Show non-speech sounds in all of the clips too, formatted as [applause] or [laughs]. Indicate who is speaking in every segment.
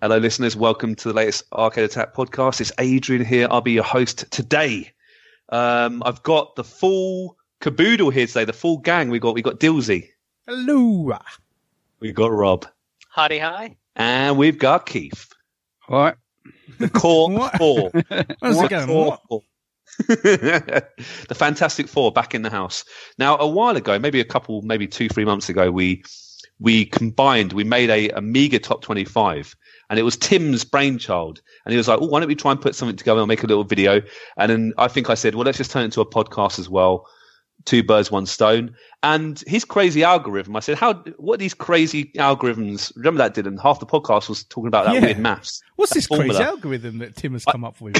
Speaker 1: Hello, listeners. Welcome to the latest Arcade Attack podcast. It's Adrian here. I'll be your host today. Um, I've got the full caboodle here today. The full gang. We got we got Dilsey.
Speaker 2: Hello.
Speaker 1: We got Rob,
Speaker 3: Hardy High.
Speaker 1: and we've got Keith.
Speaker 4: All right.
Speaker 1: The core
Speaker 2: What?
Speaker 1: four.
Speaker 2: How's
Speaker 1: What
Speaker 2: it going?
Speaker 1: for?
Speaker 2: What?
Speaker 1: [laughs] the Fantastic Four back in the house. Now, a while ago, maybe a couple, maybe two, three months ago, we we combined, we made a, a meager top twenty-five, and it was Tim's brainchild. And he was like, "Oh, why don't we try and put something together? I'll make a little video." And then I think I said, "Well, let's just turn it into a podcast as well." Two birds, one stone. And his crazy algorithm. I said, "How? What are these crazy algorithms?" Remember that, Dylan? Half the podcast was talking about that
Speaker 2: Yeah.
Speaker 1: weird maths.
Speaker 2: What's
Speaker 1: That
Speaker 2: this crazy
Speaker 1: formula.
Speaker 2: algorithm that Tim has come up with?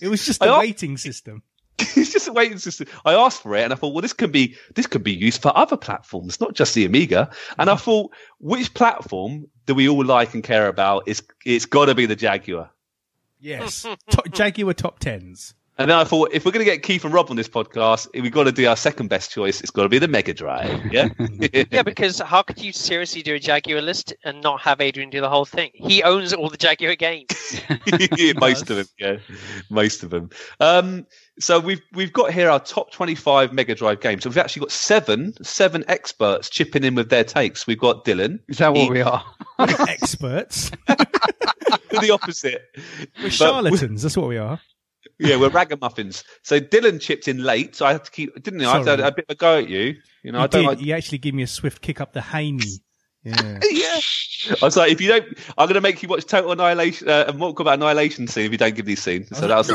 Speaker 2: It was
Speaker 1: [laughs]
Speaker 2: just
Speaker 1: I
Speaker 2: a
Speaker 1: al-
Speaker 2: rating system.
Speaker 1: [laughs] it's just a waiting system. I asked for it, and I thought, well, this can be this could be used for other platforms, not just the Amiga. And I thought, which platform do we all like and care about? It's it's got to be the Jaguar.
Speaker 2: Yes.
Speaker 1: [laughs]
Speaker 2: Top, Jaguar top tens.
Speaker 1: And then I thought, if we're going to get Keith and Rob on this podcast, we've got to do our second best choice. It's got to be the Mega Drive. Yeah,
Speaker 3: Yeah, because how could you seriously do a Jaguar list and not have Adrian do the whole thing? He owns all the Jaguar games.
Speaker 1: [laughs] most of them. Yeah, most of them. Um, so we've we've got here our top twenty-five Mega Drive games. So we've actually got seven seven experts chipping in with their takes. We've got Dylan,
Speaker 4: Is that what
Speaker 1: He-
Speaker 4: we are?
Speaker 2: Experts.
Speaker 1: the opposite.
Speaker 2: We're
Speaker 1: But-
Speaker 2: charlatans. That's what we are.
Speaker 1: Yeah, we're ragamuffins. So Dylan chipped in late, so I had to keep, didn't I? I had
Speaker 2: Sorry.
Speaker 1: a bit of a go at you. You know,
Speaker 2: You
Speaker 1: I don't
Speaker 2: did.
Speaker 1: like.
Speaker 2: You actually give me a swift kick up the hiney. Yeah.
Speaker 1: Yeah, I was like, if you don't, I'm going to make you watch Total Annihilation, uh, a Mortal Kombat Annihilation scene if you don't give these scenes. So that was the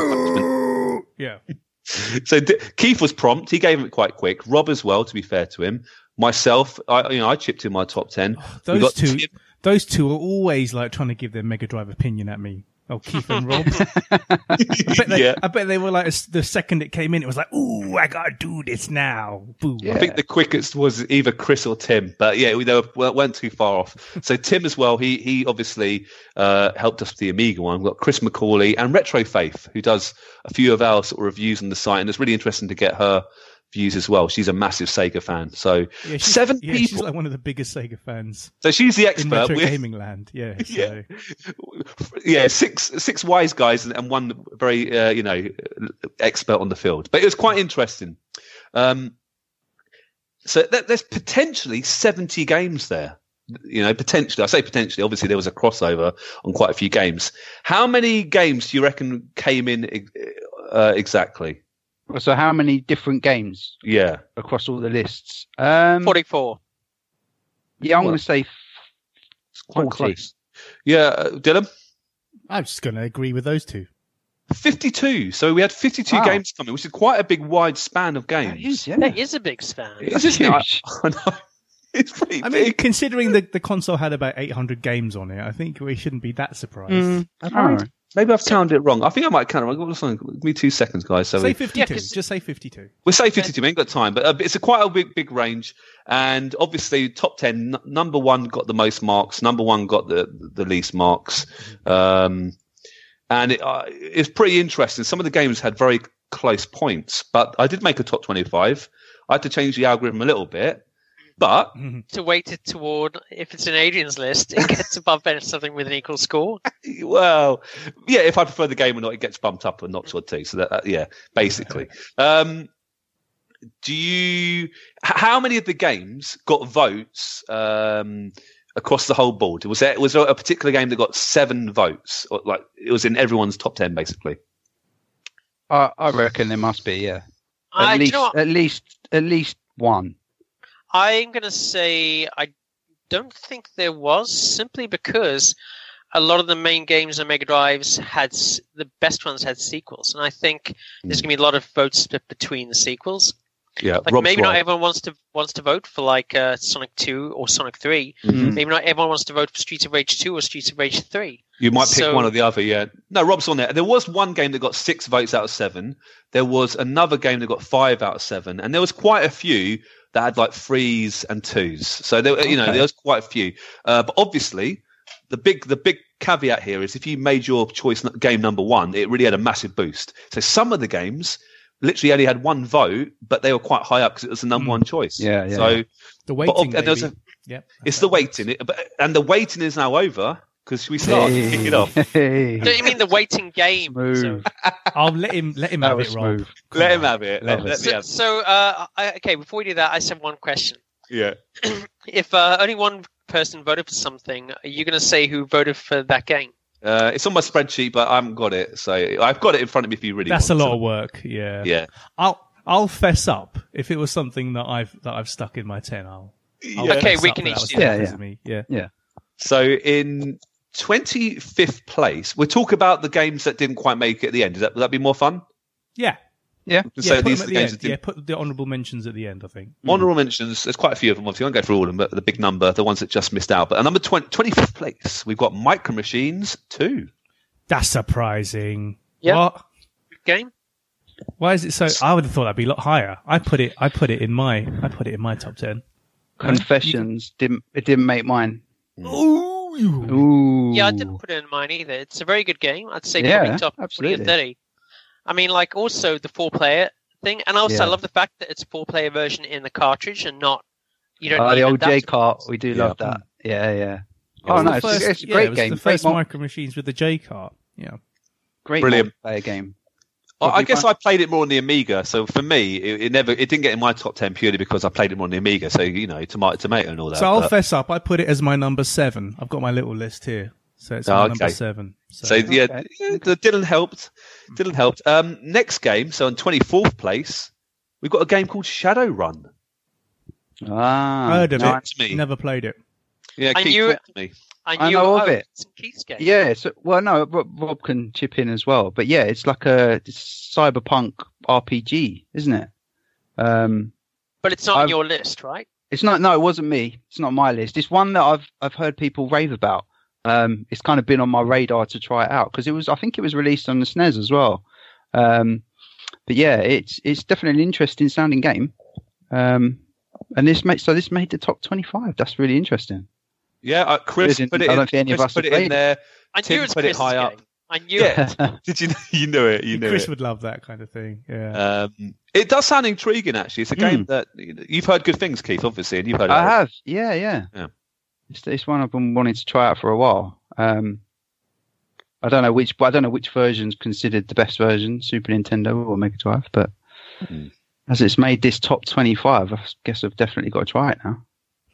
Speaker 1: punishment.
Speaker 2: Oh. [laughs] yeah.
Speaker 1: So D- Keith was prompt. He gave it quite quick. Rob as well, to be fair to him. Myself, I you know, I chipped in my top ten. We
Speaker 2: Those
Speaker 1: got
Speaker 2: two.
Speaker 1: Tim.
Speaker 2: Those two are always like trying to give their Mega Drive opinion at me. Oh, Keith
Speaker 1: [laughs]
Speaker 2: and Rob. I bet they,
Speaker 1: Yeah.
Speaker 2: I bet they were like the second it came in, it was like, "Ooh, I gotta do this now." Boo.
Speaker 1: I think the quickest was either Chris or Tim, but yeah, we they were, weren't too far off. So Tim as well, he he obviously uh, helped us with the Amiga one. We've got Chris McCauley and Retro Faith, who does a few of our sort of reviews on the site, and it's really interesting to get her views as well. She's a massive Sega fan, so
Speaker 2: Yeah, she's-
Speaker 1: seven
Speaker 2: yeah,
Speaker 1: people.
Speaker 2: She's like one of the biggest Sega fans
Speaker 1: so she's the
Speaker 2: in
Speaker 1: expert.
Speaker 2: retro
Speaker 1: We're-
Speaker 2: gaming land. Yeah, so.
Speaker 1: [laughs] Yeah. yeah, six six wise guys and, and one very uh, you know expert on the field. But it was quite interesting. Um, so th- there's potentially 70 games there. You know, potentially. I say potentially. Obviously, there was a crossover on quite a few games. How many games do you reckon came in uh, exactly?
Speaker 4: Well, So, how many different games
Speaker 1: Yeah,
Speaker 4: across all the [laughs] lists? Um,
Speaker 3: 44.
Speaker 4: Yeah, I'm going to say f-
Speaker 1: it's quite
Speaker 4: 40.
Speaker 1: close. Yeah, uh, Dylan,
Speaker 2: I'm just gonna agree with those two.
Speaker 1: 52. So we had 52
Speaker 4: Wow.
Speaker 1: games coming, which is quite a big wide span of games.
Speaker 4: that is, yeah.
Speaker 3: That is a big span.
Speaker 1: It's
Speaker 4: That's
Speaker 1: just not-
Speaker 4: huge.
Speaker 1: [laughs] I know. It's pretty
Speaker 2: I mean,
Speaker 1: big.
Speaker 2: considering the, the console had about 800 games on it, I think we shouldn't be that surprised.
Speaker 1: Mm.
Speaker 4: All right.
Speaker 1: Maybe I've counted it wrong. I think I might count it wrong. Hold on, Give me two seconds, guys. So
Speaker 2: Say
Speaker 1: we,
Speaker 2: 52.
Speaker 3: Yeah, 'cause-
Speaker 2: just say 52.
Speaker 1: we'll say 52. We ain't got time, but uh, it's a quite a big, big range. And obviously, top 10, n- number one got the most marks. Number one got the, the least marks. Um, and it, uh, it's pretty interesting. Some of the games had very close points, but I did make a top 25. I had to change the algorithm a little bit, but
Speaker 2: Mm-hmm.
Speaker 3: To weight it toward, if it's in Adrian's list, it gets above something with an equal
Speaker 4: [laughs]
Speaker 3: score.
Speaker 1: well, yeah, if I prefer the game or not, it gets bumped up a notch or two. So that, that- yeah, basically. Um, do you? h- How many of the games got votes um, across the whole board? Was there was there a particular game that got seven votes, or like it was in everyone's top ten, basically?
Speaker 4: I, I reckon there must be, yeah. At
Speaker 3: I, do you
Speaker 4: least,
Speaker 3: know what?
Speaker 4: at least, at least one.
Speaker 3: I'm going to say I don't think there was, simply because a lot of the main games on Mega Drives had s-
Speaker 4: Hmm.
Speaker 3: the best ones had sequels, and I think there's going to be a lot of votes split between the sequels.
Speaker 1: Yeah,
Speaker 3: Like
Speaker 1: Rob's
Speaker 3: maybe not
Speaker 1: right.
Speaker 3: everyone wants to wants to vote for like uh, Sonic Two or Sonic Three.
Speaker 4: Hmm.
Speaker 1: Mhm.
Speaker 3: Maybe not everyone wants to vote for Streets of Rage Two or Streets of Rage Three.
Speaker 1: You might pick
Speaker 3: So-
Speaker 1: one or the other, yeah. No, Rob's on there. There was one game that got six votes out of seven. There was another game that got five out of seven, and there was quite a few that had like threes and twos. So there, you know,
Speaker 4: Okay.
Speaker 1: there was quite a few. Uh, but obviously, the big the big caveat here is if you made your choice n- game number one, it really had a massive boost. So some of the games literally only had one vote, but they were quite high up because it was the number
Speaker 2: Mm.
Speaker 1: one choice.
Speaker 4: Hmm. Yeah, yeah.
Speaker 1: So
Speaker 2: The
Speaker 1: but
Speaker 2: waiting.
Speaker 1: ob- and there was
Speaker 2: maybe. Yep,
Speaker 1: it's the waiting, it, but, and the waiting is now over because we start
Speaker 4: Hey.
Speaker 1: kick it off.
Speaker 4: [laughs] Hey.
Speaker 3: Don't you mean the waiting game? So,
Speaker 4: Hmm. [laughs] Smooth.
Speaker 2: [laughs] I'll let him. Let him
Speaker 4: That
Speaker 2: have
Speaker 4: was
Speaker 2: it, Rob.
Speaker 4: smooth.
Speaker 2: Come
Speaker 1: Let
Speaker 2: on.
Speaker 1: him have it. Let,
Speaker 4: Love
Speaker 1: let
Speaker 4: it.
Speaker 1: me
Speaker 3: so,
Speaker 1: have
Speaker 3: so uh, I, okay, before we do that, I just have one question.
Speaker 1: Yeah.
Speaker 3: If uh, only one person voted for something, are you going to say who voted for that game?
Speaker 1: Uh, it's on my spreadsheet, but I haven't got it. So I've got it in front of me if you really
Speaker 2: That's a
Speaker 1: want
Speaker 2: lot of
Speaker 1: to.
Speaker 2: work. Yeah.
Speaker 1: Yeah.
Speaker 2: I'll I'll fess up if it was something that I've that I've stuck in my ten. I'll. I'll
Speaker 1: Yeah.
Speaker 3: Okay,
Speaker 2: fess
Speaker 3: we
Speaker 2: up
Speaker 3: can
Speaker 2: that
Speaker 3: each
Speaker 2: that was
Speaker 3: do
Speaker 4: that.
Speaker 2: selfish
Speaker 4: Yeah,
Speaker 2: of me, yeah.
Speaker 1: So in 25th place, we'll talk about the games that didn't quite make it at the end. Is that, would that be more fun?
Speaker 2: Yeah.
Speaker 4: Yeah.
Speaker 1: so
Speaker 2: yeah,
Speaker 1: these are
Speaker 2: put them at
Speaker 1: the
Speaker 2: the
Speaker 1: games
Speaker 2: end.
Speaker 1: that didn't.
Speaker 2: Yeah, Hmm. put the honourable mentions at the end. I think.
Speaker 1: Honorable mentions, there's quite a few of them. Obviously, I won't go through all of them, but the big number, the ones that just missed out. But at number 20, 25th place, we've got Micro Machines 2.
Speaker 2: That's surprising.
Speaker 3: Yeah.
Speaker 2: What?
Speaker 3: Game?
Speaker 2: Why is it so? I would have thought that'd be a lot higher. I put it. I put it in my. I put it in my top ten.
Speaker 4: Confessions didn't. It didn't make mine.
Speaker 2: Ooh.
Speaker 4: Ooh.
Speaker 3: Yeah, I didn't put it in mine either. It's a very good game. I'd say
Speaker 4: Yeah,
Speaker 3: probably top 20
Speaker 4: absolutely.
Speaker 3: or 30. I mean, like, also the four player thing. And also, I
Speaker 4: Yeah.
Speaker 3: love the fact that it's a four player version in the cartridge and not. You don't
Speaker 4: Oh,
Speaker 3: need
Speaker 4: the
Speaker 3: an
Speaker 4: old J
Speaker 3: adapter.
Speaker 4: cart. We do
Speaker 1: Yeah.
Speaker 4: love that. Yeah, yeah.
Speaker 1: Yeah,
Speaker 4: Oh,
Speaker 1: it was
Speaker 4: no,
Speaker 1: the
Speaker 4: it's,
Speaker 2: First-
Speaker 4: it's a
Speaker 2: yeah,
Speaker 4: great
Speaker 2: it was
Speaker 4: game.
Speaker 2: The
Speaker 4: Great,
Speaker 2: first
Speaker 4: mul-
Speaker 2: micro machines with the J cart. Yeah.
Speaker 4: great
Speaker 1: Brilliant.
Speaker 4: multiplayer game.
Speaker 1: I I
Speaker 4: Probably
Speaker 1: guess
Speaker 4: fine.
Speaker 1: I played it more on the Amiga, so for me, it, it never, it didn't get in my top ten purely because I played it more on the Amiga. So you know, tomato, tomato, and all that.
Speaker 2: So I'll
Speaker 1: but-
Speaker 2: fess up. I put it as my number seven. I've got my little list here. So it's
Speaker 1: Oh,
Speaker 2: my
Speaker 1: okay.
Speaker 2: number seven. So,
Speaker 1: So yeah,
Speaker 4: Okay.
Speaker 1: yeah, the Dylan helped. Dylan helped. Um, next game, so in twenty fourth place, we've got a game called Shadowrun.
Speaker 4: Ah,
Speaker 2: heard of
Speaker 4: nice.
Speaker 2: it.
Speaker 1: to me.
Speaker 2: Never played it.
Speaker 1: Yeah,
Speaker 3: And
Speaker 1: keep
Speaker 3: you-
Speaker 1: talking to me.
Speaker 3: And
Speaker 4: I
Speaker 3: you,
Speaker 4: know of
Speaker 3: oh,
Speaker 4: it.
Speaker 3: It's in Keith's game.
Speaker 4: Yeah, so, well, no, Rob, Rob can chip in as well. But yeah, it's like a cyberpunk RPG, isn't it? Um,
Speaker 3: But it's not on
Speaker 4: I've-
Speaker 3: your list, right?
Speaker 4: it's not. No, it wasn't me. It's not my list. It's one that I've I've heard people rave about. Um, it's kind of been on my radar to try it out because it was. I think it was released on the SNES as well. Um, but yeah, it's it's definitely an interesting sounding game. Um, and this made so this made the top twenty five. That's really interesting.
Speaker 1: Yeah, uh, Chris
Speaker 4: Didn't-
Speaker 1: put it.
Speaker 4: I
Speaker 1: in,
Speaker 4: don't think any of
Speaker 1: Chris
Speaker 4: us
Speaker 1: put
Speaker 4: have
Speaker 1: it in
Speaker 4: played it.
Speaker 1: there.
Speaker 3: I
Speaker 1: Tim
Speaker 3: knew it's
Speaker 1: put it
Speaker 3: Chris's
Speaker 1: high up.
Speaker 3: game. I knew it.
Speaker 1: Yeah,
Speaker 4: [laughs]
Speaker 1: did you? You knew it. You knew
Speaker 2: Chris
Speaker 1: it.
Speaker 2: would love that kind of thing. Yeah.
Speaker 1: Um, it does sound intriguing. Actually, it's a game that you've heard good things, Keith. Obviously, and you've heard.
Speaker 4: Hmm. I
Speaker 1: it.
Speaker 4: have. Yeah, yeah.
Speaker 1: Yeah.
Speaker 4: It's, it's one I've been wanting to try out for a while. Um, I don't know which, but I don't know which version's considered the best version, Super Nintendo or Mega Drive. But
Speaker 1: Hmm.
Speaker 4: as it's made this top twenty-five, I guess I've definitely got to try it now.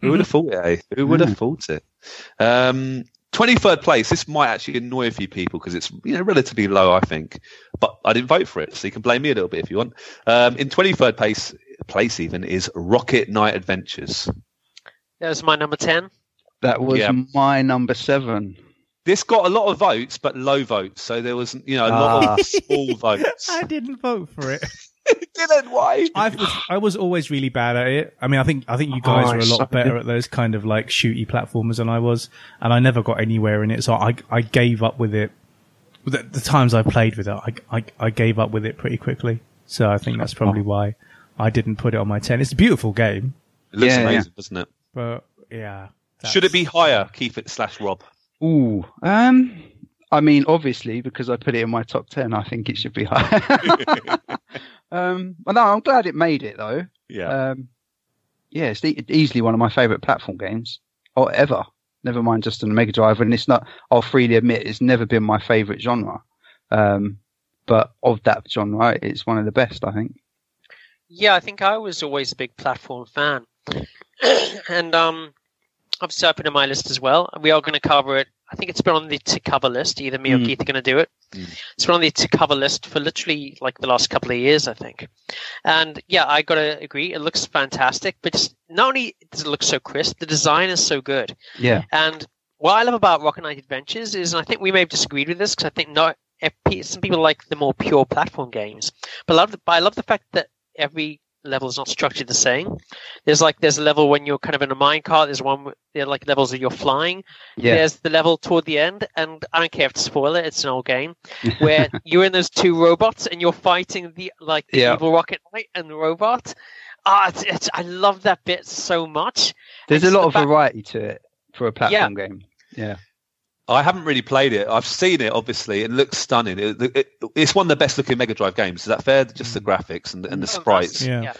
Speaker 1: Who would have
Speaker 4: Mm-hmm.
Speaker 1: thought it? Eh? Who
Speaker 4: Mm.
Speaker 1: would have thought it? Um, 23rd place. This might actually annoy a few people because it's you know relatively low, I think. But I didn't vote for it, so you can blame me a little bit if you want. Um, in 23rd place, place even is Rocket Knight Adventures.
Speaker 3: That was my number 10.
Speaker 4: That was
Speaker 1: Yeah.
Speaker 4: my number seven.
Speaker 1: This got a lot of votes, but low votes. So there was you know a lot
Speaker 4: Ah.
Speaker 1: of small
Speaker 4: [laughs]
Speaker 1: votes.
Speaker 2: [laughs] I didn't vote for it.
Speaker 1: Dylan, why?
Speaker 2: I was I was always really bad at it. I mean, I think I think you guys
Speaker 4: Oh,
Speaker 2: were a
Speaker 4: it's so
Speaker 2: lot better at those kind of like shooty platformers than I was, and I never got anywhere in it. So I I gave up with it. The, the times I played with it, I, I I gave up with it pretty quickly. So I think that's probably why I didn't put it on my ten. It's a beautiful game,
Speaker 1: It looks
Speaker 4: Yeah, yeah.
Speaker 1: amazing, doesn't it?
Speaker 2: but yeah, that's-
Speaker 1: Should it be higher, Keith it slash Rob?
Speaker 4: Ooh, um, I mean, obviously because I put it in my top ten, I think it should
Speaker 1: [laughs]
Speaker 4: be high. [laughs] um, well, no, I'm glad it made it though.
Speaker 1: Yeah.
Speaker 4: Um, yeah, it's e- easily one of my favourite platform games or ever. Never mind just on the Mega Drive, and it's not. I'll freely admit, it's never been my favourite genre. Um, but of that genre, it's one of the best, I think.
Speaker 3: Yeah, I think I was always a big platform fan, [coughs] and um, obviously I put it on my list as well. We are going to cover it. I think it's been on the to cover list. Either me or
Speaker 4: Mm.
Speaker 3: Keith are going to do it.
Speaker 1: Mm.
Speaker 3: It's been on the to cover list for literally like the last couple of years, I think. And yeah, I gotta agree. It looks fantastic, but just, not only does it look so crisp, the design is so good.
Speaker 4: Yeah,
Speaker 3: And what I love about Rocket Knight Adventures is, and I think we may have disagreed with this because I think not eh, pe- some people like the more pure platform games, but I love the, but I love the fact that every level is not structured the same. There's like there's a level when you're kind of in a minecart. There's one where- there are like levels where you're flying.
Speaker 4: Yeah.
Speaker 3: There's the level toward the end, and I don't care if to spoil it. It's an old
Speaker 4: [laughs]
Speaker 3: game where you're in those two robots and you're fighting the like the
Speaker 4: Yeah.
Speaker 3: evil Rocket Knight and the robot. Ah, it's, it's, I love that bit so much.
Speaker 4: There's a
Speaker 3: it's
Speaker 4: lot
Speaker 3: the
Speaker 4: of
Speaker 3: fact-
Speaker 4: variety to it for a platform game. Yeah.
Speaker 1: I haven't really played it. I've seen it, obviously. It looks stunning. It, it, it's one of the best looking Mega Drive games. Is that fair? Just
Speaker 4: Mm.
Speaker 1: the graphics and, and the
Speaker 3: Oh,
Speaker 1: sprites.
Speaker 2: Yeah.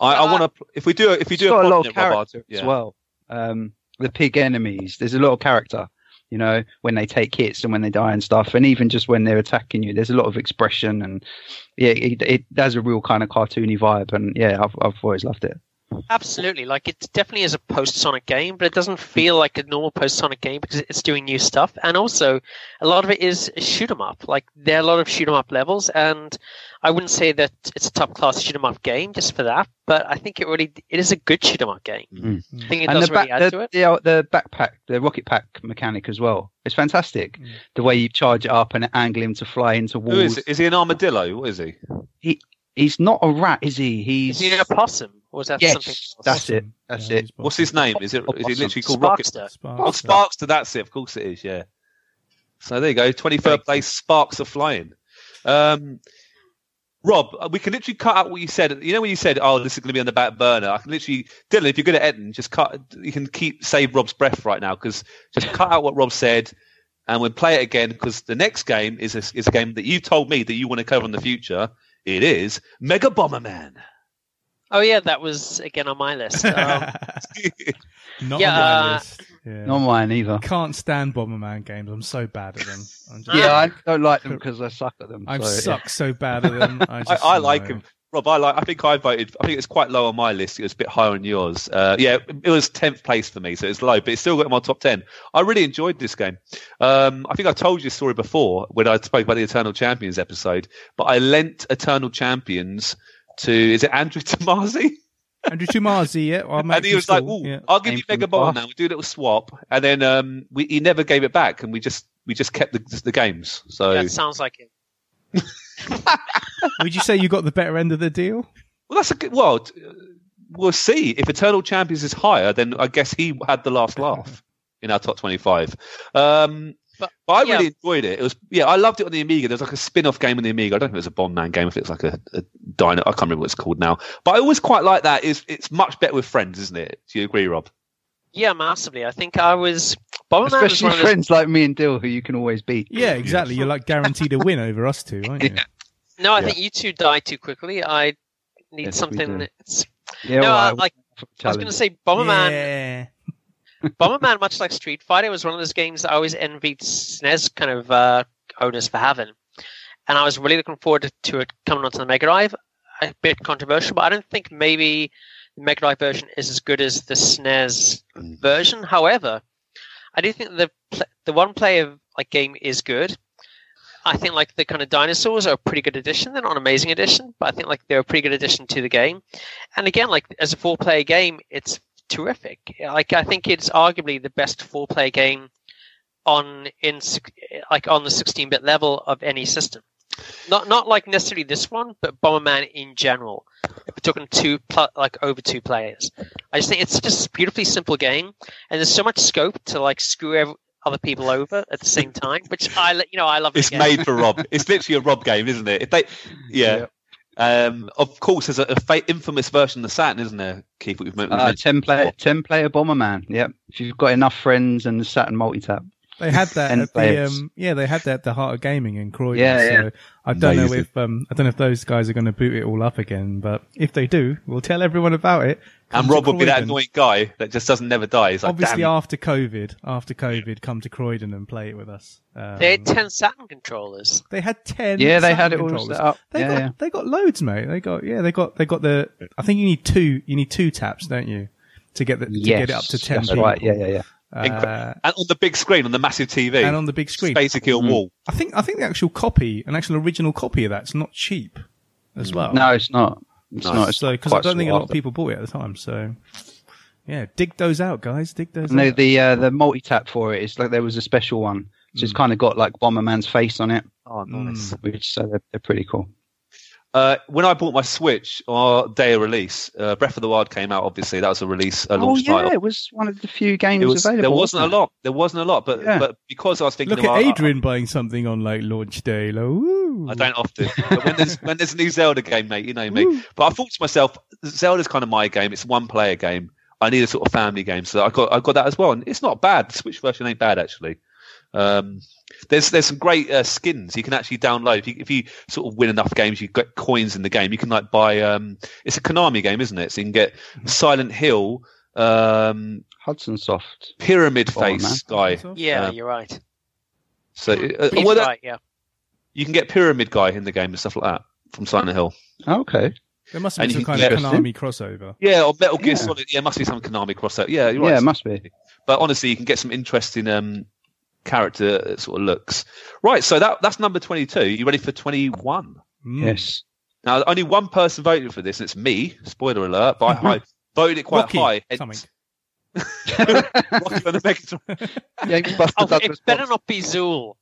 Speaker 1: I, I want to. If we do, if you
Speaker 4: It's
Speaker 1: do
Speaker 4: got a
Speaker 1: pod
Speaker 4: lot of
Speaker 1: knit, Rob, I'll-
Speaker 4: character as
Speaker 1: yeah.
Speaker 4: well. Um, the pig enemies. There's a lot of character. You know, when they take hits and when they die and stuff, and even just when they're attacking you, there's a lot of expression and yeah, it, it has a real kind of cartoony vibe. And yeah, I've I've always loved it.
Speaker 3: Absolutely. Like it definitely is a post Sonic game, but it doesn't feel like a normal post Sonic game because it's doing new stuff. And also, a lot of it is shoot 'em up. Like there are a lot of shoot 'em up levels, and I wouldn't say that it's a top class shoot 'em up game just for that. But I think it really it is a good shoot 'em up game.
Speaker 1: Mm.
Speaker 3: I think it
Speaker 4: and
Speaker 3: does
Speaker 4: the,
Speaker 3: really
Speaker 4: back,
Speaker 3: add
Speaker 4: the,
Speaker 3: to it.
Speaker 4: the the backpack, the rocket pack mechanic as well. It's fantastic.
Speaker 2: Mm.
Speaker 4: The way you charge it up and angle him to fly into walls.
Speaker 1: Who is, is he an armadillo? What is he?
Speaker 4: He's not a rat, is he? He's
Speaker 3: Is it a possum, or is that
Speaker 4: Yes,
Speaker 3: something? Else?
Speaker 4: that's it. That's it.
Speaker 1: What's his name? Is it? Is he
Speaker 4: Awesome.
Speaker 1: literally called Rocket?
Speaker 3: Sparkster.
Speaker 1: Oh,
Speaker 2: Sparks. [laughs]
Speaker 1: Sparkster. That's it. Of course it is. Yeah. So there you go. Twenty third place. Sparks are flying. Um, Rob, uh, we can literally cut out what you said. You know when you said, "Oh, this is going to be on the back burner." I can literally, Dylan, if you're good at editing, just cut. You can keep save Rob's breath right now because just cut out what Rob said, and we'll play it again because the next game is a, is a game that you told me that you want to cover in the future. It is Mega Bomberman.
Speaker 3: Oh yeah, that was again on my
Speaker 4: [laughs]
Speaker 3: list. Um,
Speaker 2: Not
Speaker 3: Yeah,
Speaker 2: on my
Speaker 3: uh,
Speaker 2: list. Yeah.
Speaker 4: not mine either.
Speaker 2: Can't stand Bomberman games. I'm so bad at them. I'm just,
Speaker 4: Yeah, I don't like them because I suck at them.
Speaker 2: I
Speaker 4: so, yeah.
Speaker 2: suck so bad at them.
Speaker 1: [laughs]
Speaker 2: I,
Speaker 1: I,
Speaker 2: just,
Speaker 1: I like
Speaker 2: no.
Speaker 1: him. Rob, I like. I think I voted. I think it's quite low on my list. It was a bit higher on yours. Uh, yeah, it was tenth place for me, so it's low, but it's still got in my top ten. I really enjoyed this game. Um, I think I told you a story before when I spoke about the Eternal Champions episode, but I lent Eternal Champions to is it Andrew [laughs] Tomasi?
Speaker 2: Andrew Chumazi, yeah. I'll make
Speaker 1: and he
Speaker 2: him
Speaker 1: was like,
Speaker 2: score,
Speaker 1: "Ooh,
Speaker 2: yeah.
Speaker 1: I'll give
Speaker 4: Came
Speaker 1: you
Speaker 4: from
Speaker 1: Mega
Speaker 4: the
Speaker 1: Ball
Speaker 4: past.
Speaker 1: now." We do a little swap, and then um, we, he never gave it back, and we just we just kept the, the games. So
Speaker 3: that sounds like it.
Speaker 2: Would you say you got the better end of the deal?
Speaker 1: Well, that's a good. Well, t- uh, we'll see. If Eternal Champions is higher, then I guess he had the last [laughs] laugh in our top twenty-five. Um, but,
Speaker 3: But-
Speaker 1: I
Speaker 3: yeah.
Speaker 1: really enjoyed it. It was yeah, I loved it on the Amiga. There was like a spin-off game on the Amiga. I don't think it was a Bond Man game. If it's like a, a dino, I can't remember what it's called now. But I always quite like that. Is it's much better with friends, isn't it? Do you agree, Rob?
Speaker 3: Yeah, massively. I think I was. Bomberman was
Speaker 4: Especially
Speaker 3: one of those
Speaker 4: friends like me and Dill, who you can always beat.
Speaker 2: Yeah, exactly. You're like guaranteed a win over us two,
Speaker 1: [laughs]
Speaker 2: aren't you?
Speaker 3: No, I
Speaker 1: Yeah.
Speaker 3: think you two die too quickly. I need
Speaker 4: Yes, we do.
Speaker 3: something that's
Speaker 4: Yeah,
Speaker 3: no,
Speaker 4: all
Speaker 3: I,
Speaker 4: right,
Speaker 3: like I was
Speaker 4: challenge.
Speaker 3: going to say Bomberman.
Speaker 2: Yeah. [laughs]
Speaker 3: Bomberman, much like Street Fighter, was one of those games I always envied SNES kind of uh, owners for having, and I was really looking forward to it coming onto the Mega Drive. A bit controversial, but I don't think maybe the Mega Drive version is as good as the SNES
Speaker 1: Mm.
Speaker 3: version. However, I do think the pl- the one player like game is good. I think like the kind of dinosaurs are a pretty good addition. They're not an amazing addition, but I think like they're a pretty good addition to the game. And again, like as a four player game, it's terrific. Like I think it's arguably the best four player game on in six- like on the 16 bit level of any system. Not not like necessarily this one, but Bomberman in general. If we're talking two pl- like over two players, I just think it's just a beautifully simple game, and there's so much scope to like screw ev- other people over at the same time, which I li- you know I love.
Speaker 1: It's
Speaker 3: again.
Speaker 1: made for Rob. It's literally a Rob game, isn't it? If they, yeah. Um, of course, there's a, a fa- infamous version of the Saturn, isn't there, Keith? What we've mentioned.
Speaker 4: Uh, ten player, ten player Bomberman. Yep. If you've got enough friends and the Saturn multi tap.
Speaker 2: They had that
Speaker 4: And
Speaker 2: at the
Speaker 4: players.
Speaker 2: um, yeah, they had that at the Heart of Gaming in Croydon.
Speaker 4: Yeah, yeah.
Speaker 2: So I don't know
Speaker 1: Amazing.
Speaker 2: if um, I don't know if those guys are going to boot it all up again, but if they do, we'll tell everyone about it. Come
Speaker 1: and
Speaker 2: to
Speaker 1: Rob would be that
Speaker 2: Croydon.
Speaker 1: annoying guy that just doesn't never die. He's like,
Speaker 2: Obviously,
Speaker 1: damn.
Speaker 2: after COVID, after COVID, come to Croydon and play it with us. Um,
Speaker 3: They had ten Saturn controllers.
Speaker 2: they had ten.
Speaker 4: Yeah, they
Speaker 2: sound
Speaker 4: had it all
Speaker 2: controllers.
Speaker 4: set up.
Speaker 2: They
Speaker 4: yeah,
Speaker 2: got
Speaker 4: yeah.
Speaker 2: they got loads, mate. They got yeah, they got they got the. I think you need two. You need two taps, don't you, to get the, to get it up to ten.
Speaker 4: That's
Speaker 2: people.
Speaker 4: right. Yeah, yeah, yeah.
Speaker 2: Uh,
Speaker 1: and on the big screen, on the massive TV,
Speaker 2: and on the big screen,
Speaker 1: basically
Speaker 4: Mm.
Speaker 1: a wall.
Speaker 2: I think I think the actual copy, an actual original copy of that's not cheap, as well.
Speaker 4: No, it's not. It's
Speaker 1: Oh. Nice.
Speaker 4: not. It's
Speaker 2: so because I
Speaker 4: quite
Speaker 2: don't think a
Speaker 4: sought
Speaker 2: lot of
Speaker 4: after.
Speaker 2: people bought it at the time. So yeah, dig those out, guys. Dig those.
Speaker 4: No,
Speaker 2: out.
Speaker 4: the uh, the multi tap for it. It's like there was a special one.
Speaker 1: Mm.
Speaker 4: So it's kind of got like Bomberman's face on it,
Speaker 1: Oh,
Speaker 2: nice.
Speaker 4: which so they're, they're pretty cool.
Speaker 1: Uh, when I bought my Switch, our day of release, uh, Breath of the Wild came out. Obviously, that was a release, a
Speaker 4: Oh
Speaker 1: launch
Speaker 4: yeah,
Speaker 1: title.
Speaker 4: it was one of the few games
Speaker 1: It was,
Speaker 4: available.
Speaker 1: there wasn't a lot. There wasn't a lot, but
Speaker 4: Yeah.
Speaker 1: but because I was thinking
Speaker 2: Look at
Speaker 1: about uh,
Speaker 2: Adrian buying something on like launch day. Like, woo.
Speaker 1: I
Speaker 4: Hmm.
Speaker 1: don't often. But when there's when there's a new Zelda game, mate, you know me. But I thought to myself, Zelda's kind of my game. It's a one player game. I need a sort of family game, so I got I got that as well. And it's not bad. The Switch version ain't bad actually. Um, there's there's some great uh, skins you can actually download. If you, if you sort of win enough games, you get coins in the game. You can like buy. Um, it's a Konami game, isn't it? So you can get
Speaker 4: Mm-hmm.
Speaker 1: Silent Hill, um,
Speaker 4: Hudson Soft.
Speaker 1: Pyramid
Speaker 4: Oh, man.
Speaker 1: Face guy.
Speaker 3: Yeah,
Speaker 1: Um,
Speaker 3: you're right.
Speaker 1: So uh,
Speaker 3: He's
Speaker 1: well, that-
Speaker 3: right. Yeah.
Speaker 1: you can get Pyramid Guy in the game and stuff like that from Silent Hill.
Speaker 4: Oh, Okay.
Speaker 2: There must have been
Speaker 1: And
Speaker 2: some
Speaker 1: you
Speaker 2: kind
Speaker 1: can
Speaker 2: of
Speaker 4: get-
Speaker 2: Konami crossover.
Speaker 1: Yeah, or Metal Gear
Speaker 4: Yeah.
Speaker 1: Solid. Yeah, must be some Konami crossover. Yeah, you're
Speaker 4: yeah,
Speaker 1: right.
Speaker 4: it must be.
Speaker 1: but honestly, you can get some interesting um, character uh, sort of looks. Right, so that that's number 22. You ready for 21? [laughs]
Speaker 2: Mm.
Speaker 4: Yes. [laughs]
Speaker 1: Now, only one person voted for this, and it's me. Spoiler alert! But I, I voted it quite
Speaker 2: Mm-hmm. Rocky,
Speaker 1: high. hence-
Speaker 2: something. [laughs]
Speaker 1: Rocky and the Megatron.
Speaker 4: Gangbusters
Speaker 3: Oh,
Speaker 4: Douglas
Speaker 3: it better
Speaker 4: Box.
Speaker 3: not be Zool.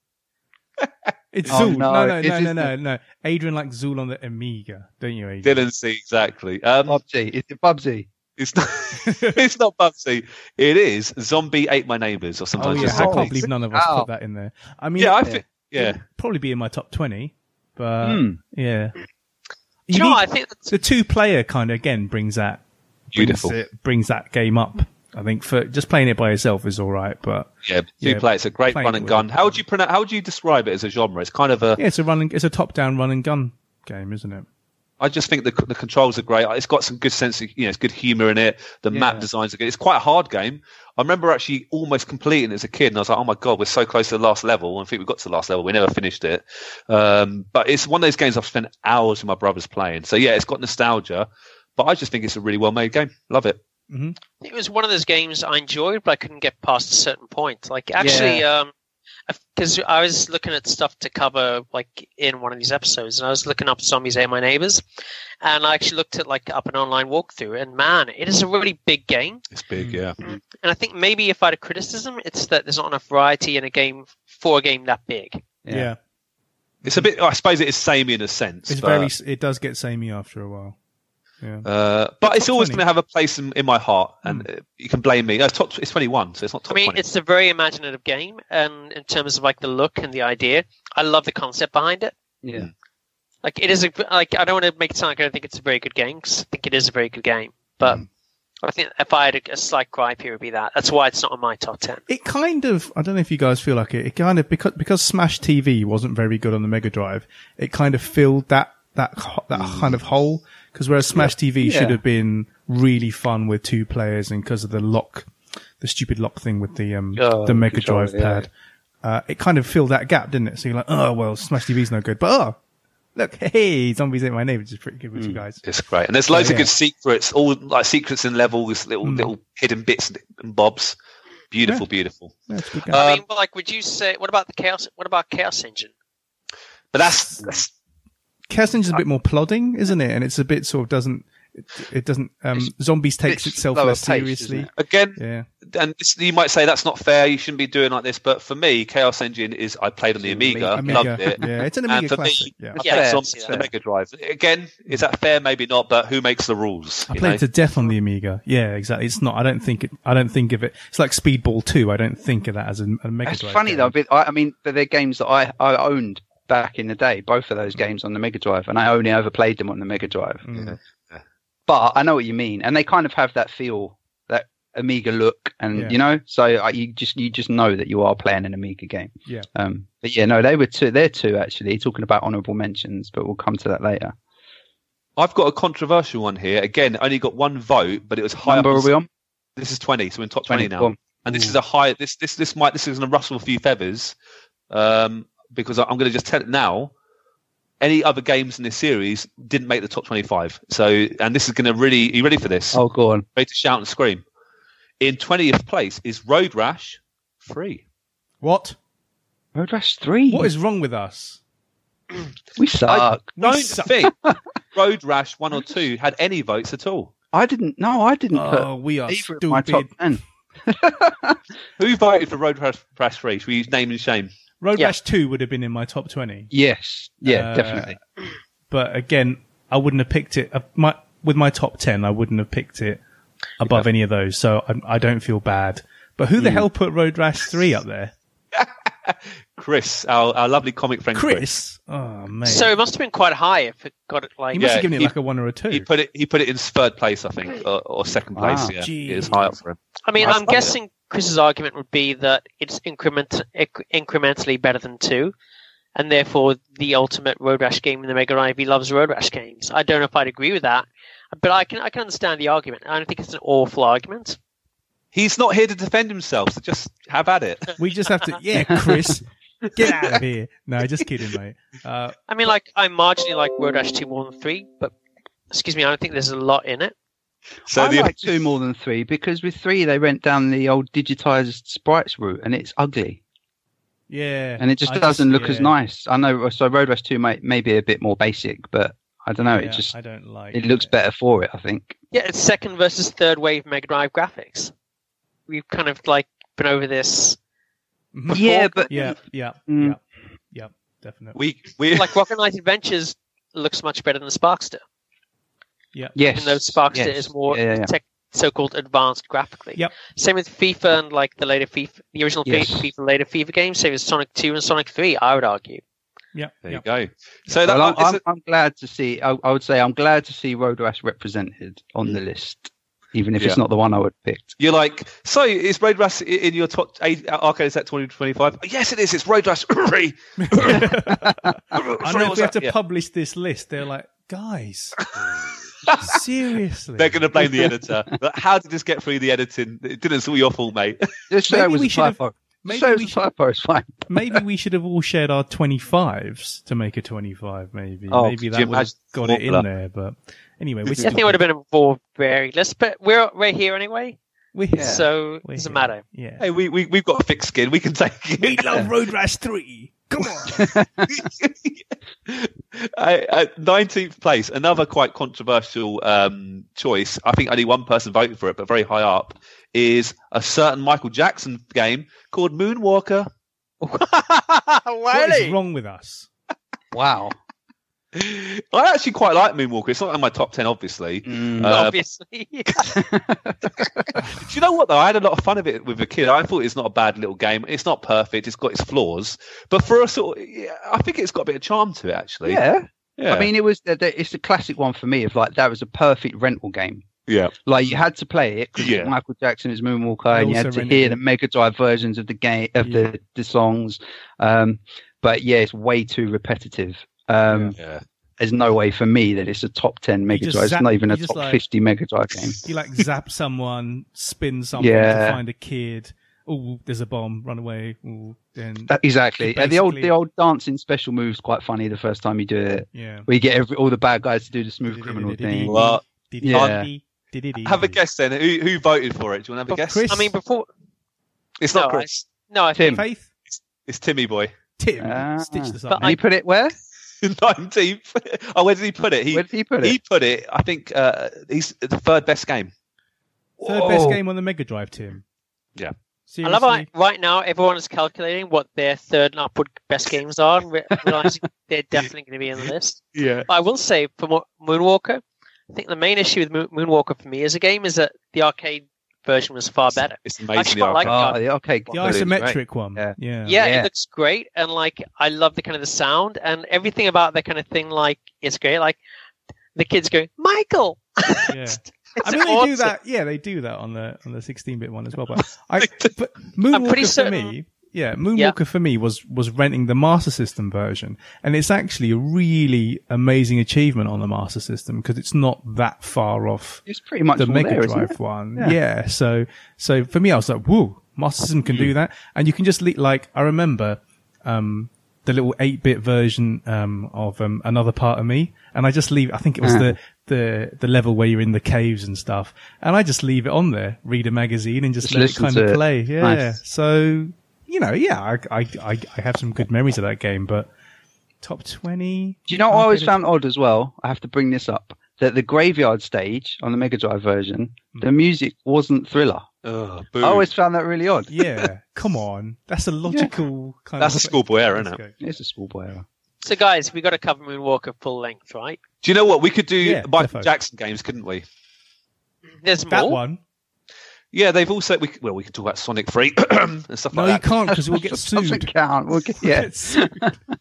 Speaker 2: It's
Speaker 4: Oh,
Speaker 2: Zool.
Speaker 4: no,
Speaker 2: No, no,
Speaker 4: it's-
Speaker 2: no, no,
Speaker 4: it's-
Speaker 2: no, no. Adrian likes Zool on the Amiga, don't you, Adrian?
Speaker 1: Dylan C. Exactly.
Speaker 2: Oh.
Speaker 1: Um,
Speaker 4: Bubsy. Is it Bubsy?
Speaker 1: it's not. [laughs] it's not Bubsy. It is Zombie Ate My Neighbours, or
Speaker 2: Oh
Speaker 1: sometimes
Speaker 2: yeah,
Speaker 1: just
Speaker 2: I
Speaker 4: Zool.
Speaker 2: can't
Speaker 1: Zombies.
Speaker 2: believe none of us
Speaker 4: Ow.
Speaker 2: put that in there. I mean,
Speaker 1: Yeah, I
Speaker 4: Yeah.
Speaker 1: think. Yeah.
Speaker 2: it'd probably be in my top twenty, but
Speaker 4: Hmm.
Speaker 2: yeah.
Speaker 3: Do you
Speaker 2: You
Speaker 3: know,
Speaker 2: need-
Speaker 3: what? I think that's
Speaker 2: the two-player kind of again brings that brings
Speaker 1: Beautiful.
Speaker 2: it- brings that game up. I think for just playing it by yourself is all right, but
Speaker 1: Yeah, two
Speaker 2: Yeah,
Speaker 1: player. It's a great
Speaker 2: playing
Speaker 1: run
Speaker 2: it
Speaker 1: and
Speaker 2: with
Speaker 1: gun.
Speaker 2: it.
Speaker 1: How would you pronounce? How would you describe it as a genre? It's kind of a. I
Speaker 2: yeah, it's a running, it's a top-down run and gun game, isn't it?
Speaker 1: just think the the controls are great. It's got some good sense. Of, you know, it's good humor in it. The map designs are good. It's quite a hard game. I remember actually almost completing it as a kid, and I was like, "Oh my god, we're so close to the last level." And I think we got to the last level. We never finished it. Um, but it's one of those games I've spent hours with my brothers playing. So yeah, it's got nostalgia. But I just think it's a really well made game. Love it.
Speaker 3: it was one of those games I enjoyed, but I couldn't get past a certain point. Like actually, um, because I was looking at stuff to cover like in one of these episodes, and I was looking up zombies ate my neighbors, and I actually looked at like up an online walkthrough, and man, it is a really big game.
Speaker 1: It's big,
Speaker 2: Hmm.
Speaker 1: yeah.
Speaker 3: And I think maybe if I had a criticism, it's that there's not enough variety in a game for a game that big.
Speaker 4: Yeah.
Speaker 1: It's a bit. I suppose it is samey in a sense.
Speaker 2: it's
Speaker 1: but-
Speaker 2: very, it does get samey after a while. Yeah,
Speaker 1: Uh, but
Speaker 2: It's Hmm.
Speaker 1: it's
Speaker 2: top
Speaker 1: always
Speaker 2: 20.
Speaker 1: going to have a place in, in my heart, and uh, you can blame me. No, it's top. It's twenty one, so it's not
Speaker 3: I
Speaker 1: top
Speaker 3: mean,
Speaker 1: twenty.
Speaker 3: it's a very imaginative game, and in terms of like the look and the idea, I love the concept behind it.
Speaker 1: Mm.
Speaker 4: Yeah.
Speaker 3: Like it is a like I don't want to make it sound like I don't think it's a very good game 'cause I think it is a very good game,
Speaker 1: Hmm.
Speaker 3: but I think if I had a, a slight gripe here, it would be that. That's why it's not on my top ten.
Speaker 2: it kind of. I don't know if you guys feel like it. It kind of because because Smash TV wasn't very good on the Mega Drive. It kind of filled that that ho- that kind of hole because whereas Smash TV
Speaker 4: Mm. Yeah.
Speaker 2: should have been really fun with two players and because of the lock, the stupid lock thing with the um
Speaker 4: Oh,
Speaker 2: the Mega
Speaker 4: controller,
Speaker 2: Drive
Speaker 4: yeah.
Speaker 2: pad. Uh, it kind of filled that gap, didn't it? So you're like, oh well, Smash TV's no good, but oh, look, hey, zombies ain't my name, which is pretty good with
Speaker 4: Mm.
Speaker 2: you guys.
Speaker 1: It's great, and there's loads
Speaker 2: Yeah.
Speaker 1: of good secrets, all like secrets and levels, little little hidden bits and bobs. Beautiful, beautiful.
Speaker 2: Yeah, it's a good game.
Speaker 3: I
Speaker 1: Um,
Speaker 3: mean, but, like, would you say what about the chaos? What about Chaos Engine?
Speaker 1: But that's, that's
Speaker 2: Kessinger's a bit more plodding, isn't it? And it's a bit sort of doesn't it, it doesn't um zombies takes
Speaker 4: it's
Speaker 2: itself
Speaker 4: slower
Speaker 2: less
Speaker 4: paced,
Speaker 2: seriously.
Speaker 4: isn't
Speaker 1: again,
Speaker 2: Yeah.
Speaker 1: and this, you might say that's not fair. You shouldn't be doing like this. But for me, Chaos Engine is I played on the Amiga,
Speaker 2: Amiga.
Speaker 1: loved it.
Speaker 2: Yeah, it's an
Speaker 1: And
Speaker 2: Amiga
Speaker 1: for me,
Speaker 2: classic. [laughs]
Speaker 1: I
Speaker 2: yeah.
Speaker 3: Yeah,
Speaker 1: played
Speaker 3: fair,
Speaker 1: Zombies on
Speaker 3: fair.
Speaker 1: the Mega Drive. Again, is that fair? Maybe not. But who makes the rules?
Speaker 2: I
Speaker 1: you
Speaker 2: played
Speaker 1: know?
Speaker 2: to death on the Amiga. Yeah, exactly. It's not I don't think it I don't think of it it's like Speedball two, I don't think of that as a, a Mega
Speaker 4: That's
Speaker 2: Drive
Speaker 4: funny
Speaker 2: game.
Speaker 4: though. But I, I mean, but they're games that I, I owned back in the day. Both of those games on the Mega Drive, and I only ever played them on the Mega Drive.
Speaker 2: Mm.
Speaker 4: But I know what you mean, and they kind of have that feel, that Amiga look, and
Speaker 2: Yeah.
Speaker 4: you know, so I, you just you just know that you are playing an Amiga game.
Speaker 2: Yeah.
Speaker 4: Um. But yeah, no, they were two. They're two actually. Talking about honorable mentions, but we'll come to that later.
Speaker 1: I've got a controversial one here. Again, only got one vote, but it was
Speaker 4: What
Speaker 1: high.
Speaker 4: number
Speaker 1: up
Speaker 4: are
Speaker 1: on-
Speaker 4: we on?
Speaker 1: This is twenty, so we're in top twenty now.
Speaker 4: Go on.
Speaker 1: and this is a high. This this this might this is going to rustle a few feathers, um, because I- I'm going to just tell it now. Any other games in this series didn't make the top 25. So, and this is going to really. Are you ready for this?
Speaker 4: Oh, go on.
Speaker 1: Ready to shout and scream? In 20th place is Road Rash, free.
Speaker 2: What?
Speaker 4: Road Rash Oh, Three.
Speaker 2: What is wrong with us?
Speaker 4: we suck?
Speaker 1: Don't
Speaker 2: suck.
Speaker 1: think Road Rash one or two had any votes at all.
Speaker 4: I, didn't. No, I didn't
Speaker 2: Oh, we are
Speaker 4: put either of my top
Speaker 2: stupid.
Speaker 4: ten.
Speaker 1: Who voted for Road Rash- Rash free? Should we use name and shame?
Speaker 2: Road
Speaker 3: Yeah.
Speaker 2: Rash two would have been in my top twenty.
Speaker 4: Yes. Yeah.
Speaker 2: Uh,
Speaker 4: definitely.
Speaker 2: but again, I wouldn't have picked it. uh, My with my top ten, I wouldn't have picked it above any of those. So I, I don't feel bad. But who the
Speaker 1: Hmm.
Speaker 2: hell put Road Rash three up there?
Speaker 1: Chris, our, our lovely comic friend Chris.
Speaker 2: Chris. Oh man.
Speaker 3: So it must have been quite high if it got it like
Speaker 2: he must
Speaker 1: Yeah,
Speaker 2: have given it
Speaker 1: he-
Speaker 2: like a one or a two.
Speaker 1: He put it. He put it in third place, I think, or, or second place.
Speaker 4: Wow.
Speaker 1: yeah, it was high up for him.
Speaker 3: I mean,
Speaker 1: I
Speaker 3: I'm
Speaker 1: thought it-
Speaker 3: guessing Chris's argument would be that it's increment, inc- incrementally better than two, and therefore the ultimate Road Rash game in the Mega Drive. He loves Road Rash games. I don't know if I'd agree with that, but I can I can understand the argument. I don't think it's an awful argument.
Speaker 1: He's not here to defend himself, so just have at it.
Speaker 2: we just have to. Yeah, Chris, get out of here. No, just kidding, mate. Uh,
Speaker 3: I mean, like I marginally like Road Rash two more than three, but excuse me, I don't think there's a lot in it.
Speaker 1: [laughs] So
Speaker 4: I
Speaker 1: the
Speaker 4: like two more than three because with three they went down the old digitized sprites route and it's ugly
Speaker 2: yeah,
Speaker 4: and it just
Speaker 2: I
Speaker 4: doesn't look as
Speaker 2: yeah,
Speaker 4: nice. I know. So Road Rash Two may, may be a bit more basic, but I don't know.
Speaker 2: yeah,
Speaker 4: it just
Speaker 2: I don't like.
Speaker 4: it looks better for it. I think.
Speaker 3: Yeah, it's second versus third wave Mega Drive graphics. We've kind of like been over this.
Speaker 2: Mhm.
Speaker 4: Yeah, but
Speaker 2: Yeah, yeah,
Speaker 4: Mm.
Speaker 2: yeah, yeah, definitely.
Speaker 1: we we
Speaker 3: Like Rocket Knight Adventures looks much better than Sparkster.
Speaker 4: yes,
Speaker 3: even though Sparkster
Speaker 4: yes.
Speaker 3: is more
Speaker 4: Yeah, yeah, yeah.
Speaker 3: tech, so-called advanced graphically.
Speaker 2: Yep.
Speaker 3: Same with FIFA and like the later FIFA, the original
Speaker 4: Yes.
Speaker 3: FIFA, FIFA, later FIFA games. Same as Sonic Two and Sonic Three. I would argue.
Speaker 2: yeah,
Speaker 1: there
Speaker 2: yeah.
Speaker 1: you go. So that
Speaker 4: Well,
Speaker 1: one
Speaker 4: I'm,
Speaker 1: is
Speaker 4: I'm, I'm glad to see. I, I would say I'm glad to see Road Rash represented on the list, even if it's
Speaker 1: Mm. Yeah.
Speaker 4: not the one I would have picked.
Speaker 1: You're like, so is Road Rash i- in your top eight uh, arcade set 2025? Yes, it is. It's Road Rash. [coughs] Sorry,
Speaker 2: [laughs] I know if
Speaker 1: what's
Speaker 2: we have
Speaker 1: that?
Speaker 2: to
Speaker 1: Yeah.
Speaker 2: publish this list, they're like, guys, seriously.
Speaker 1: They're going to blame the editor. But how did this get through the editing? It didn't. It's all your fault, mate. [laughs]
Speaker 4: This
Speaker 2: Maybe
Speaker 4: show was
Speaker 2: we
Speaker 4: a
Speaker 2: should have-
Speaker 4: typo.
Speaker 2: maybe
Speaker 4: This show was
Speaker 2: we
Speaker 4: a
Speaker 2: should-
Speaker 4: typo. It's fine.
Speaker 2: maybe we should have all shared our 25s to make a 25, maybe.
Speaker 4: Oh,
Speaker 2: maybe
Speaker 1: could
Speaker 2: that
Speaker 1: you
Speaker 2: would have
Speaker 1: imagine
Speaker 2: got
Speaker 1: the
Speaker 2: it in
Speaker 1: formula?
Speaker 2: there. But anyway, we're,
Speaker 3: I think it would have been a more varied list, but we're we're here anyway,
Speaker 2: we're here.
Speaker 3: so
Speaker 2: We're
Speaker 3: it doesn't
Speaker 2: here.
Speaker 3: matter.
Speaker 2: Yeah.
Speaker 1: Hey, we, we, we've got thick skin. We can take
Speaker 2: We
Speaker 1: it.
Speaker 2: love Road Rash 3. Come on.
Speaker 1: I- I- 19th place, another quite controversial um, choice. I think only one person voted for it, but very high up, is a certain Michael Jackson game called Moonwalker.
Speaker 2: [laughs] what is
Speaker 3: really?
Speaker 2: wrong with us?
Speaker 4: Wow.
Speaker 1: I actually quite like Moonwalker. It's not in my top 10, obviously.
Speaker 4: Mm.
Speaker 1: Uh,
Speaker 3: Obviously,
Speaker 1: Do you know what though? I had a lot of fun of it with a kid. I thought it's not a bad little game. It's not perfect. It's got its flaws, but for us, sort of, yeah, I think it's got a bit of charm to it actually.
Speaker 4: yeah.
Speaker 1: yeah.
Speaker 4: I mean, it was it's a classic one for me. Of like that was a perfect rental game.
Speaker 1: yeah.
Speaker 4: Like you had to play it because
Speaker 1: Yeah.
Speaker 4: Michael Jackson is Moonwalker,
Speaker 2: I
Speaker 4: and you
Speaker 2: also
Speaker 4: had to
Speaker 2: rented
Speaker 4: hear
Speaker 2: it.
Speaker 4: the Mega Drive versions of the game of
Speaker 2: Yeah.
Speaker 4: the, the songs. Um, but yeah, it's way too repetitive. Um,
Speaker 1: Yeah.
Speaker 4: There's no way for me that it's a top ten Mega
Speaker 2: just
Speaker 4: Drive.
Speaker 2: zap-
Speaker 4: it's not even a
Speaker 2: you just
Speaker 4: top
Speaker 2: like-
Speaker 4: fifty Mega Drive game.
Speaker 2: You like zap someone, spin something to
Speaker 4: Yeah.
Speaker 2: find a kid. Oh, there's a bomb, run away. Ooh, then,
Speaker 4: That- exactly.
Speaker 2: You
Speaker 4: Uh, the old
Speaker 2: basically-
Speaker 4: the old dancing special move's quite funny the first time you do it.
Speaker 2: yeah.
Speaker 4: Where you get every, all the bad guys to do the smooth
Speaker 2: [laughs]
Speaker 4: criminal thing.
Speaker 1: Well, uh,
Speaker 4: yeah.
Speaker 1: Have a guess then. Who, who voted for it? Do you want to have a
Speaker 2: Well,
Speaker 1: guess?
Speaker 2: Chris-
Speaker 3: [laughs] I mean, before
Speaker 1: it's not
Speaker 3: no, I-
Speaker 1: Chris.
Speaker 3: no, I
Speaker 4: Tim,
Speaker 3: think
Speaker 2: Faith,
Speaker 1: It's Timmy Boy.
Speaker 2: Tim,
Speaker 4: Ah.
Speaker 2: stitch this
Speaker 3: But
Speaker 2: up.
Speaker 4: and you put it where?
Speaker 1: 19th. oh, where did he put it? He
Speaker 4: where did he put it?
Speaker 1: he put it. I think uh, he's the third best game.
Speaker 2: Third best
Speaker 4: Whoa.
Speaker 2: game on the Mega Drive, Tim.
Speaker 1: Yeah.
Speaker 3: I
Speaker 2: Seriously?
Speaker 3: love how right now everyone is calculating what their third and upward best games are, and re-
Speaker 2: [laughs]
Speaker 3: realizing they're definitely going to be on the list.
Speaker 1: Yeah.
Speaker 3: But I will say for Mo- Moonwalker, I think the main issue with Mo- Moonwalker for me as a game is that the arcade version was far better.
Speaker 1: It's
Speaker 3: Actually,
Speaker 1: amazingly
Speaker 3: I like
Speaker 1: arcade.
Speaker 4: Oh, the okay.
Speaker 2: The
Speaker 1: Well, it's great.
Speaker 2: isometric one. Yeah.
Speaker 4: Yeah.
Speaker 2: Yeah.
Speaker 3: Yeah,
Speaker 4: Yeah.
Speaker 3: it looks great, and like I love the kind of the sound and everything about that kind of thing. Like it's great. Like the kids going, Michael. [laughs]
Speaker 2: I
Speaker 3: It's
Speaker 2: mean, they
Speaker 3: awesome.
Speaker 2: do that. Yeah, they do that on the on the 16-bit one as well. But,
Speaker 3: [laughs]
Speaker 2: I, but
Speaker 3: I'm
Speaker 2: Moonwalker
Speaker 3: pretty
Speaker 2: for
Speaker 3: certain-
Speaker 2: me, yeah, Moonwalker for me was was renting the Master System version, and it's actually a really amazing achievement on the Master System because it's not that far off
Speaker 4: It's pretty much
Speaker 2: the
Speaker 4: all
Speaker 2: Mega
Speaker 4: there, isn't it?
Speaker 2: Drive one. Yeah.
Speaker 4: Yeah.
Speaker 2: So, so for me, I was like, whoa, Master System can
Speaker 4: Hmm.
Speaker 2: do that. And you can just, le- like, I remember, um, the little 8-bit version, um, of, um, Another Part of Me. And I just leave, I think it was
Speaker 4: Ah.
Speaker 2: the, the, the level where you're in the caves and stuff. And I just leave it on there, read a magazine and just,
Speaker 4: Just
Speaker 2: let it
Speaker 4: listen
Speaker 2: kind
Speaker 4: to
Speaker 2: of
Speaker 4: it.
Speaker 2: play. Yeah.
Speaker 4: Nice.
Speaker 2: So, you know, yeah, I, I, I, I have some good memories of that game, but top 20.
Speaker 4: Do you know what I always
Speaker 2: Arcade-
Speaker 4: found odd as well? I have to bring this up. That the graveyard stage on the Mega Drive version, the music wasn't thriller.
Speaker 1: Oh,
Speaker 4: I always found that really odd.
Speaker 2: Yeah. Come on. That's a logical kind
Speaker 1: That's a
Speaker 2: of.
Speaker 1: schoolboy error, isn't it?
Speaker 2: [laughs]
Speaker 4: It's a schoolboy error.
Speaker 3: So, guys, we got to cover Moonwalker full length, right?
Speaker 1: Do you know what we could do?
Speaker 2: Yeah,
Speaker 1: Michael
Speaker 2: defo.
Speaker 1: Jackson games, couldn't we?
Speaker 3: There's
Speaker 2: Mm-hmm. That
Speaker 3: more.
Speaker 2: one.
Speaker 1: Yeah, they've also we well we could talk about Sonic Three [clears throat] and stuff
Speaker 2: No,
Speaker 1: like
Speaker 2: you
Speaker 1: that. [laughs]
Speaker 2: can't because we'll get
Speaker 4: [laughs] That Doesn't
Speaker 2: sued.
Speaker 4: count. We'll get, yeah.
Speaker 2: Get sued.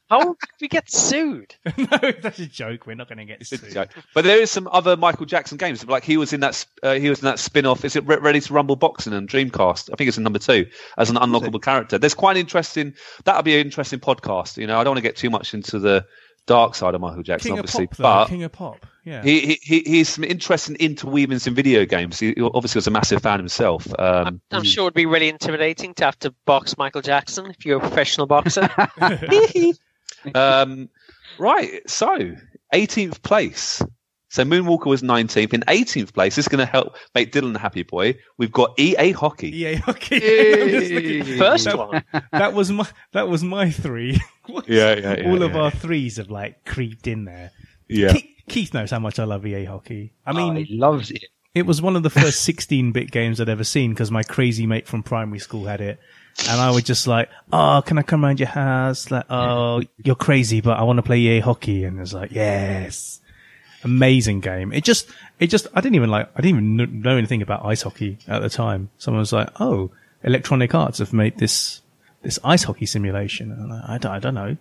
Speaker 3: How could we get sued?
Speaker 2: no, that's a joke. We're not going to get
Speaker 1: It's a
Speaker 2: sued.
Speaker 1: joke. But there is some other Michael Jackson games. Like he was in that s- uh, he was in that spin off. Is it Re- Ready to Rumble Boxing and Dreamcast? I think it's in number two as an unlockable character. There's quite an interesting. That'll be an interesting podcast. You know, I don't want to get too much into the dark side of Michael Jackson,
Speaker 2: King of
Speaker 1: obviously,
Speaker 2: pop, though.
Speaker 1: but.
Speaker 2: King of pop. Yeah.
Speaker 1: he, he, he he's some interesting interweavings in video games. He obviously was a massive fan himself. Um,
Speaker 3: I'm sure it'd be really intimidating to have to box Michael Jackson if you're a professional
Speaker 4: [laughs]
Speaker 3: boxer. That's
Speaker 1: Um, right. So, 18th place. So Moonwalker was 19th. In 18th place, this is going to help make Dylan a happy boy. We've got EA Hockey.
Speaker 2: yeah. [laughs] Okay. I'm just looking-
Speaker 3: First
Speaker 2: that,
Speaker 3: one.
Speaker 1: [laughs]
Speaker 2: That was my. That was my three. [laughs] What?
Speaker 1: Yeah, yeah, yeah,
Speaker 2: All of
Speaker 1: yeah.
Speaker 2: our threes have like creeped in there.
Speaker 1: Yeah.
Speaker 2: Keith, Keith knows how much I love EA hockey. [laughs] I mean,
Speaker 4: Oh, he loves it.
Speaker 2: It was one of the first 16-bit games I'd ever seen because my crazy mate from primary school had it. And I was just like, oh, can I come round your house? Like, oh, you're crazy, but I want to play EA hockey. And it's like, yes. Amazing game. It just, it just, I didn't even like, I didn't even kn- know anything about ice hockey at the time. Someone was like, oh, Electronic Arts have made this, this ice hockey simulation. And I, I, don't, I don't know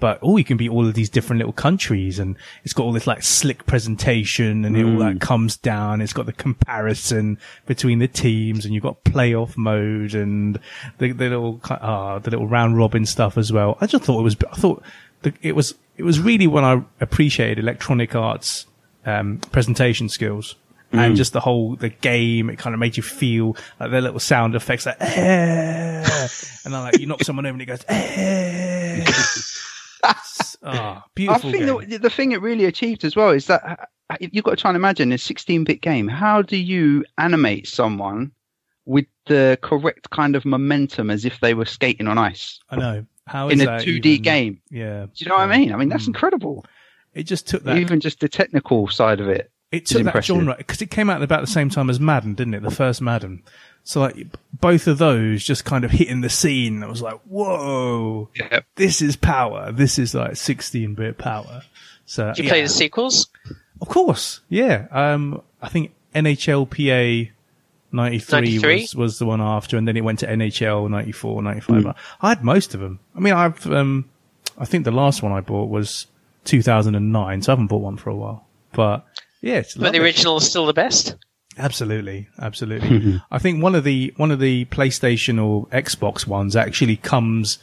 Speaker 2: but oh, you can be all of these different little countries, and it's got all this like slick presentation, and it all like comes down. It's got the comparison between the teams, and you've got playoff mode and the, the little ki- ah the little round robin stuff as well. I just thought it was I thought the, it was it was really when I appreciated Electronic Arts um, presentation skills.
Speaker 4: Mm.
Speaker 2: And just the whole the game, it kind of made you feel like their little sound effects, like eh, and then like you knock someone over and it goes
Speaker 4: [laughs]
Speaker 2: eh. Ah,
Speaker 4: I
Speaker 2: beautiful
Speaker 4: think
Speaker 2: game.
Speaker 4: the, the thing it really achieved as well is that uh, you've got to try and imagine a 16-bit game. How do you animate someone with the correct kind of momentum as if they were skating on ice
Speaker 2: I know. How
Speaker 4: in
Speaker 2: is
Speaker 4: a
Speaker 2: that
Speaker 4: 2D
Speaker 2: even-
Speaker 4: game?
Speaker 2: Yeah,
Speaker 4: Do you know what I mean? I mean that's
Speaker 2: Mm.
Speaker 4: incredible.
Speaker 2: it just took that.
Speaker 4: Even just the technical side of it.
Speaker 2: it
Speaker 4: is
Speaker 2: took that
Speaker 4: impressive.
Speaker 2: genre because it came out at about the same time as Madden, didn't it? The first Madden. So like b- both of those just kind of hitting the scene. I was like, whoa,
Speaker 4: Yep.
Speaker 2: this is power. This is like 16-bit power. So
Speaker 3: Do you
Speaker 2: yeah.
Speaker 3: play the sequels?
Speaker 2: Of course, yeah. Um, I think NHLPA 93,
Speaker 3: 93?
Speaker 2: Was, was the one after, and then it went to NHL 94, 95. I had most of them. I mean, I've, um, I think the last one I bought was 2009, so I haven't bought one for a while. But yeah, it's
Speaker 3: But the
Speaker 2: lovely.
Speaker 3: original is still the best.
Speaker 2: Absolutely, absolutely.
Speaker 4: [laughs]
Speaker 2: I think one of the one of the PlayStation or Xbox ones actually comes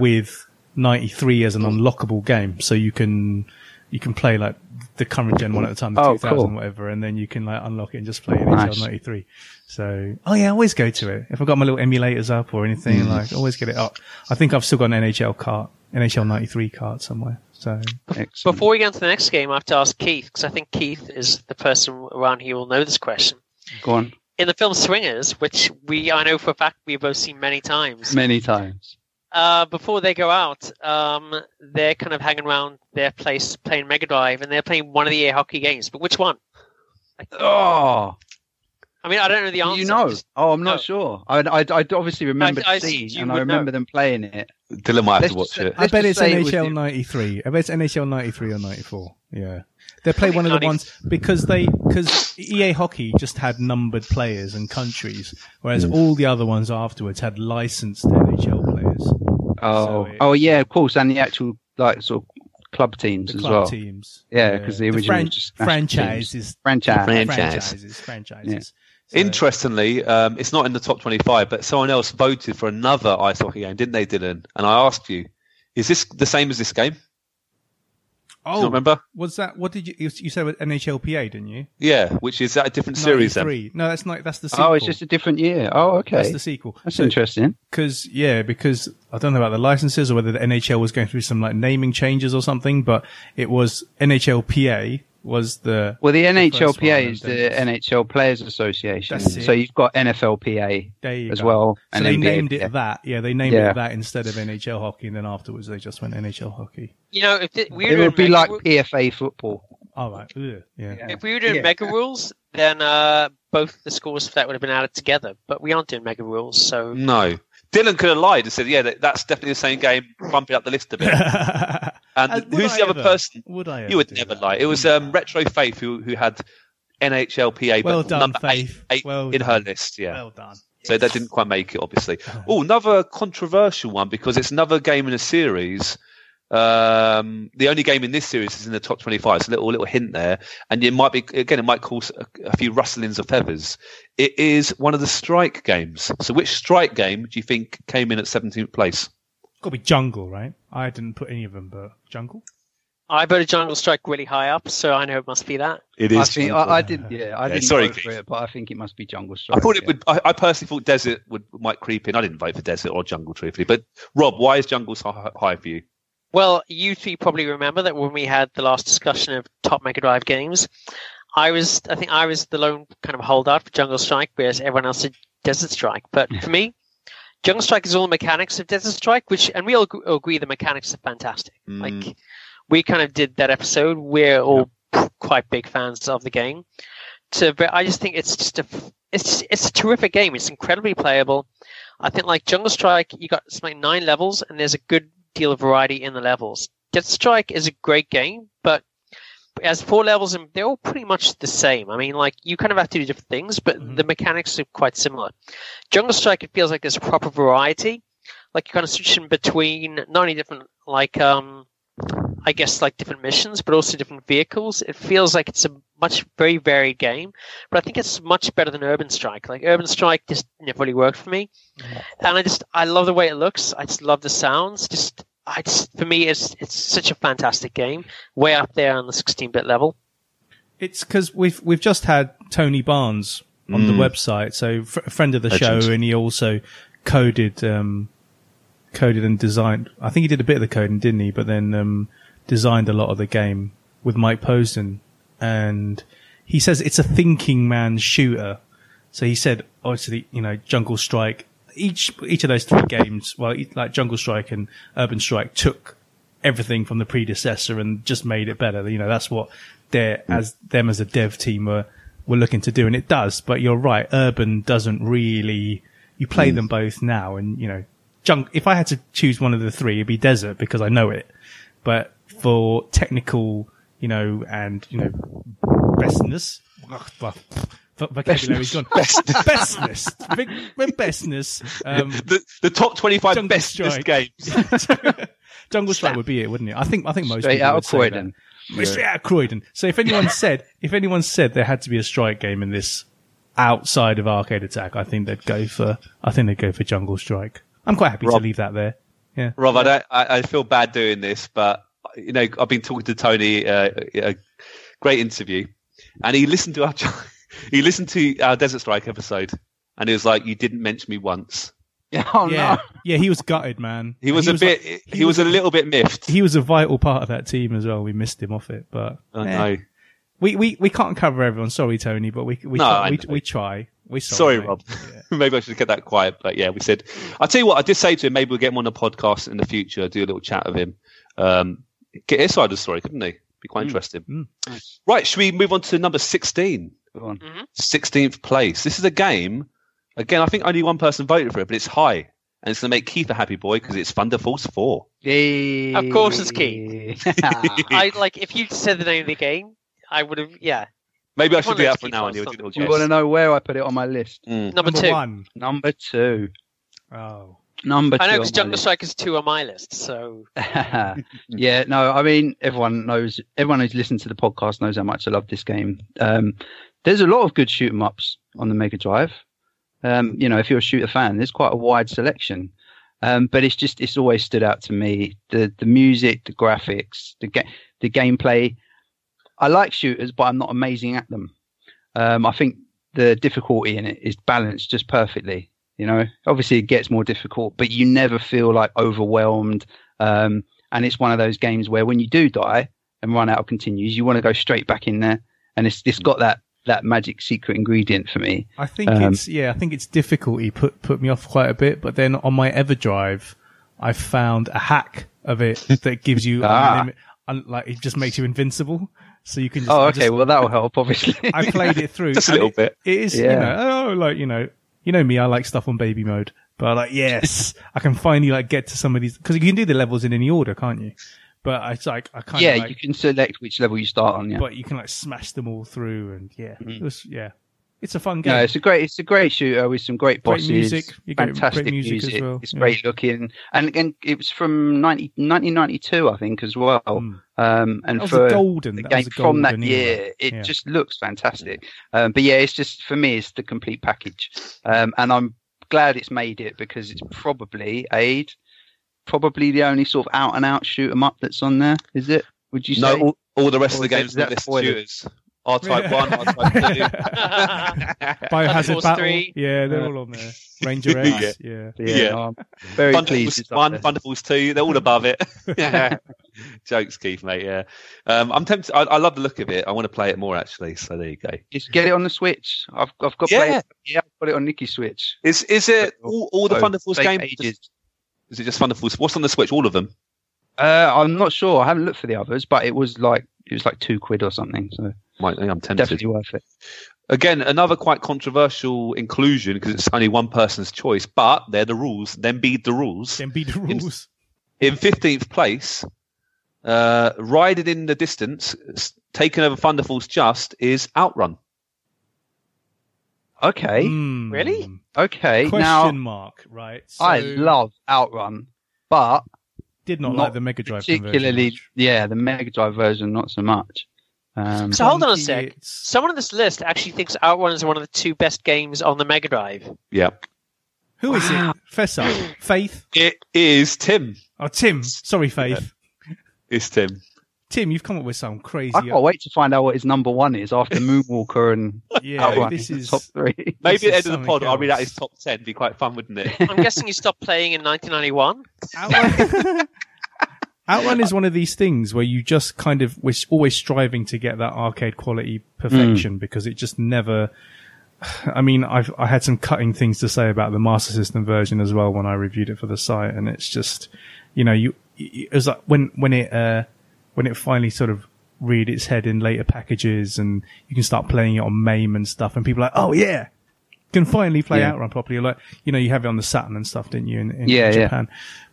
Speaker 2: with 93 as an unlockable game, so you can you can play like the current gen one at a time, the
Speaker 4: Oh,
Speaker 2: 2000
Speaker 4: cool.
Speaker 2: whatever, and then you can like unlock it and just play it
Speaker 4: Nice.
Speaker 2: until 93. So, oh yeah, I always go to it if I've got my little emulators up or anything.
Speaker 4: Mm.
Speaker 2: Like, always get it up. I think I've still got an NHL cart, NHL 93 cart somewhere. So,
Speaker 4: Excellent.
Speaker 3: Before we get into the next game, I have to ask Keith, because I think Keith is the person around here who will know this question.
Speaker 4: Go on.
Speaker 3: In the film Swingers, which we I know for a fact we've both seen many times,
Speaker 4: Many times.
Speaker 3: uh, before they go out, um, they're kind of hanging around their place playing Mega Drive, and they're playing one of the air hockey games. But which one?
Speaker 4: Oh,
Speaker 3: I mean, I don't know the answer.
Speaker 4: you know?
Speaker 3: Just-
Speaker 4: Oh, I'm not
Speaker 3: No.
Speaker 4: sure. I, I, I obviously remember
Speaker 3: I
Speaker 4: the
Speaker 3: assumed
Speaker 4: scene,
Speaker 3: you
Speaker 4: and I
Speaker 3: would know.
Speaker 4: remember them playing it.
Speaker 1: Dylan might have
Speaker 4: Let's
Speaker 1: to watch
Speaker 4: just-
Speaker 1: it.
Speaker 2: I
Speaker 4: Let's
Speaker 2: bet
Speaker 4: just
Speaker 2: it's
Speaker 4: say it was
Speaker 2: NHL
Speaker 4: the-
Speaker 2: 93. I bet it's NHL 93 or 94. Yeah. They play
Speaker 3: think
Speaker 2: one of the
Speaker 3: 90
Speaker 2: ones because they, because EA Hockey just had numbered players and countries, whereas
Speaker 4: Mm.
Speaker 2: all the other ones afterwards had licensed NHL players,
Speaker 4: Oh,
Speaker 2: it-
Speaker 4: oh yeah, of course, and the actual like sort of club teams
Speaker 2: the
Speaker 4: as
Speaker 2: club
Speaker 4: well.
Speaker 2: teams.
Speaker 4: Yeah, 'cause the original
Speaker 2: fran-
Speaker 4: was just national teams.
Speaker 2: franchises,
Speaker 4: Franchise.
Speaker 1: Fran- Franchise.
Speaker 2: franchises, franchises. So-
Speaker 1: Interestingly, um, it's not in the top 25, but someone else voted for another ice hockey game, didn't they, Dylan? And I asked you, is this the same as this game? Do you
Speaker 2: Oh,
Speaker 1: not remember?
Speaker 2: was that what did you you you said with NHLPA? Didn't you?
Speaker 1: Yeah, which is that a different series then?
Speaker 2: 93. No, that's not. That's the sequel.
Speaker 4: Oh, it's just a different year. Oh,
Speaker 2: that's
Speaker 4: okay.
Speaker 2: the sequel.
Speaker 4: That's
Speaker 2: So-
Speaker 4: interesting.
Speaker 2: Because yeah, because I don't know about the licenses or whether the NHL was going through some like naming changes or something, but it was NHLPA was the
Speaker 4: Well, the
Speaker 2: first one,
Speaker 4: NHLPA is
Speaker 2: and
Speaker 4: the
Speaker 2: then-
Speaker 4: NHL Players Association.
Speaker 2: That's it.
Speaker 4: So you've got NFLPA
Speaker 2: There you
Speaker 4: as
Speaker 2: go.
Speaker 4: well.
Speaker 2: So they
Speaker 4: NBA.
Speaker 2: named it that. Yeah, they named
Speaker 4: Yeah.
Speaker 2: it that instead of NHL hockey, and then afterwards they just went NHL hockey.
Speaker 3: You know, if th- we were
Speaker 4: It would
Speaker 3: doing
Speaker 4: be
Speaker 3: Mega
Speaker 4: like
Speaker 3: Ru-
Speaker 4: PFA football.
Speaker 2: All right. Ugh. Yeah.
Speaker 4: Yeah.
Speaker 3: if we were doing
Speaker 4: Yeah.
Speaker 3: Mega Rules, then uh, both the scores for that would have been added together. But we aren't doing Mega Rules, so
Speaker 1: Mm.
Speaker 2: [laughs]
Speaker 1: No. Dylan could have lied and said, yeah, that, that's definitely the same game, bump it up the list a bit. And
Speaker 2: As- Uh, would
Speaker 1: who's
Speaker 2: I
Speaker 1: the other
Speaker 2: ever?
Speaker 1: person?
Speaker 2: Would I? Ever
Speaker 1: You would
Speaker 2: do
Speaker 1: never
Speaker 2: that?
Speaker 1: lie. It was um, Retro Faith who who had NHLPA,
Speaker 2: Well
Speaker 1: but
Speaker 2: done,
Speaker 1: number
Speaker 2: Faith.
Speaker 1: eight, eight
Speaker 2: Well
Speaker 1: in her
Speaker 2: done.
Speaker 1: list. Yeah.
Speaker 2: Well done.
Speaker 1: So that didn't quite make it,
Speaker 2: [laughs]
Speaker 1: obviously. Oh, another controversial one because it's another game in a series. Um, the only game in this series is in the top twenty-five. It's a little little hint there, and it might be again. It might cause a, a few rustlings of feathers. It is one of the strike games. So, which strike game do you think came in at seventeenth place?
Speaker 2: Got to be jungle, right? I didn't put any of them, but jungle.
Speaker 3: I voted Jungle Strike really high up, so I know it must be that.
Speaker 1: It
Speaker 4: I, think, I, I did. Yeah, I
Speaker 1: Yeah,
Speaker 4: didn't
Speaker 1: sorry,
Speaker 4: vote for
Speaker 1: Keith.
Speaker 4: it, but I think it must be Jungle Strike.
Speaker 1: I thought it
Speaker 4: yeah.
Speaker 1: would. I, I personally thought Desert would might creep in. I didn't vote for Desert or Jungle, truthfully. But Rob, why is Jungle so hi- high for you?
Speaker 3: Well, you three probably remember that when we had the last discussion of top Mega Drive games, I was I think I was the lone kind of holdout for Jungle Strike, whereas everyone else did Desert Strike. But for me, Jungle Strike is all the mechanics of Desert Strike, which and we all g- agree the mechanics are fantastic.
Speaker 1: Mm.
Speaker 3: Like we kind of did that episode. We're all quite big fans of the game. So, but I just think it's just a f- it's it's a terrific game. It's incredibly playable. I think like Jungle Strike, you got something like nine levels, and there's a good deal of variety in the levels. Death Strike is a great game, but it has four levels, and they're all pretty much the same. I mean, like you kind of have to do different things, but
Speaker 2: Mhm.
Speaker 3: the mechanics are quite similar. Jungle Strike, it feels like there's proper variety. Like you kind of switch in between not only different like um I guess like different missions, but also different vehicles. It feels like it's a much very varied game, but I think it's much better than Urban Strike. Like Urban Strike just never really worked for me, and I just I love the way it looks. I just love the sounds. Just I just for me it's it's such a fantastic game, way up there on the 16-bit level.
Speaker 2: It's because we've we've just had Tony Barnes on the
Speaker 1: Mm.
Speaker 2: website, so fr- a friend of the
Speaker 1: Legend.
Speaker 2: show, and he also coded um, coded and designed. I think he did a bit of the coding, didn't he? But then um, designed a lot of the game with Mike Poston, and he says it's a thinking man shooter. So he said, obviously, you know, Jungle Strike. Each each of those three games, well, e- like Jungle Strike and Urban Strike, took everything from the predecessor and just made it better. You know, that's what they as them as a dev team were were looking to do, and it does. But you're right, Urban doesn't really. You play them both now, and you know, junk. If I had to choose one of the three, it'd be Desert because I know it. But for technical, you know, and you know, bestness. [laughs] Ugh, well, v- Vocabulary's gone. Bestness. Big- big Bestness. Um,
Speaker 1: The, the top twenty-five
Speaker 2: Jungle
Speaker 1: best
Speaker 2: Strike. [laughs]
Speaker 1: games.
Speaker 2: Jungle Strike would be it, wouldn't it? I think. I think most
Speaker 4: straight
Speaker 2: people
Speaker 4: out
Speaker 2: would
Speaker 4: of
Speaker 2: say
Speaker 4: Croydon.
Speaker 2: that. Straight out of Croydon. So if anyone said, if anyone said there had to be a strike game in this outside of Arcade Attack, I think they'd go for. I think they'd go for Jungle Strike. I'm quite happy
Speaker 1: Rob.
Speaker 2: to leave that there. Yeah.
Speaker 1: Rob, I, don't, I, I feel bad doing this, but you know I've been talking to Tony, uh, a great interview, and he listened to our [laughs] he listened to our Desert Strike episode, and he was like, "You didn't mention me once."
Speaker 4: Yeah, [laughs] oh,
Speaker 2: yeah.
Speaker 4: no.
Speaker 2: Yeah. He was gutted, man.
Speaker 1: He was a
Speaker 2: like-
Speaker 1: bit, he, was, a little bit miffed.
Speaker 2: he was a vital part of that team as well. We missed him off it, but
Speaker 1: I
Speaker 2: eh.
Speaker 1: know.
Speaker 2: We, we we can't cover everyone. Sorry, Tony, but we we
Speaker 1: No,
Speaker 2: try,
Speaker 1: I
Speaker 2: we,
Speaker 1: know.
Speaker 2: we try. We sorry,
Speaker 1: Sorry,
Speaker 2: mate.
Speaker 1: Rob. [laughs] maybe I should get that quiet, but yeah, we said. I'll tell you what, I did say to him, maybe we'll get him on a podcast in the future, do a little chat of him. Um, get his side of the story, couldn't he? Be quite
Speaker 3: Hmm.
Speaker 1: interesting.
Speaker 2: mm.
Speaker 1: Right, should we move on to number 16?
Speaker 4: Go on.
Speaker 1: 16th place. This is a game, again, I think only one person voted for it, but it's high. And it's going to make Keith a happy boy because it's Thunder Force 4.
Speaker 3: Of course it's
Speaker 4: key. [laughs]
Speaker 3: I like if you'd said the name of the game, I would have yeah.
Speaker 1: Maybe I
Speaker 3: Come
Speaker 1: should
Speaker 3: on,
Speaker 1: do
Speaker 3: let's
Speaker 1: that for
Speaker 3: keep
Speaker 1: now
Speaker 3: on
Speaker 1: and do a little
Speaker 4: Do you want to
Speaker 1: guess.
Speaker 4: know where I put it on my list?
Speaker 1: Mm.
Speaker 3: Number, two.
Speaker 2: one.
Speaker 4: Number two.
Speaker 2: Oh,
Speaker 4: Number two.
Speaker 3: I know
Speaker 4: on
Speaker 3: because
Speaker 4: my
Speaker 3: Jungle
Speaker 4: list.
Speaker 3: Strike is two on my list, so [laughs]
Speaker 4: [laughs] yeah, no, I mean everyone knows everyone who's listened to the podcast knows how much I love this game. Um, there's a lot of good shoot 'em ups on the Mega Drive. Um, you know, if you're a shooter fan, there's quite a wide selection. Um, but it's just it's always stood out to me the the music, the graphics, the ga- the gameplay. I like shooters, but I'm not amazing at them. Um, I think the difficulty in it is balanced just perfectly. You know, obviously it gets more difficult, but you never feel like overwhelmed. Um, and it's one of those games where when you do die and run out of continues, you want to go straight back in there. And it's it's got that that magic secret ingredient for me.
Speaker 2: I think
Speaker 4: Um,
Speaker 2: it's yeah. I think it's difficulty put put me off quite a bit. But then on my EverDrive, I found a hack of
Speaker 4: [laughs]
Speaker 2: it that gives you
Speaker 4: Ah.
Speaker 2: unim- un- like it just makes you invincible. So you can just
Speaker 4: Oh,
Speaker 2: I
Speaker 4: okay,
Speaker 2: just-
Speaker 4: well that will help, obviously.
Speaker 2: [laughs] I played it through
Speaker 1: Just a
Speaker 2: and
Speaker 1: little
Speaker 2: it-
Speaker 1: bit.
Speaker 2: It is, you
Speaker 4: Yeah.
Speaker 2: know, oh, like you know, you know me. I like stuff on baby mode,
Speaker 4: [laughs]
Speaker 2: but like yes, I can finally like get to some of these because you can do the levels in any order, can't you? But it's like I kind
Speaker 4: [laughs] yeah,
Speaker 2: of like,
Speaker 4: you can select which level you start on. Yeah,
Speaker 2: but you can like smash them all through, and yeah,
Speaker 4: Mhm.
Speaker 2: it was, yeah, it's a fun game.
Speaker 4: no, it's a great, it's a great shooter with some great
Speaker 2: Great
Speaker 4: bosses,
Speaker 2: music. You get great
Speaker 4: fantastic
Speaker 2: music as well,
Speaker 4: It's
Speaker 2: yeah.
Speaker 4: great looking, and and it was from 90, 1992, I think, as well.
Speaker 2: Mm.
Speaker 4: Um, and
Speaker 2: that was
Speaker 4: for
Speaker 2: a golden.
Speaker 4: the
Speaker 2: That
Speaker 4: game
Speaker 2: was a golden
Speaker 4: from that
Speaker 2: era.
Speaker 4: year. It
Speaker 2: Yeah.
Speaker 4: just looks fantastic. Um, but yeah, it's just for me, it's the complete package, um, and I'm glad it's made it because it's probably Aid, probably the only sort of out and out shoot 'em up that's on there. Is it? Would you
Speaker 1: No,
Speaker 4: say?
Speaker 1: all, all the rest of
Speaker 4: Or
Speaker 1: the
Speaker 4: is that-
Speaker 1: games
Speaker 4: is
Speaker 1: that
Speaker 4: that
Speaker 1: list
Speaker 4: spoilers?
Speaker 1: shooters. R Type
Speaker 2: Yeah.
Speaker 1: One, R Type Two.
Speaker 2: [laughs]
Speaker 1: [laughs]
Speaker 3: [laughs]
Speaker 2: Biohazard
Speaker 3: Force
Speaker 2: Battle.
Speaker 3: three.
Speaker 2: Yeah, they're
Speaker 4: Yeah.
Speaker 2: all on
Speaker 4: [laughs]
Speaker 2: there. Ranger X.
Speaker 1: Yeah.
Speaker 2: yeah.
Speaker 4: Yeah,
Speaker 1: Yeah.
Speaker 4: no, I'm very pleased.
Speaker 1: Thunderfulls
Speaker 4: it's up
Speaker 1: one,
Speaker 4: there.
Speaker 1: Thunderfulls two, they're all above [laughs] it. Jokes, Keith, mate. Yeah, um, I'm tempted. I, I love the look of it. I want to play it more actually. So there you go.
Speaker 4: Just get it on the Switch. I've I've got
Speaker 1: Yeah.
Speaker 4: yeah. Play, yeah, I've got it on Nikki's Switch.
Speaker 1: Is is it all, all the
Speaker 4: So,
Speaker 1: Thunderfulls
Speaker 4: take
Speaker 1: games?
Speaker 4: ages.
Speaker 1: oh, Is it just Thunderfulls? What's on the Switch? All of them.
Speaker 4: Uh, I'm not sure. I haven't looked for the others, but it was like it was like two quid or something. So
Speaker 1: Might, I'm tempted.
Speaker 4: definitely worth it.
Speaker 1: Again, another quite controversial inclusion because it's only one person's choice, but they're the rules. Then be the rules.
Speaker 2: Then beat the rules.
Speaker 1: In 15th place, uh, riding in the distance, s- taking over Thunderfulls just is Outrun.
Speaker 4: Okay,
Speaker 2: Mm.
Speaker 3: Really?
Speaker 4: okay.
Speaker 2: Question
Speaker 4: now
Speaker 2: mark. Right.
Speaker 4: I
Speaker 2: so
Speaker 4: love Outrun, but
Speaker 2: Did not,
Speaker 4: not
Speaker 2: like the Mega Drive conversion
Speaker 4: particularly
Speaker 2: much.
Speaker 4: yeah, the Mega Drive version not so much. Um,
Speaker 3: So hold on a
Speaker 2: Clunky,
Speaker 3: sec.
Speaker 2: it's-
Speaker 3: Someone on this list actually thinks Outrun is one of the two best games on the Mega Drive.
Speaker 1: Yeah,
Speaker 2: Who is
Speaker 4: Wow.
Speaker 2: it? Fess up. Faith.
Speaker 1: it is Tim.
Speaker 2: Oh, Tim. Sorry, Faith.
Speaker 1: It's Tim.
Speaker 2: Tim, you've come up with some crazy.
Speaker 4: I can't wait to find out what his number one is
Speaker 2: [laughs]
Speaker 4: after Moonwalker and
Speaker 2: Yeah,
Speaker 4: Outrun.
Speaker 2: this is
Speaker 4: [laughs] top three.
Speaker 1: Maybe
Speaker 2: This
Speaker 1: at the end
Speaker 2: is
Speaker 1: of the
Speaker 2: something
Speaker 1: pod, I'll read out
Speaker 2: else.
Speaker 1: his top 10. It'd be quite fun, wouldn't
Speaker 3: [laughs]
Speaker 1: it?
Speaker 3: I'm guessing you stopped playing in 1991.
Speaker 2: Outrun, Outrun is one of these things where you just kind of we're always striving to get that arcade quality perfection because it just never. I mean, I've I had some cutting things to say about the Master System version as well when I reviewed it for the site, and it's just, you know, you it was like when when it uh when it finally sort of reared its head in later packages, and you can start playing it on MAME and stuff, and people are like, oh yeah, can finally play
Speaker 4: Yeah.
Speaker 2: Outrun properly. Like you know, you have it on the Saturn and stuff, didn't you? In, in
Speaker 4: Yeah, yeah.
Speaker 2: Japan,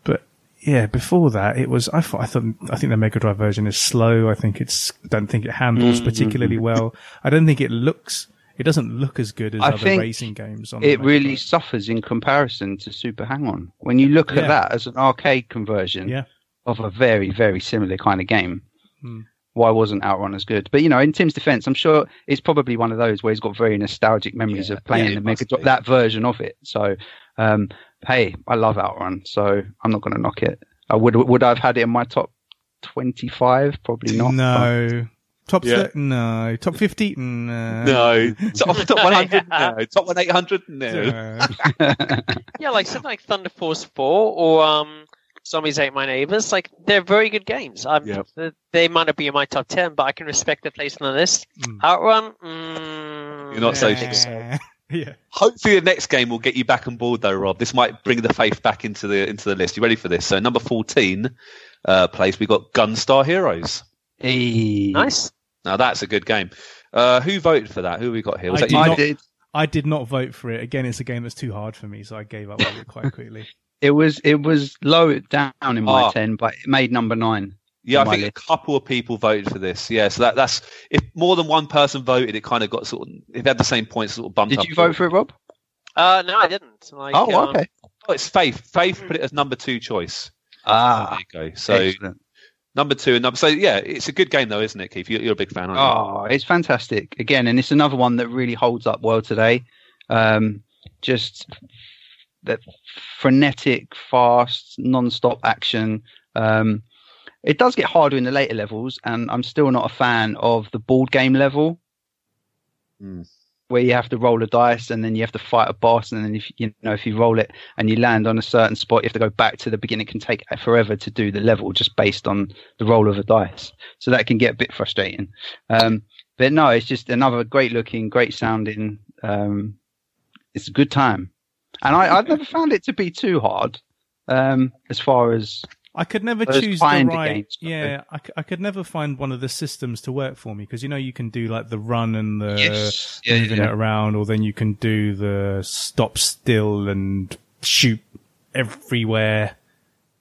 Speaker 2: but yeah, before that it was. I thought I thought I think the Mega Drive version is slow. I think it's don't think it handles
Speaker 4: Mm,
Speaker 2: particularly well. I don't think it looks. It doesn't look as good as
Speaker 4: I
Speaker 2: other
Speaker 4: think
Speaker 2: racing games. On the
Speaker 4: It
Speaker 2: Mega
Speaker 4: really
Speaker 2: Drive.
Speaker 4: suffers in comparison to Super Hang On. When you look
Speaker 2: Yeah.
Speaker 4: at that as an arcade conversion,
Speaker 2: yeah.
Speaker 4: of a very, very similar kind of game.
Speaker 2: Hmm.
Speaker 4: Why wasn't Outrun as good? But you know, in Tim's defense, I'm sure it's probably one of those where he's got very nostalgic memories
Speaker 1: Yeah,
Speaker 4: of playing
Speaker 1: yeah,
Speaker 4: the
Speaker 1: it
Speaker 4: Mega
Speaker 1: must
Speaker 4: Drive,
Speaker 1: be.
Speaker 4: that version of it. So, um, hey, I love Outrun, so I'm not going to knock it. I would would I've had it in my top 25? Probably not.
Speaker 2: no. Top
Speaker 1: Yeah.
Speaker 2: thir- no top fifty uh, no
Speaker 1: No. Top, top 100? No. Top 1800? No.
Speaker 2: No.
Speaker 3: Yeah, like something like Thunder Force 4 or um, Zombies Ate My Neighbors. Like, they're very good games. I'm,
Speaker 1: Yep.
Speaker 3: th- They might not be in my top 10, but I can respect their place on the list.
Speaker 2: Mm.
Speaker 3: Outrun? Mm,
Speaker 1: You're [laughs] not so
Speaker 3: I think
Speaker 2: [laughs] yeah
Speaker 1: Hopefully, the next game will get you back on board, though, Rob. This might bring the faith back into the into the list. You ready for this? So, number 14 uh, place, we got Gunstar Heroes.
Speaker 4: [laughs] Hey,
Speaker 3: Nice.
Speaker 1: Now, that's a good game. Uh, who voted for that? Who have we got here? Was
Speaker 2: I
Speaker 1: that
Speaker 2: did
Speaker 1: you?
Speaker 4: I
Speaker 2: not-
Speaker 4: did.
Speaker 2: I did not vote for it again it's a game that's too hard for me so I gave up on it quite quickly
Speaker 4: It was it was low down in my
Speaker 1: Ah.
Speaker 4: 10, but it made number nine.
Speaker 1: Yeah,
Speaker 4: on
Speaker 1: I
Speaker 4: my
Speaker 1: think a couple of people voted for this. Yeah, so that, that's if more than one person voted, it kind of got sort of if they had the same points, it sort of bumped
Speaker 4: Did
Speaker 1: up.
Speaker 4: you vote for it, Rob?
Speaker 3: Uh, no, I didn't. Like,
Speaker 4: oh,
Speaker 3: um,
Speaker 4: okay.
Speaker 1: Oh, it's Faith. Faith put it as number two choice.
Speaker 4: Ah,
Speaker 1: there you go. So
Speaker 4: so
Speaker 1: number two and number. So yeah, it's a good game though, isn't it, Keith? You're, you're a big fan, aren't you?
Speaker 4: Oh, it's fantastic again, and it's another one that really holds up well today. Um, just that frenetic, fast, non-stop action. Um, it does get harder in the later levels, and I'm still not a fan of the board game level,
Speaker 1: Hmm.
Speaker 4: where you have to roll a dice and then you have to fight a boss, and then if you know if you roll it and you land on a certain spot, you have to go back to the beginning. It can take forever to do the level just based on the roll of a dice, so that can get a bit frustrating. Um, but no, it's just another great looking, great sounding. Um, it's a good time, and I, I've never found it to be too hard. Um, as far as
Speaker 2: I could never
Speaker 4: Those
Speaker 2: choose the
Speaker 4: finder
Speaker 2: right.
Speaker 4: games, don't they?
Speaker 2: Yeah, I, c- I could never find one of the systems to work for me because you know you can do like the run and the
Speaker 4: yeah,
Speaker 2: moving it
Speaker 4: yeah.
Speaker 2: around, or then you can do the stop still and shoot everywhere.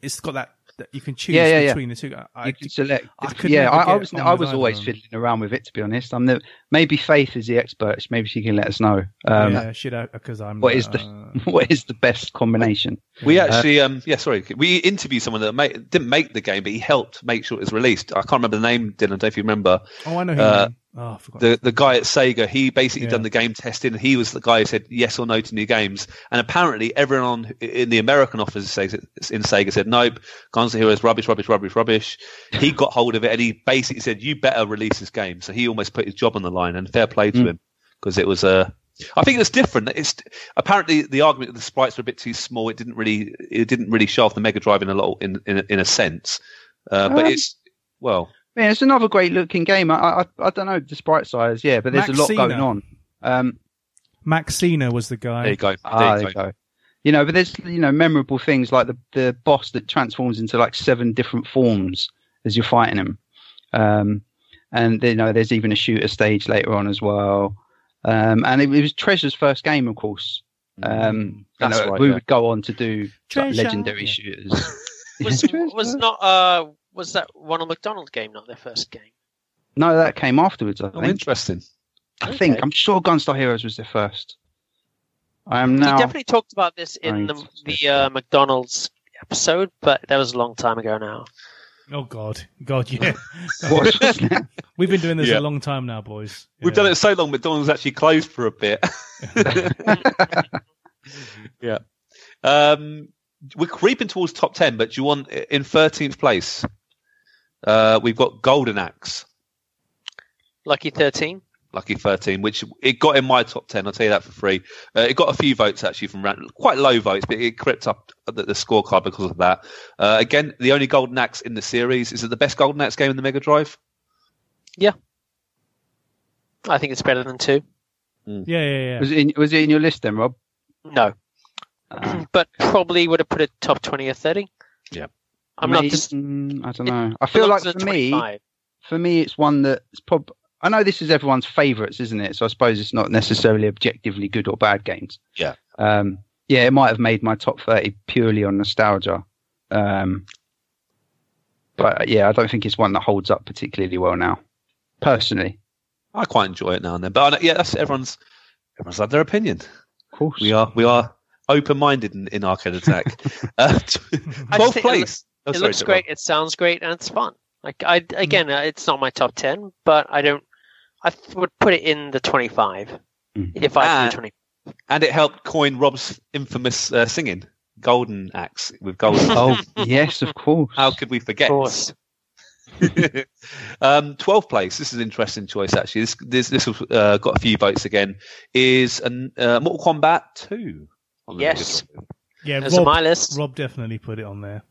Speaker 2: It's got that that you can choose
Speaker 4: Yeah, yeah, yeah.
Speaker 2: between the two. I- I,
Speaker 4: you can select.
Speaker 2: I
Speaker 4: if-
Speaker 2: could
Speaker 4: yeah,
Speaker 2: never
Speaker 4: I, I
Speaker 2: get
Speaker 4: was
Speaker 2: on
Speaker 4: I
Speaker 2: with
Speaker 4: was
Speaker 2: either
Speaker 4: always
Speaker 2: of 'em.
Speaker 4: fiddling around with it. To be honest, I'm the maybe Faith is the expert. so Maybe she can let us know um,
Speaker 2: yeah, shit out because I'm.
Speaker 4: what is the-
Speaker 2: uh,
Speaker 4: [laughs] what is the best combination.
Speaker 1: We
Speaker 2: Oh, Yeah.
Speaker 1: actually, um, yeah, sorry, we interviewed someone that ma- didn't make the game, but he helped make sure it was released. I can't remember the name, Dylan. I don't know if you remember
Speaker 2: Oh, I know. Who
Speaker 1: uh,
Speaker 2: you mean. oh, I forgot.
Speaker 1: the the guy at Sega. He basically
Speaker 2: Yeah.
Speaker 1: done the game testing, and he was the guy who said yes or no to new games. And apparently, everyone on, in the American office at Sega- in Sega said nope. Guns N' Heroes rubbish, rubbish, rubbish, rubbish. He got hold of it, and he basically said you better release this game. So he almost put his job on the line, and fair play to
Speaker 4: Mm.
Speaker 1: him because it was a. I think it was different. It's apparently the argument that the sprites were a bit too small. It didn't really, it didn't really show off the Mega Drive in a lot, in in, a- in a sense. Uh, but
Speaker 4: Um,
Speaker 1: it's well,
Speaker 4: Yeah, it's another great looking game. I, I I don't know the sprite size, yeah, but there's a lot
Speaker 2: Maxina.
Speaker 4: going on. Um,
Speaker 2: Maxina was the guy.
Speaker 1: there you go. There
Speaker 4: ah,
Speaker 1: you
Speaker 4: there you
Speaker 1: go.
Speaker 4: go. You know, but there's you know memorable things like the the boss that transforms into like seven different forms as you're fighting him, um, and you know there's even a shooter stage later on as well. Um, and it, it was Treasure's first game, of course. Um, you
Speaker 1: Mm, That's
Speaker 4: know,
Speaker 1: right,
Speaker 4: we
Speaker 1: yeah.
Speaker 4: would go on to do like,
Speaker 2: Treasure.
Speaker 4: legendary shooters.
Speaker 3: Was
Speaker 4: Yeah.
Speaker 3: was not uh was that Ronald McDonald game not their first game?
Speaker 4: no, that came afterwards. I
Speaker 1: Oh,
Speaker 4: think.
Speaker 1: interesting.
Speaker 4: I think
Speaker 3: Okay.
Speaker 4: I'm sure Gunstar Heroes was the first. I am
Speaker 3: He
Speaker 4: now. [laughs]
Speaker 3: definitely talked about this in
Speaker 4: Right.
Speaker 3: the, the uh, McDonald's episode, but that was a long time ago now.
Speaker 2: Oh God, God,
Speaker 4: [laughs]
Speaker 2: yeah.
Speaker 4: What was that?
Speaker 2: We've been doing this
Speaker 1: Yeah.
Speaker 2: a long time now, boys.
Speaker 1: We've
Speaker 2: Yeah.
Speaker 1: done it so long, McDonald's actually closed for a bit. yeah. Um, we're creeping towards top 10, but do you want in 13th place? Uh, we've got Golden Axe,
Speaker 3: Lucky thirteen.
Speaker 1: Lucky 13, which it got in my top 10. I'll tell you that for free. Uh, it got a few votes actually from ran- quite low votes, but it crept up the, the scorecard because of that. Uh, again, the only Golden Axe in the series. Is it the best Golden Axe game in the Mega Drive?
Speaker 3: I think it's better than two.
Speaker 2: Yeah, yeah, yeah.
Speaker 4: Was it in, was it in your list then, Rob?
Speaker 3: No,
Speaker 4: Uh,
Speaker 3: [clears throat] but probably would have put it top twenty or thirty.
Speaker 1: Yeah.
Speaker 3: I'm not
Speaker 4: may-
Speaker 3: just.
Speaker 4: mm, I don't know. I feel like for me, for me, it's one that's prob. I know this is everyone's favourites, isn't it? So I suppose it's not necessarily objectively good or bad games.
Speaker 1: Yeah.
Speaker 4: Um. Yeah, it might have made my top thirty purely on nostalgia. Um. But uh, yeah, I don't think it's one that holds up particularly well now, personally.
Speaker 1: I quite enjoy it now and then. But I, yeah, that's everyone's. Everyone's had their opinion.
Speaker 4: Of course.
Speaker 1: We are we are open minded in, in Arcade
Speaker 3: [laughs]
Speaker 1: Attack. uh,
Speaker 3: I just
Speaker 1: twelfth
Speaker 3: think it
Speaker 1: place. Oh,
Speaker 3: it
Speaker 1: sorry,
Speaker 3: looks
Speaker 1: Dylan.
Speaker 3: great. It sounds great, and it's fun. Like I
Speaker 4: Mm.
Speaker 3: again, uh, it's not my top ten, but I don't. I th- would put it in the twenty-five
Speaker 4: Mm.
Speaker 3: if I
Speaker 1: Ah.
Speaker 3: do twenty.
Speaker 1: and it helped coin Rob's infamous uh, singing "Golden Axe" with
Speaker 3: [laughs]
Speaker 1: Golden.
Speaker 4: Oh [laughs] yes, of course.
Speaker 1: How could we
Speaker 3: Of
Speaker 1: forget?
Speaker 3: course,
Speaker 1: [laughs] um, 12th place. This is an interesting choice, actually. This this, this was, uh, got a few votes again. Is an, uh, Mortal Kombat 2. on the
Speaker 3: Yes.
Speaker 1: Mega Drive.
Speaker 2: Yeah,
Speaker 3: Those are
Speaker 2: Rob,
Speaker 3: my list.
Speaker 2: Rob definitely put it on there.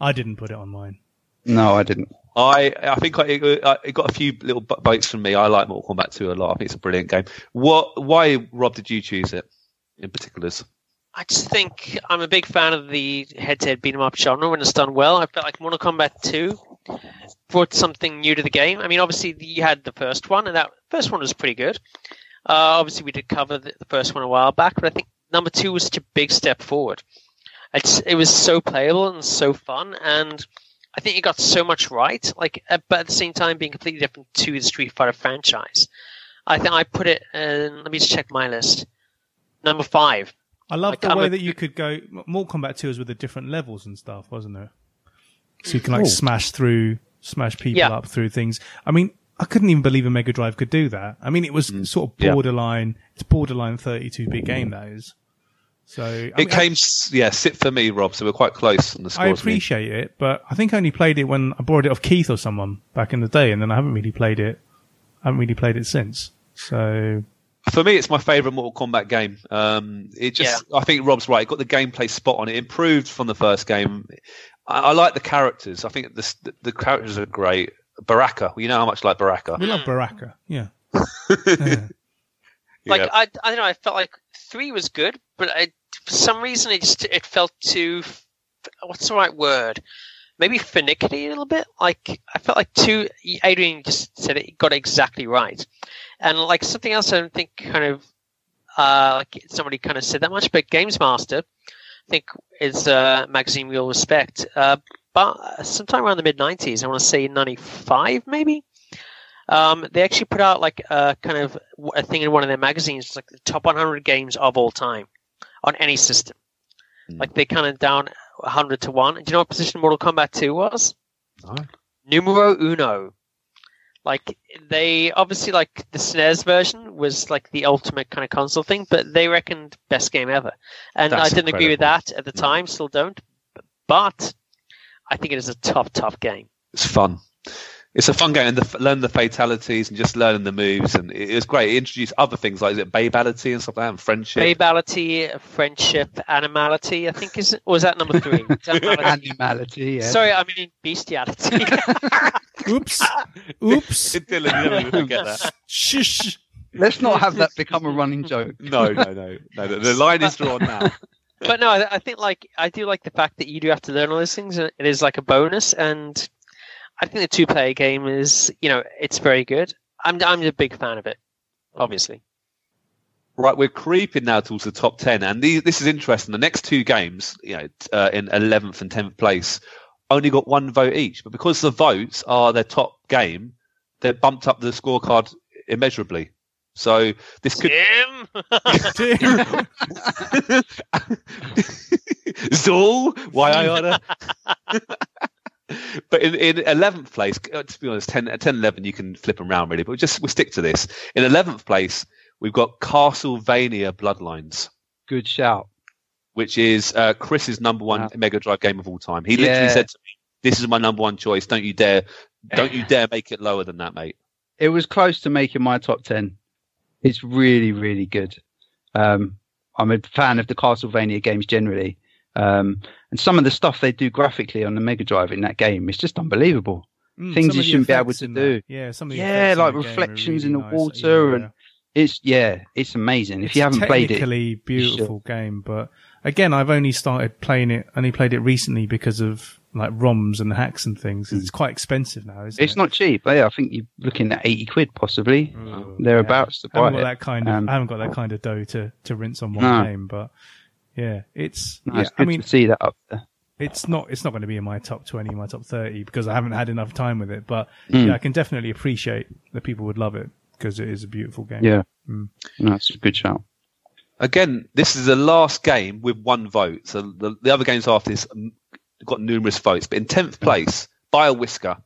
Speaker 2: I didn't put it on mine.
Speaker 4: [laughs] no, I didn't.
Speaker 1: I I think I, I, it got a few little bu- votes from me. I like Mortal Kombat 2 a lot. I think it's a brilliant game. What? Why, Rob, did you choose it in particulars?
Speaker 3: I just think I'm a big fan of the head-to-head beat 'em up genre when it's done well. I felt like Mortal Kombat 2 brought something new to the game. I mean, obviously you had the first one, and that first one was pretty good. Uh, obviously, we did cover the, the first one a while back, but I think number two was such a big step forward. It's, it was so playable and so fun, and I think it got so much right. Like, uh, but at the same time, being completely different to the Street Fighter franchise. I think I put it. In, let me just check my list. Number five.
Speaker 2: I love
Speaker 3: Like,
Speaker 2: the
Speaker 3: I'm
Speaker 2: way
Speaker 3: a-
Speaker 2: that you could go. Mortal Kombat 2 is with the different levels and stuff, wasn't it? So you can like smash through, smash people
Speaker 3: Yeah.
Speaker 2: up through things. I mean, I couldn't even believe a Mega Drive could do that. I mean, it was sort of
Speaker 1: Yeah.
Speaker 2: borderline. It's borderline 32-bit game that is. So I
Speaker 1: It
Speaker 2: mean, I-
Speaker 1: came, s yeah, sit for me, Rob. So we're quite close on the
Speaker 2: I
Speaker 1: scores. me.
Speaker 2: appreciate it, but I think I only played it when I borrowed it off Keith or someone back in the day, and then I haven't really played it. I haven't really played it since. So
Speaker 1: For me, it's my favorite Mortal Kombat game. Um, it just, I think Rob's right. It got the gameplay spot on. It improved from the first game. I, I like the characters. I think the, s- the the characters are great. Baraka, you know how much I like Baraka.
Speaker 2: we love Baraka, yeah.
Speaker 3: Like
Speaker 1: Yeah.
Speaker 3: I, I don't know. I felt like three was good, but I, for some reason, it just it felt too. f- What's the right word? Maybe finicky a little bit. Like I felt like two. Adrian just said it got it exactly right, and like something else, I don't think kind of uh, like somebody kind of said that much. But Games Master think is a magazine we all respect. Uh, but sometime around the mid 90s, I want to say 95 maybe, um, they actually put out like a kind of a thing in one of their magazines, it's like the top 100 games of all time on any system.
Speaker 1: Hmm.
Speaker 3: Like they kind of down 100 to 1. Do you know what position Mortal Kombat 2 was?
Speaker 1: No.
Speaker 3: numero uno. Like they obviously like the SNES version was like the ultimate kind of console thing, but they reckoned best game ever, and
Speaker 1: That's
Speaker 3: I didn't agree with
Speaker 1: incredible. Hmm.
Speaker 3: that at the time, still don't, but I think it is a top top game.
Speaker 1: It's fun. It's a fun game, and the, learn the fatalities and just learning the moves, and it, it was great. It introduced other things like is it babality and stuff like that, and friendship.
Speaker 3: Babality, friendship, animality. I think is or was that number three? It's animality.
Speaker 4: Animality, yeah.
Speaker 3: Sorry, I mean bestiality. [laughs]
Speaker 2: Oops. Oops.
Speaker 1: Dylan, you never forget that.
Speaker 2: Shh.
Speaker 4: Let's not have that become a running joke.
Speaker 1: [laughs] No, no, no, no. The, the line is drawn now.
Speaker 3: but no, I, I think like I do like the fact that you do have to learn all those things. and It is like a bonus, and I think the two-player game is, you know, it's very good. I'm I'm a big fan of it, obviously.
Speaker 1: Right, we're creeping now towards the top ten, and the, this is interesting. The next two games, you know, t- uh, in eleventh and tenth place, only got one vote each, but because the votes are their top game, they bumped up the scorecard immeasurably. So this could
Speaker 3: Tim,
Speaker 2: Tim.
Speaker 1: [laughs] Zool, why I order. but in, in 11th place, uh, to be honest, 10, 10, 11, you can flip them around really, but we just we'll stick to this. In 11th place, we've got Castlevania Bloodlines,
Speaker 4: Good shout.
Speaker 1: which is uh, Chris's number one
Speaker 4: Wow.
Speaker 1: Mega Drive game of all time. He literally
Speaker 4: Yeah.
Speaker 1: said to me, This is my number one choice. Don't you dare. Don't you dare make it lower than that, mate.
Speaker 4: It was close to making my top 10. It's really, really good. Um, I'm a fan of the Castlevania games generally. Um, and some of the stuff they do graphically on the Mega Drive in that game is just unbelievable.
Speaker 2: Mm,
Speaker 4: Things
Speaker 2: some
Speaker 4: you
Speaker 2: of the
Speaker 4: shouldn't be able
Speaker 2: effects
Speaker 4: to
Speaker 2: in
Speaker 4: do.
Speaker 2: that. Yeah, some of the
Speaker 4: Yeah,
Speaker 2: effects in
Speaker 4: like
Speaker 2: the game are
Speaker 4: reflections in
Speaker 2: really
Speaker 4: the
Speaker 2: nice.
Speaker 4: water
Speaker 2: Yeah,
Speaker 4: and-
Speaker 2: yeah.
Speaker 4: It's, yeah, it's amazing. If
Speaker 2: It's
Speaker 4: you haven't played it,
Speaker 2: technically beautiful game, but again, I've only started playing it, only played it recently because of like ROMs and hacks and things. It's quite expensive now, isn't
Speaker 4: Hmm. it's
Speaker 2: it? Mm.
Speaker 4: not cheap. Yeah, I think you're looking at 80 quid possibly.
Speaker 2: Ooh,
Speaker 4: Thereabouts
Speaker 2: I
Speaker 4: to buy
Speaker 2: haven't got
Speaker 4: it.
Speaker 2: that kind of
Speaker 4: Um,
Speaker 2: I haven't got that kind of dough to to rinse on one
Speaker 4: No.
Speaker 2: game, but yeah, it's
Speaker 4: No,
Speaker 2: yeah,
Speaker 4: it's good
Speaker 2: I mean
Speaker 4: to see that up there.
Speaker 2: it's not it's not going to be in my top twenty, my top thirty because I haven't had enough time with it, but
Speaker 4: Mm.
Speaker 2: yeah, I can definitely appreciate that people would love it because it is a beautiful game.
Speaker 4: Yeah.
Speaker 2: Mm.
Speaker 4: No, it's a good shout.
Speaker 1: Again, this is the last game with one vote. So the, the other games after this um, got numerous votes. But in 10th place, by a whisker,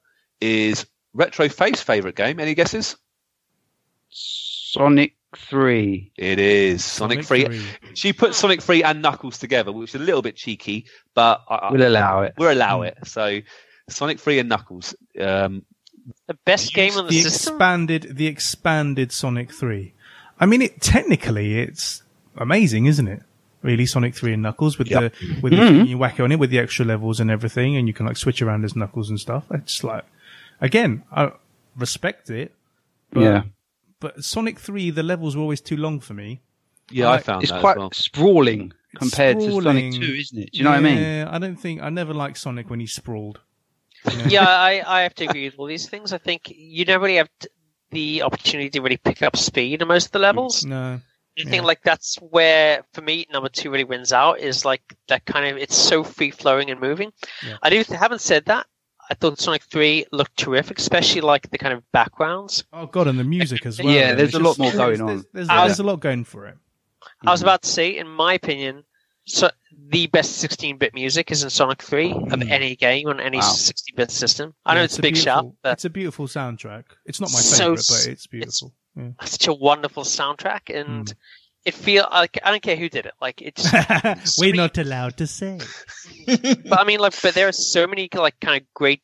Speaker 1: is Retro Face favourite game. Any guesses?
Speaker 4: Sonic 3.
Speaker 1: It is Sonic, 3. She put Sonic 3 and Knuckles together, which is a little bit cheeky, but I, I,
Speaker 4: We'll allow it.
Speaker 1: we'll allow it. So Sonic 3 and Knuckles. Um,
Speaker 3: the best game on the,
Speaker 2: the
Speaker 3: system.
Speaker 2: expanded the expanded Sonic 3. I mean it technically it's amazing, isn't it? Really Sonic 3 and Knuckles with
Speaker 1: Yeah.
Speaker 2: the with
Speaker 4: Mm-hmm.
Speaker 2: the thing you whack on it with the extra levels and everything and you can like switch around as Knuckles and stuff. It's like again, I respect it, but
Speaker 4: yeah.
Speaker 2: but Sonic 3 the levels were always too long for me.
Speaker 1: yeah, I
Speaker 2: Alright,
Speaker 1: found
Speaker 4: It's
Speaker 1: that
Speaker 4: quite
Speaker 1: as well.
Speaker 4: sprawling compared
Speaker 2: sprawling.
Speaker 4: to Sonic 2, isn't it? Do you know what I mean?
Speaker 2: Yeah, I don't think I never liked Sonic when he sprawled.
Speaker 3: yeah, I, I have to agree with all these things. I think you never really have t- the opportunity to really pick up speed on most of the levels.
Speaker 2: No.
Speaker 3: I
Speaker 2: Yeah.
Speaker 3: think like that's where for me number two really wins out is like that kind of it's so free flowing and moving.
Speaker 2: Yeah.
Speaker 3: I do haven't said that. I thought Sonic Three looked terrific, especially like the kind of backgrounds.
Speaker 2: Oh god, and the music as well.
Speaker 4: Yeah, there's
Speaker 2: It's
Speaker 4: a lot
Speaker 2: just-
Speaker 4: more going
Speaker 2: there's-
Speaker 4: on.
Speaker 2: There's, there's,
Speaker 3: I
Speaker 2: there's a lot going for it.
Speaker 3: I
Speaker 2: Mm-hmm.
Speaker 3: was about to say, in my opinion, so the best 16-bit music is in Sonic Three of any game on any
Speaker 4: Wow.
Speaker 3: 16-bit system. I know
Speaker 2: Mm. Yeah,
Speaker 3: it's, a
Speaker 2: a
Speaker 3: big shout,
Speaker 2: beautiful-
Speaker 3: but
Speaker 2: It's a beautiful soundtrack. It's not my
Speaker 3: So
Speaker 2: favorite,
Speaker 3: s-
Speaker 2: but it's beautiful. Yeah.
Speaker 3: such a wonderful soundtrack, and
Speaker 2: Mm.
Speaker 3: it feel like I don't care who did it, like
Speaker 2: [laughs]
Speaker 3: it just We're not
Speaker 2: allowed to say.
Speaker 4: [laughs]
Speaker 3: but I mean, like, but there are so many like kind of great,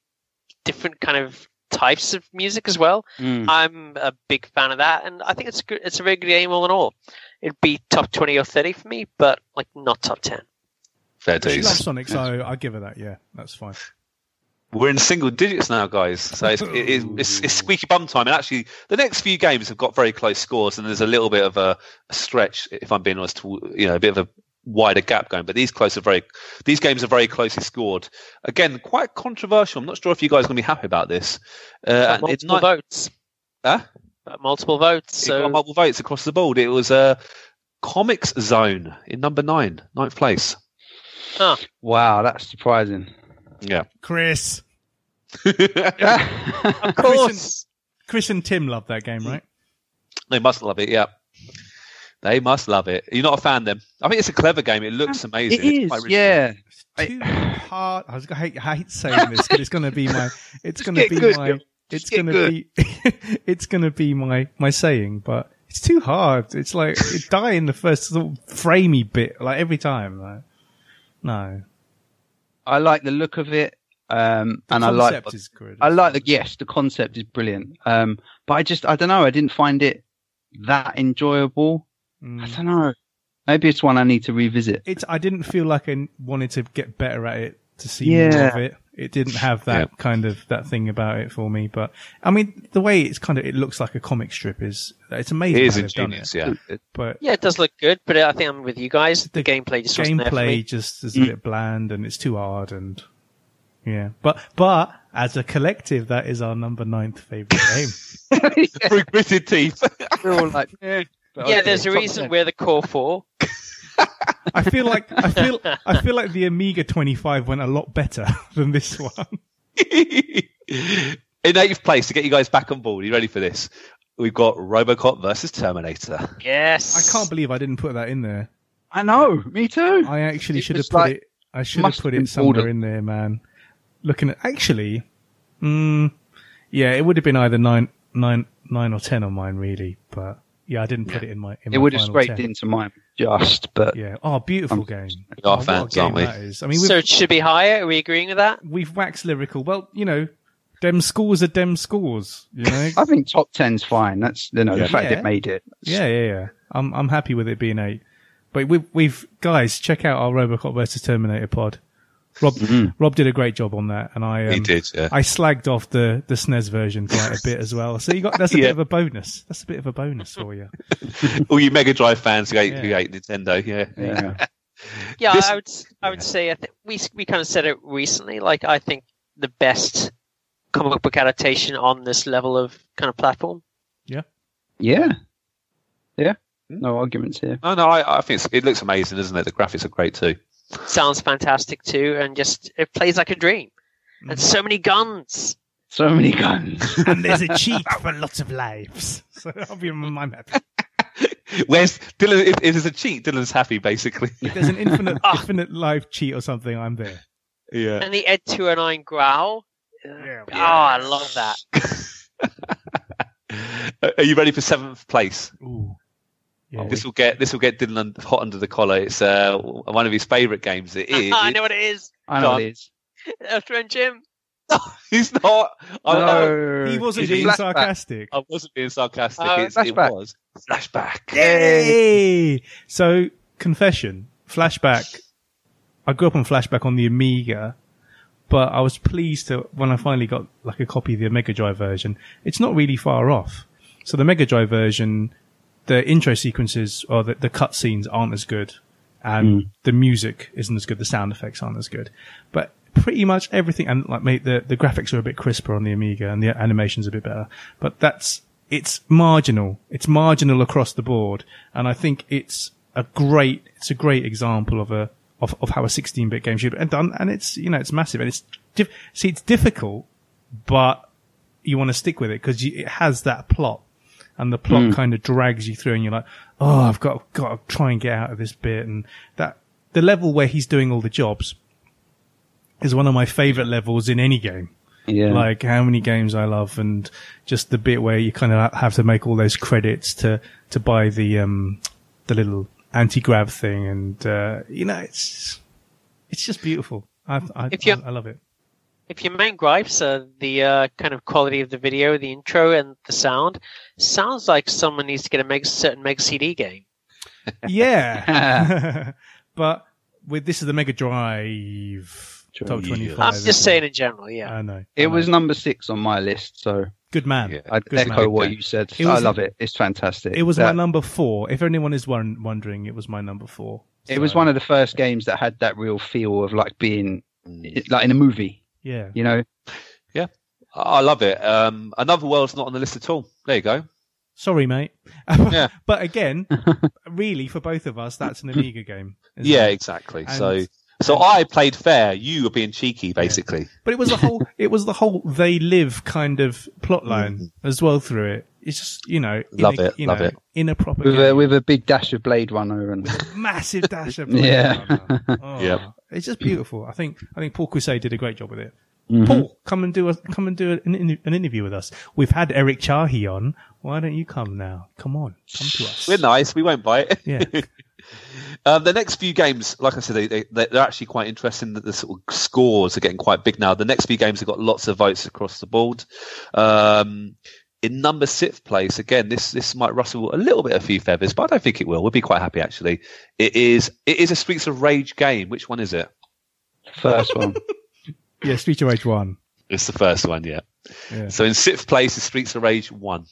Speaker 3: different kind of types of music as well.
Speaker 1: Hmm.
Speaker 4: Mm.
Speaker 3: I'm a big fan of that, and I think it's a good, it's a very good game all in all. It'd be top twenty or thirty for me, but like not top ten.
Speaker 1: Fair
Speaker 2: She
Speaker 1: dues.
Speaker 2: loves Sonic, so I give her that. Yeah, that's fine.
Speaker 1: We're in single digits now, guys. So it's, it, it's, it's, it's squeaky bum time. And actually, the next few games have got very close scores, and there's a little bit of a, a stretch, if I'm being honest, to, you know, a bit of a wider gap going. But these close are very, these games are very closely scored. Again, quite controversial. I'm not sure if you guys are going to be happy about this. Uh, and it's
Speaker 3: multiple
Speaker 1: not,
Speaker 3: votes.
Speaker 1: Huh?
Speaker 3: Got multiple votes.
Speaker 1: it got
Speaker 3: So
Speaker 1: multiple votes across the board. It was uh, Comics Zone in number nine, ninth place.
Speaker 3: Huh.
Speaker 4: Wow, that's
Speaker 1: [laughs]
Speaker 4: surprising.
Speaker 1: Yeah.
Speaker 2: Chris.
Speaker 3: Of
Speaker 2: Chris and-
Speaker 3: course.
Speaker 2: Chris and Tim love that game, right?
Speaker 1: They must love it. Yeah. They must love it. You're not a fan, then? I think it's a clever game. It looks amazing.
Speaker 4: it
Speaker 1: It's
Speaker 4: is,
Speaker 1: quite original.
Speaker 4: yeah.
Speaker 2: It's
Speaker 4: I-
Speaker 2: too hard. I, was, I, hate, I hate saying this, but it's gonna be
Speaker 3: [laughs]
Speaker 2: my. It's gonna
Speaker 4: get
Speaker 2: be
Speaker 4: good,
Speaker 2: my.
Speaker 4: Bill.
Speaker 2: It's
Speaker 4: get
Speaker 2: gonna
Speaker 4: good.
Speaker 2: be. [laughs] it's gonna be my my saying, but it's too hard. It's like it die in the first sort of framey bit, like every time. Like, no,
Speaker 4: I like the look of it, um,
Speaker 2: The
Speaker 4: and I like
Speaker 2: concept is good.
Speaker 4: I like the yes, the concept is brilliant. Um, but I just I don't know. I didn't find it that enjoyable. I
Speaker 2: Mm.
Speaker 4: don't know. Maybe it's one I need to revisit.
Speaker 2: It's. I didn't feel like I wanted to get better at it to see more
Speaker 4: Yeah.
Speaker 2: of it. It didn't have that kind of that thing about it for me. But I mean, the way it's kind of it looks like a comic strip is. It's amazing.
Speaker 1: It is
Speaker 2: how they've done
Speaker 1: ingenious.
Speaker 4: [laughs]
Speaker 1: Yeah. It-
Speaker 2: But
Speaker 3: Yeah, it does look good, but I think I'm with you guys. The,
Speaker 2: The
Speaker 3: gameplay just wasn't there for
Speaker 2: gameplay
Speaker 3: me.
Speaker 2: just is a bit bland and it's too hard and yeah. But but as a collective, that is our number
Speaker 1: [laughs]
Speaker 2: ninth favorite game.
Speaker 1: Through gritted teeth. [laughs]
Speaker 4: We're all
Speaker 2: [laughs]
Speaker 4: like, eh, but
Speaker 3: Yeah,
Speaker 4: okay,
Speaker 3: there's a
Speaker 4: top
Speaker 3: reason
Speaker 4: ten.
Speaker 3: we're the core four.
Speaker 2: I feel like I feel I feel like the Amiga 25 went a lot better [laughs] than this one.
Speaker 1: In eighth place, to get you guys back on board, you ready for this? We've got Robocop versus Terminator.
Speaker 2: I
Speaker 3: Yes.
Speaker 2: can't believe I didn't put that in there.
Speaker 4: I know. Me too.
Speaker 2: I actually
Speaker 4: It
Speaker 2: should have
Speaker 4: was
Speaker 2: put
Speaker 4: like-
Speaker 2: it. I should have
Speaker 4: must
Speaker 2: put
Speaker 4: have
Speaker 2: it
Speaker 4: been
Speaker 2: somewhere
Speaker 4: ordered.
Speaker 2: in there, man. Looking at actually, mm, yeah, it would have been either nine, nine, nine or ten on mine, really. But yeah, I didn't put it in my. In
Speaker 4: it
Speaker 2: my
Speaker 4: would have
Speaker 2: final
Speaker 4: scraped
Speaker 2: 10.
Speaker 4: into mine just, but
Speaker 2: Yeah. Oh, beautiful
Speaker 4: Um,
Speaker 2: game. Oh,
Speaker 1: We are
Speaker 2: what a
Speaker 1: fans,
Speaker 2: game
Speaker 1: aren't we?
Speaker 2: that is. I mean, we've,
Speaker 3: so it should be higher. Are we agreeing with that?
Speaker 2: we've waxed lyrical. Well, you know, dem scores are dem scores. You know.
Speaker 4: [laughs] I think top ten's fine. That's you know
Speaker 1: Yeah.
Speaker 4: the fact
Speaker 2: Yeah.
Speaker 4: it made it.
Speaker 2: yeah, yeah, yeah. I'm I'm happy with it being eight. But we've we've guys check out our RoboCop versus Terminator pod. Rob
Speaker 4: Mm-hmm.
Speaker 2: Rob did a great job on that, and I um,
Speaker 1: He did, yeah.
Speaker 2: I slagged off the the SNES version quite a bit as well. So you got that's a
Speaker 1: Yeah.
Speaker 2: bit of a bonus. That's a bit of a bonus for you.
Speaker 1: All you Mega Drive fans who hate, who
Speaker 2: Yeah.
Speaker 1: hate Nintendo, yeah.
Speaker 4: Yeah.
Speaker 3: Yeah,
Speaker 1: This-
Speaker 3: I would. s- I would say I think we s- we kind of said it recently. Like I think the best comic book adaptation on this level of kind of platform.
Speaker 4: yeah. Yeah.
Speaker 2: Hmm?
Speaker 4: No arguments here.
Speaker 1: No, no, I, I think it's, it looks amazing, doesn't it? The graphics are great too.
Speaker 3: Sounds fantastic too, and just it plays like a dream. And so many guns.
Speaker 4: So many guns.
Speaker 2: And there's a cheat for lots of lives. [laughs] So I'll be on my map.
Speaker 1: Where's Dylan? If, if there's a cheat, Dylan's happy, basically.
Speaker 2: If there's an infinite infinite life cheat or something, I'm there.
Speaker 1: Yeah.
Speaker 3: And the Ed 209 growl.
Speaker 2: Yeah.
Speaker 3: [laughs] Oh, I love that.
Speaker 1: [laughs] Are you ready for seventh place?
Speaker 2: Ooh. Yeah.
Speaker 1: Oh, This will get this will get Dylan un- hot under the collar. It's uh, one of his favourite games. It is.
Speaker 3: [laughs] I know what it is.
Speaker 4: I know
Speaker 1: Gone.
Speaker 4: it is.
Speaker 3: After and Jim.
Speaker 1: He's not.
Speaker 3: Oh,
Speaker 1: I, know.
Speaker 4: No.
Speaker 2: he wasn't
Speaker 4: Is it
Speaker 2: being
Speaker 4: Blackback?
Speaker 2: sarcastic.
Speaker 1: I wasn't being sarcastic.
Speaker 3: Oh,
Speaker 1: it's, it
Speaker 4: flashback.
Speaker 1: was flashback.
Speaker 2: Yay! So, confession, flashback. I grew up on flashback on the Amiga, but I was pleased to when I finally got like a copy of the Mega Drive version. It's not really far off. So the Mega Drive version, the intro sequences or the, the cutscenes aren't as good, and the music isn't as good. The sound effects aren't as good, but pretty much everything and like mate, the the graphics are a bit crisper on the Amiga and the animation's a bit better. But that's it's marginal. It's marginal across the board, and I think it's a great it's a great example of a of, of how a 16-bit game should be done. And it's you know it's massive and it's diff- see it's difficult, but you want to stick with it because it has that plot, and the plot kind of drags you through, and you're like, oh, I've got got to try and get out of this bit, and that the level where he's doing all the jobs is one of my favorite levels in any game.
Speaker 4: Yeah.
Speaker 2: Like how many games I love, and just the bit where you kind of have to make all those credits to to buy the um the little anti grab thing, and uh, you know it's it's just beautiful. I I,
Speaker 3: If you-
Speaker 2: I, I love it.
Speaker 3: If your main gripes are the uh, kind of quality of the video, the intro, and the sound, sounds like someone needs to get a meg- certain Meg CD game.
Speaker 4: [laughs]
Speaker 2: Yeah. [laughs] but with this is the Mega Drive top
Speaker 4: Drive.
Speaker 2: 25.
Speaker 3: I'm
Speaker 2: isn't
Speaker 3: just saying
Speaker 2: it.
Speaker 3: in general, yeah.
Speaker 2: I know. I
Speaker 4: It
Speaker 2: know.
Speaker 4: was number six on my list, so
Speaker 2: good man.
Speaker 1: Yeah.
Speaker 4: I'd
Speaker 2: Good
Speaker 4: echo
Speaker 2: man.
Speaker 4: what you said.
Speaker 2: It
Speaker 4: I
Speaker 2: was-
Speaker 4: love it. It's fantastic.
Speaker 2: It was my
Speaker 4: that,
Speaker 2: number 4. If anyone is won- wondering, it was my number 4.
Speaker 4: It was one of the first games that had that real feel of like being
Speaker 3: Mm.
Speaker 4: it- like in a movie,
Speaker 2: Yeah.
Speaker 4: you know?
Speaker 1: I love it. Um, Another World's not on the list at all. There you go.
Speaker 2: Sorry mate. [laughs]
Speaker 1: Yeah.
Speaker 2: but again, really for both of us that's an Amiga game. isn't
Speaker 1: Yeah,
Speaker 2: it?
Speaker 1: exactly.
Speaker 2: And
Speaker 1: so, So I played fair. You were being cheeky, basically.
Speaker 2: But it was the whole it was the whole they live kind of plot line as well through it. It's just you know in
Speaker 1: Mm-hmm. Love
Speaker 2: a,
Speaker 1: it,
Speaker 2: you
Speaker 1: love
Speaker 2: know,
Speaker 1: it.
Speaker 2: in a proper
Speaker 4: with a
Speaker 2: game,
Speaker 4: with a big dash of Blade Runner and
Speaker 2: massive dash
Speaker 4: [laughs]
Speaker 2: of
Speaker 4: Yeah. [laughs]
Speaker 2: Blade Runner. Oh,
Speaker 1: Yep.
Speaker 2: it's just beautiful. I think I think Paul Cousset did a great job with it.
Speaker 4: Mm-hmm.
Speaker 2: Paul, come and do a come and do an, in- an interview with us. We've had Eric Chahi on. Why don't you come now? Come on, come to us.
Speaker 1: We're nice. We won't bite. [laughs]
Speaker 4: [laughs]
Speaker 2: Yeah.
Speaker 1: Um, the next few games, like I said, they, they, they're actually quite interesting. That the sort of scores are getting quite big now. The next few games have got lots of votes across the board. Um, in number sixth place, again, this this might rustle a little bit a few feathers, but I don't think it will. We'll be quite happy actually. It is it is a Streets of Rage game. Which one is it?
Speaker 2: [laughs]
Speaker 4: first one.
Speaker 2: yeah, Street of Rage One.
Speaker 1: It's the first one, yeah.
Speaker 2: Yeah.
Speaker 1: So in sixth place is Streets of Rage One.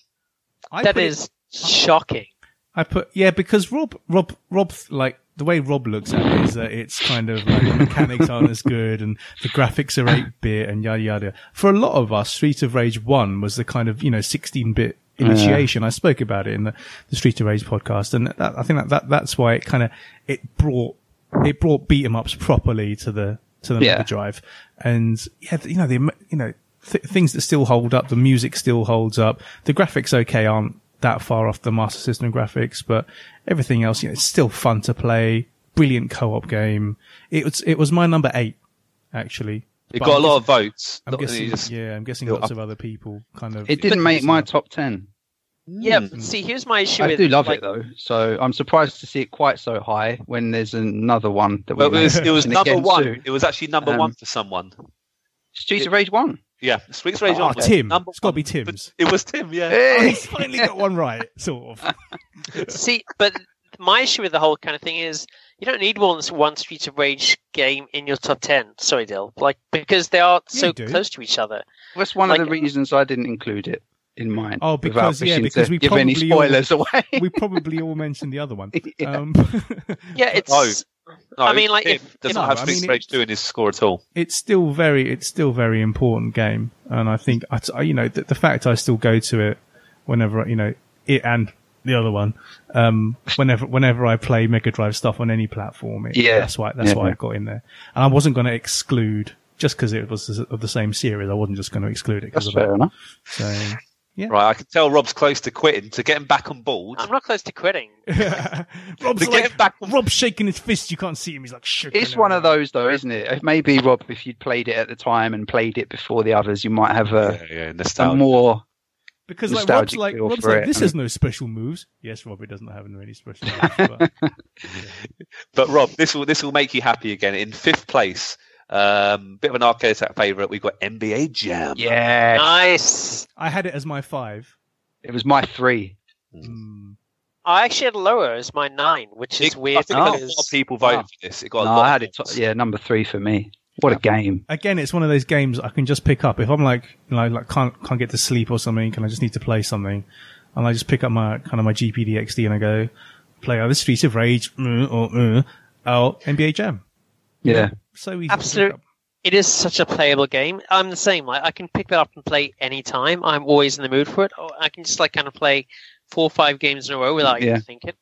Speaker 2: I
Speaker 3: That
Speaker 2: put it-
Speaker 3: is shocking.
Speaker 2: I put yeah because Rob Rob Rob like the way Rob looks at it is that it's kind of like the mechanics aren't as good and the graphics are eight bit and yada yada. For a lot of us, Street of Rage One was the kind of you know sixteen bit initiation. I spoke about it in the, the Street of Rage podcast, and that, I think that, that that's why it kind of it brought it brought beat 'em ups properly to the to the
Speaker 4: Yeah.
Speaker 2: Mega Drive, and yeah, you know the em- you know th- things that still hold up, the music still holds up, the graphics okay aren't that far off the Master System graphics, but everything else, you know, it's still fun to play. Brilliant co-op game. It was it was my number eight actually.
Speaker 1: It
Speaker 2: But
Speaker 1: got
Speaker 2: I'm
Speaker 1: a lot of votes.
Speaker 2: I'm
Speaker 1: Not-
Speaker 2: guessing,
Speaker 1: it just-
Speaker 2: yeah, I'm guessing
Speaker 1: You're
Speaker 2: lots
Speaker 1: up.
Speaker 2: of other people kind of.
Speaker 4: It didn't make my top ten.
Speaker 3: Yeah, but see, here's my issue
Speaker 4: Hmm. I
Speaker 3: with
Speaker 4: do love
Speaker 3: like,
Speaker 4: it though, so I'm surprised to see it quite so high when there's another one that we.
Speaker 1: Well, it was it was
Speaker 4: [laughs] And
Speaker 1: number
Speaker 4: again,
Speaker 1: one.
Speaker 4: too.
Speaker 1: It was actually number
Speaker 4: Um,
Speaker 1: one for someone.
Speaker 4: Streets of
Speaker 1: [laughs]
Speaker 4: Rage one.
Speaker 1: Yeah, Streets of Rage
Speaker 4: Oh,
Speaker 1: One. was
Speaker 2: Ah, Tim.
Speaker 1: number
Speaker 2: It's got to
Speaker 1: one.
Speaker 2: be Tim's.
Speaker 1: It was Tim, yeah.
Speaker 2: He's
Speaker 4: [laughs]
Speaker 2: finally got one right, sort of.
Speaker 3: [laughs] See, but my issue with the whole kind of thing is you don't need more than one Streets of Rage game in your top ten. Sorry, Dill. Like because they are
Speaker 2: Yeah,
Speaker 3: so
Speaker 2: you do.
Speaker 3: close to each other.
Speaker 4: That's one of
Speaker 3: Like-
Speaker 4: the reasons I didn't include it in mine.
Speaker 2: Oh,
Speaker 4: without
Speaker 2: because- yeah,
Speaker 4: wishing
Speaker 2: because
Speaker 4: to
Speaker 2: we
Speaker 4: give any
Speaker 2: probably all-
Speaker 4: spoilers away.
Speaker 2: [laughs] We probably all mentioned the other one.
Speaker 4: [laughs] Yeah.
Speaker 2: Um, [laughs]
Speaker 3: Yeah, it's
Speaker 4: Oh.
Speaker 1: No,
Speaker 3: I mean, like,
Speaker 1: Tim
Speaker 3: if-
Speaker 1: doesn't
Speaker 2: no,
Speaker 1: have
Speaker 2: I
Speaker 1: Streets
Speaker 2: mean,
Speaker 1: of Rage two in his score at all.
Speaker 2: it's still very, it's still very important game, and I think I, I- you know, the, the fact I still go to it whenever you know it and the other one, um, whenever whenever I play Mega Drive stuff on any platform, it,
Speaker 4: Yeah.
Speaker 2: that's why that's why I
Speaker 4: Yeah.
Speaker 2: got in there, and I wasn't going to exclude just because it was of the same series. I wasn't just going to exclude it because
Speaker 4: [laughs] That's
Speaker 2: of
Speaker 4: fair
Speaker 2: that.
Speaker 4: enough.
Speaker 2: So,
Speaker 1: Right, I can tell Rob's close to quitting. To get him back on board, [laughs]
Speaker 3: I'm not close to quitting.
Speaker 4: [laughs]
Speaker 2: [laughs] Rob's
Speaker 1: To get
Speaker 2: like,
Speaker 1: it back-
Speaker 2: Rob's shaking his fist. You can't see him. He's like shaking.
Speaker 4: It's one of
Speaker 2: around.
Speaker 4: those though, isn't it? Maybe Rob, if you'd played it at the time and played it before the others, you might have a,
Speaker 1: yeah, yeah,
Speaker 4: a
Speaker 1: nostalgia.
Speaker 4: more.
Speaker 2: because like Rob's
Speaker 4: nostalgic
Speaker 2: like,
Speaker 4: feel
Speaker 2: Rob's
Speaker 4: for
Speaker 2: like
Speaker 4: it,
Speaker 2: this
Speaker 4: and-
Speaker 2: has no special moves. Yes, Rob, it doesn't have any
Speaker 4: [laughs]
Speaker 2: special moves. But
Speaker 1: [laughs] But Rob, this will this will make you happy again. In fifth place, um, bit of an arcade attack favourite. We've got NBA Jam.
Speaker 4: Yeah,
Speaker 3: Nice.
Speaker 2: I had it as my five.
Speaker 4: it was my three.
Speaker 2: Mm.
Speaker 3: I actually had lower as my nine, which is
Speaker 1: It- I
Speaker 3: weird.
Speaker 1: think a lot of
Speaker 3: because-
Speaker 1: people voted
Speaker 4: Wow.
Speaker 1: for this. It got
Speaker 4: Ah. No,
Speaker 1: a lot
Speaker 4: I had
Speaker 1: of
Speaker 4: it. Top,
Speaker 1: votes.
Speaker 4: yeah, number three for me. What a game!
Speaker 2: Again, it's one of those games I can just pick up if I'm like like, like can't can't get to sleep or something, and I just need to play something, and I just pick up my kind of my GPDXD and I go play either Streets of Rage mm, or mm, or NBA Jam.
Speaker 4: Yeah,
Speaker 2: So easy. to pick
Speaker 3: Absolute-
Speaker 2: up.
Speaker 3: It is such a playable game. I'm the same. Like I can pick that up and play any time. I'm always in the mood for it. Or I can just like kind of play four or five games in a row without
Speaker 4: Yeah.
Speaker 3: even thinking.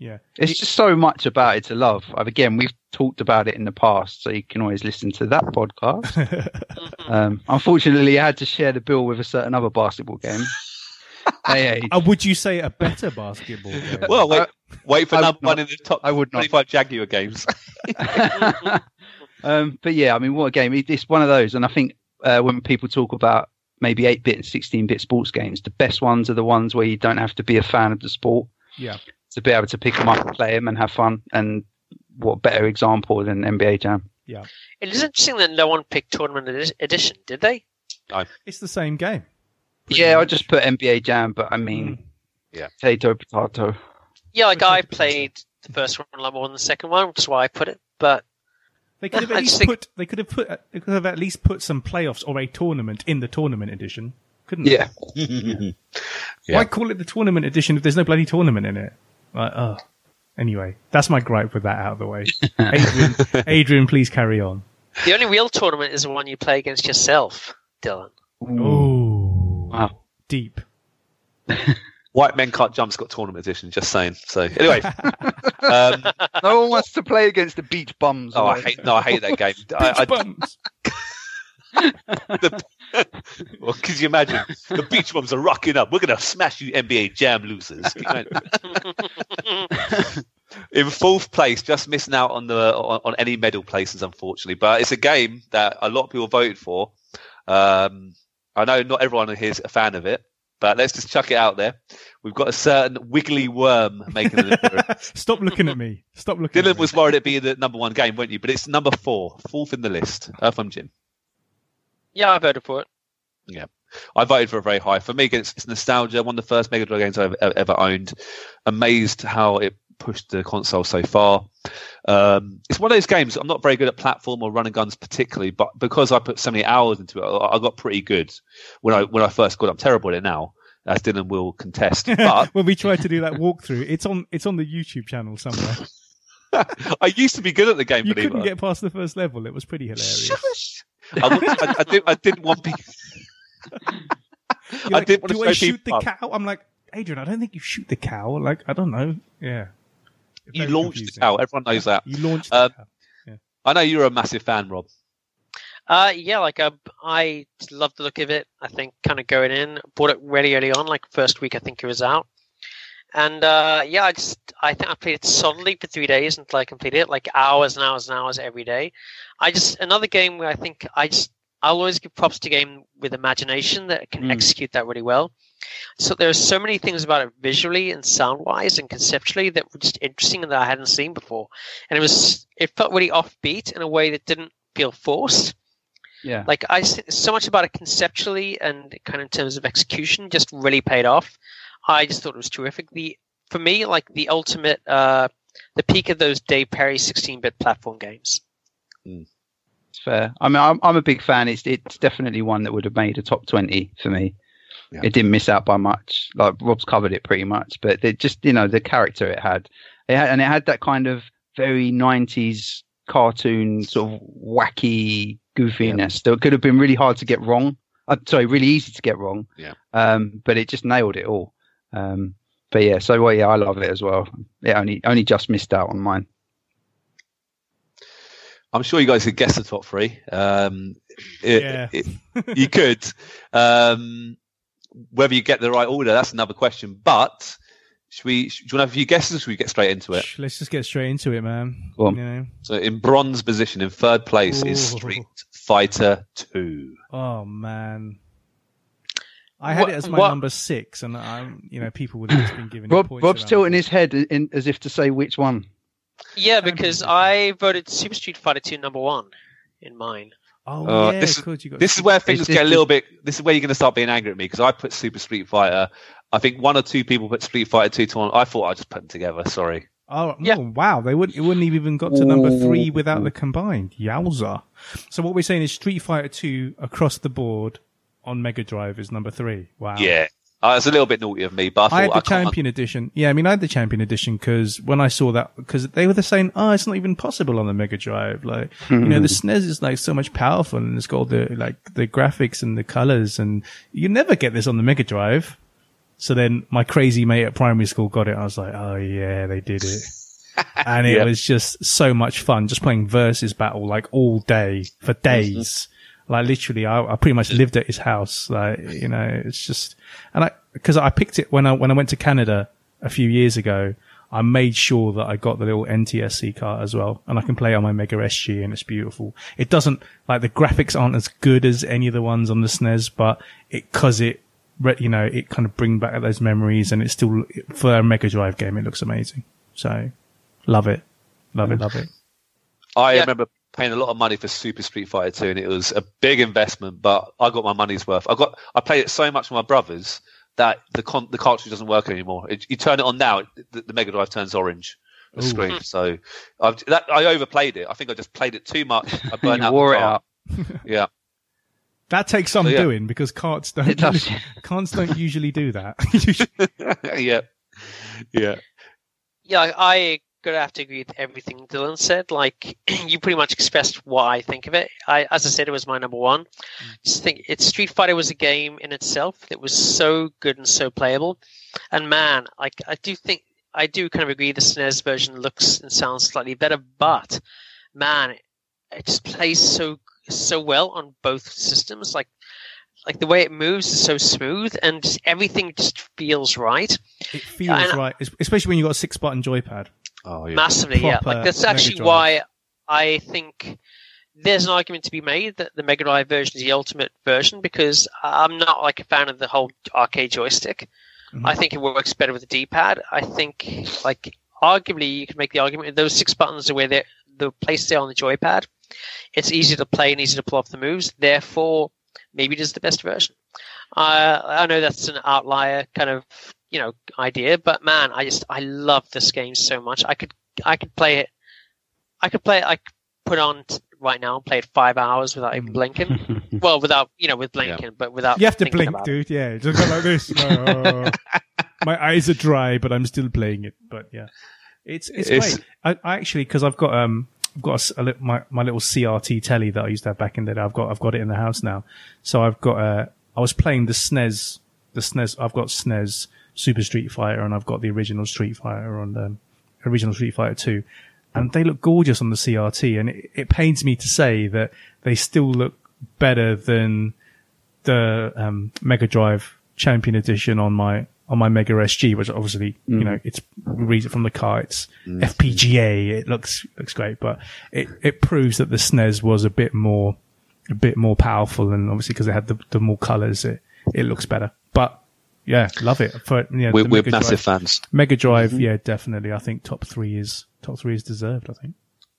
Speaker 2: Yeah.
Speaker 4: it's just so much about it to love. I've, again, we've talked about it in the past, so you can always listen to that
Speaker 2: [laughs]
Speaker 4: podcast.
Speaker 3: Mm-hmm.
Speaker 4: um, unfortunately, I had to share the bill with a certain other basketball game. hey, hey,
Speaker 2: Uh, would you say a better basketball game?
Speaker 1: [laughs] Well, wait, wait for
Speaker 4: I would
Speaker 1: number one in
Speaker 4: not-
Speaker 1: the top
Speaker 4: I would not.
Speaker 1: twenty-five Jaguar
Speaker 4: [laughs]
Speaker 1: games.
Speaker 4: um, but yeah, I mean, what a game! It- It's one of those, and I think uh, when people talk about maybe eight bit and sixteen bit sports games, the best ones are the ones where you don't have to be a fan of the sport
Speaker 2: yeah.
Speaker 4: to be able to pick them up and play them and have fun. And what better example than NBA Jam?
Speaker 3: It is interesting that no one picked Tournament Edi- Edition, did they?
Speaker 2: It's the same game. Pretty
Speaker 4: yeah, I
Speaker 2: much. Hmm.
Speaker 4: just put NBA Jam, but I mean,
Speaker 1: Yeah.
Speaker 4: potato potato.
Speaker 3: Yeah, like [laughs]
Speaker 2: Potato,
Speaker 3: I
Speaker 2: potato.
Speaker 3: played the first one a lot more than the second one, which is why I put it. But
Speaker 2: They could have
Speaker 3: [laughs] I
Speaker 2: at least
Speaker 3: just think-
Speaker 2: put. They could have put. They could have at least put some playoffs or a tournament in the tournament edition, couldn't they?
Speaker 4: Yeah,
Speaker 2: Why call it the tournament edition if there's no bloody tournament in it? Like, oh. Anyway, that's my gripe with that out of
Speaker 1: [laughs]
Speaker 2: the way. Adrian, Adrian please carry on.
Speaker 3: the only real tournament is the one you play against yourself, Dylan.
Speaker 2: Oh,
Speaker 4: wow.
Speaker 2: deep.
Speaker 1: White Men Can't Jump's got tournament edition. Just saying. So anyway, um,
Speaker 4: No one wants to play against the beach bums.
Speaker 1: oh, I
Speaker 4: right?
Speaker 1: hate no, I hate that game. I, I,
Speaker 2: Beach
Speaker 1: [laughs]
Speaker 2: bums.
Speaker 1: Well, could you imagine the beach bums are rocking up? We're gonna smash you NBA Jam losers. Can you imagine? In fourth place, just missing out on the on, on any medal places, unfortunately. But it's a game that a lot of people voted for. Um, I know not everyone here is a fan of it, but let's just chuck it out there. We've got a certain wiggly worm making an appearance.
Speaker 2: [laughs] Stop looking at me. Stop looking. at
Speaker 1: Dylan
Speaker 2: me.
Speaker 1: was worried it'd be the number one game, weren't you? But it's number four, fourth in the list. Uh, from Jim.
Speaker 3: Yeah, I've voted for it.
Speaker 1: I voted for a very high. For me, it's, it's nostalgia. One of the first Mega Drive games I've e- ever owned. Amazed how it pushed the console so far. Um, it's one of those games. I'm not very good at platform or run and guns particularly, but because I put so many hours into it, I I got pretty good when I when I first got. it. I'm terrible at it now, as Dylan will
Speaker 2: [laughs]
Speaker 1: contest. But
Speaker 2: when we tried to do that walkthrough, it's on it's on the YouTube channel somewhere.
Speaker 1: [laughs] I used to be good at the game.
Speaker 2: You
Speaker 1: believe
Speaker 2: couldn't
Speaker 1: it.
Speaker 2: get past the first level. It was pretty hilarious.
Speaker 1: Shush. I, want-
Speaker 2: [laughs]
Speaker 1: I, I, did, I didn't want people.
Speaker 2: You're
Speaker 1: I
Speaker 2: like,
Speaker 1: didn't want
Speaker 2: do
Speaker 1: to
Speaker 2: I
Speaker 1: show
Speaker 2: shoot the
Speaker 1: people up.
Speaker 2: cow? I'm like, Adrian, I don't think you shoot the cow. Like, I don't know. Yeah.
Speaker 1: You
Speaker 2: Very
Speaker 1: launched
Speaker 2: confusing.
Speaker 1: the cow. Everyone knows that.
Speaker 2: You launched
Speaker 1: Uh,
Speaker 2: the cow.
Speaker 1: I know you're a massive fan, Rob.
Speaker 3: Uh, yeah, like I, I love the look of it. I think kind of going in, bought it really early on, like first week I think it was out. And uh, yeah, I just I think I played it solidly for three days until I completed it, like hours and hours and hours every day. I just another game where I think I just I'll always give props to a game with imagination that can
Speaker 4: Mm.
Speaker 3: execute that really well. So there are so many things about it visually and sound wise and conceptually that were just interesting and that I hadn't seen before. And it was it felt really offbeat in a way that didn't feel forced
Speaker 4: Yeah.
Speaker 3: like I s- so much about it conceptually and kind of in terms of execution just really paid off. I just thought it was terrific. The for me like the ultimate uh, the peak of those Dave Perry 16-bit platform games.
Speaker 4: It's fair. I mean, I'm, I'm a big fan. It's it's definitely one that would have made a top twenty for me.
Speaker 1: Yeah.
Speaker 4: It didn't miss out by much. Like Rob's covered it pretty much, but it just you know the character it had, it had, and it had that kind of very '90s cartoon sort of wacky goofiness that could have been really hard to get wrong. Uh, sorry, really easy to get wrong.
Speaker 1: Yeah.
Speaker 4: Um, but it just nailed it all. Um, but yeah, so well, yeah, I love it as well. It only only just missed out on mine.
Speaker 1: I'm sure you guys could guess the top three. Um, it-
Speaker 2: Yeah.
Speaker 1: it- you could. Um, whether you get the right order, that's another question. But should we? sh- Do you want to have a few guesses? Or should we get straight into it?
Speaker 2: Shh, Let's just get straight into it, man.
Speaker 4: Go on.
Speaker 2: You know?
Speaker 1: So, in bronze position, in third place, is
Speaker 2: Ooh.
Speaker 1: Street Fighter Two.
Speaker 2: Oh man. I had
Speaker 3: Wha-
Speaker 2: it as my
Speaker 3: what-
Speaker 2: number six, and I'm, you know, people would have just been giving. it
Speaker 4: Rob,
Speaker 2: points
Speaker 4: Rob's
Speaker 2: around.
Speaker 4: tilting his head in, as if to say which one.
Speaker 3: Yeah,
Speaker 2: Kind of
Speaker 3: because
Speaker 2: interesting.
Speaker 3: I voted Super Street Fighter 2 number 1 in mine.
Speaker 2: Oh
Speaker 1: Uh,
Speaker 2: yeah,
Speaker 1: this
Speaker 2: of
Speaker 1: is-
Speaker 2: course you got.
Speaker 1: This is where things
Speaker 4: It's-
Speaker 1: get a
Speaker 4: it's-
Speaker 1: little bit. This is where you're going to start being angry at me because I put Super Street Fighter. I think one or two people put Street Fighter Two to one. I thought I just put them together. Sorry.
Speaker 2: Oh
Speaker 3: Yeah.
Speaker 2: oh, wow! They wouldn't. It wouldn't have even got to number three
Speaker 4: Ooh.
Speaker 2: without the combined. Yowza! So what we're saying is Street Fighter Two across the board on Mega Drive is number three. Wow.
Speaker 1: Yeah, uh, it's a little bit naughty of me, but I thought
Speaker 2: I had the
Speaker 1: I can't-
Speaker 2: Champion Edition. Yeah, I mean, I had the Champion Edition because when I saw that, because they were the saying, oh, it's not even possible on the Mega Drive. Like, you know, the
Speaker 1: Hmm.
Speaker 2: SNES is like so much powerful and it's got all the, like, the graphics and the colors and you never get this on the Mega Drive. So then my crazy mate at primary school got it. I was like, oh yeah, they did it. and it
Speaker 1: Yeah.
Speaker 2: was just so much fun just playing versus battle like all day for days. Like literally, I, I pretty much lived at his house. Like, you know, it's just, and I, cause I picked it when I, when I went to Canada a few years ago, I made sure that I got the little NTSC cart as well. And I can play on my Mega SG and it's beautiful. It doesn't, like the graphics aren't as good as any of the ones on the SNES, but it, cause it, re- you know, it kind of bring back those memories and it's still, for a Mega Drive game, it looks amazing. So love it. Love it. Love it.
Speaker 1: I
Speaker 3: Yeah.
Speaker 1: remember paying a lot of money for Super Street Fighter 2 and it was a big investment, but I got my money's worth. I got I played it so much with my brothers that the con- the cartridge doesn't work anymore. It, you turn it on now, it, the, the Mega Drive turns orange. The
Speaker 2: Ooh.
Speaker 1: screen. So I've, that, I overplayed it. I think I just played it too much. I
Speaker 4: [laughs]
Speaker 1: burned
Speaker 4: You
Speaker 1: out.
Speaker 4: wore
Speaker 1: the
Speaker 4: it
Speaker 1: cart.
Speaker 4: out.
Speaker 1: Yeah.
Speaker 2: [laughs] That takes some
Speaker 1: So, yeah.
Speaker 2: doing because carts don't,
Speaker 4: [laughs] It does.
Speaker 2: carts don't
Speaker 1: [laughs]
Speaker 2: [laughs] usually do that.
Speaker 1: yeah. Yeah.
Speaker 3: Yeah, I going to have to agree with everything Dylan said. Like [clears throat] you pretty much expressed what I think of it. I, as I said, it was my number one. Just think, it's Street Fighter was a game in itself that was so good and so playable. And man, like I do think I do kind of agree the SNES version looks and sounds slightly better, but man, it, it just plays so so well on both systems. Like like the way it moves is so smooth, and just everything just feels right.
Speaker 2: It feels
Speaker 3: And-
Speaker 2: right, es- especially when you've got a six button joypad.
Speaker 1: Oh, yeah.
Speaker 3: massively yeah
Speaker 2: Proper
Speaker 3: like that's
Speaker 2: Mega
Speaker 3: actually
Speaker 2: Drive.
Speaker 3: why i think there's an argument to be made that the mega drive version is the ultimate version because i'm not like a fan of the whole arcade joystick
Speaker 2: Mhm.
Speaker 3: i think it works better with the d-pad i think like arguably you can make the argument those six buttons are where they're, they're placed there on the joypad it's easy to play and easy to pull off the moves therefore maybe it is the best version uh, i know that's an outlier kind of you know idea but man i just i love this game so much i could I could play it. I could play it. I could put on t- right now and play it five hours without even
Speaker 4: [laughs]
Speaker 3: blinking. well, without you know, with blinking, but without
Speaker 2: You have to
Speaker 3: thinking
Speaker 2: blink,
Speaker 3: about it.
Speaker 2: dude. Yeah, just go like
Speaker 3: [laughs]
Speaker 2: this. Oh. my eyes are dry, but I'm still playing it. But yeah, it's it's,
Speaker 1: It's-
Speaker 2: great. I, I actually because I've got um I've got a s- a, li- my my little CRT telly that I used to have back in the day. I've got I've got it in the house now. So I've got uh I was playing the SNES the SNES. I've got SNES Super Street Fighter and I've got the original Street Fighter on um, original Street Fighter two. And they look gorgeous on the CRT, and it, it pains me to say that they still look better than the um, Mega Drive Champion Edition on my on my Mega SG, which obviously
Speaker 1: Mm.
Speaker 2: you know it's reads it from the car. It's FPGA. It looks looks great, but it it proves that the SNES was a bit more a bit more powerful, and obviously because it had the, the more colors, it it looks better. But yeah, love it. For yeah,
Speaker 1: We're,
Speaker 2: the
Speaker 1: we're
Speaker 2: Mega
Speaker 1: massive Mm-hmm.
Speaker 2: Drive.
Speaker 1: fans.
Speaker 2: Mega Drive, yeah, definitely. I think top three is top three is deserved. I think.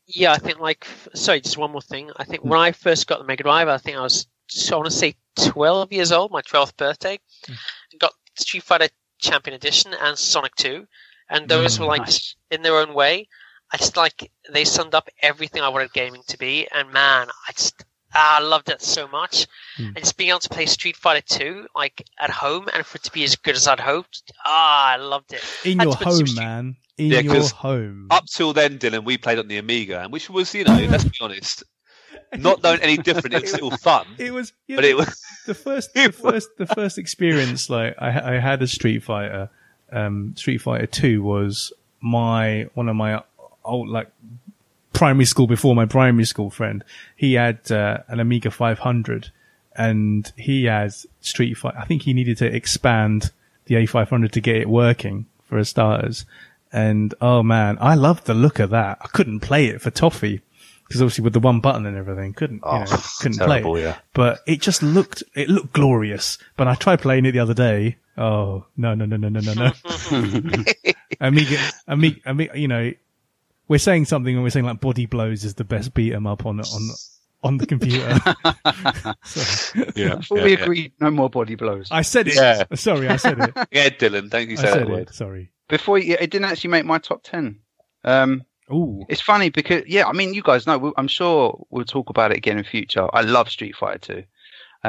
Speaker 3: Yeah, I think like f- sorry, just one more thing. I think when I first got the Mega Drive, I think I was so I want to say 12 years old, my 12th birthday. Got Street Fighter Champion Edition and Sonic 2, and those were like
Speaker 4: [laughs] Nice.
Speaker 3: in their own way. I just like they summed up everything I wanted gaming to be, and man, I just ah, I loved it so much. And just being able to play Street Fighter 2 like at home and for it to be as good as I'd hoped, ah, I loved it.
Speaker 2: In
Speaker 3: Had
Speaker 2: your
Speaker 3: to put Super
Speaker 2: home,
Speaker 3: Street-
Speaker 2: man. In
Speaker 1: Yeah,
Speaker 2: your
Speaker 1: 'cause
Speaker 2: home.
Speaker 1: Up till then, Dylan, we played on the Amiga, and which was, you know, let's be honest, not known any different. It was still
Speaker 2: [laughs]
Speaker 1: fun,
Speaker 2: it was. you
Speaker 1: but
Speaker 2: know,
Speaker 1: it was
Speaker 2: [laughs]
Speaker 1: [laughs]
Speaker 2: the first, the first, the first experience like I, I had a Street Fighter, um, Street Fighter Two was my one of my old like primary school before my primary school friend. He had uh, an Amiga 500, and he had Street Fighter. I think he needed to expand the A500 to get it working for starters. And oh man, I loved the look of that. I couldn't play it for toffee because obviously with the one button and everything, couldn't you
Speaker 1: Oh,
Speaker 2: know, couldn't
Speaker 1: terrible,
Speaker 2: play. it.
Speaker 1: yeah.
Speaker 2: But it just looked it looked glorious. But I tried playing it the other day. Oh no no no no no no no. Amiga, Amiga, Amiga, you know, we're saying something and we're saying like body blows is the best beat 'em up on on on the computer.
Speaker 1: yeah,
Speaker 4: I thought we agreed no more body blows.
Speaker 2: I said it.
Speaker 1: Yeah.
Speaker 2: Sorry, I said it.
Speaker 1: yeah, Dylan, don't [laughs] you
Speaker 2: I
Speaker 1: say that
Speaker 2: said
Speaker 1: word.
Speaker 2: it. Sorry.
Speaker 4: Before you, it didn't actually make my top ten. Um,
Speaker 2: Ooh.
Speaker 4: It's funny because yeah, I mean, you guys know. we- I'm sure we'll talk about it again in future. I love Street Fighter 2.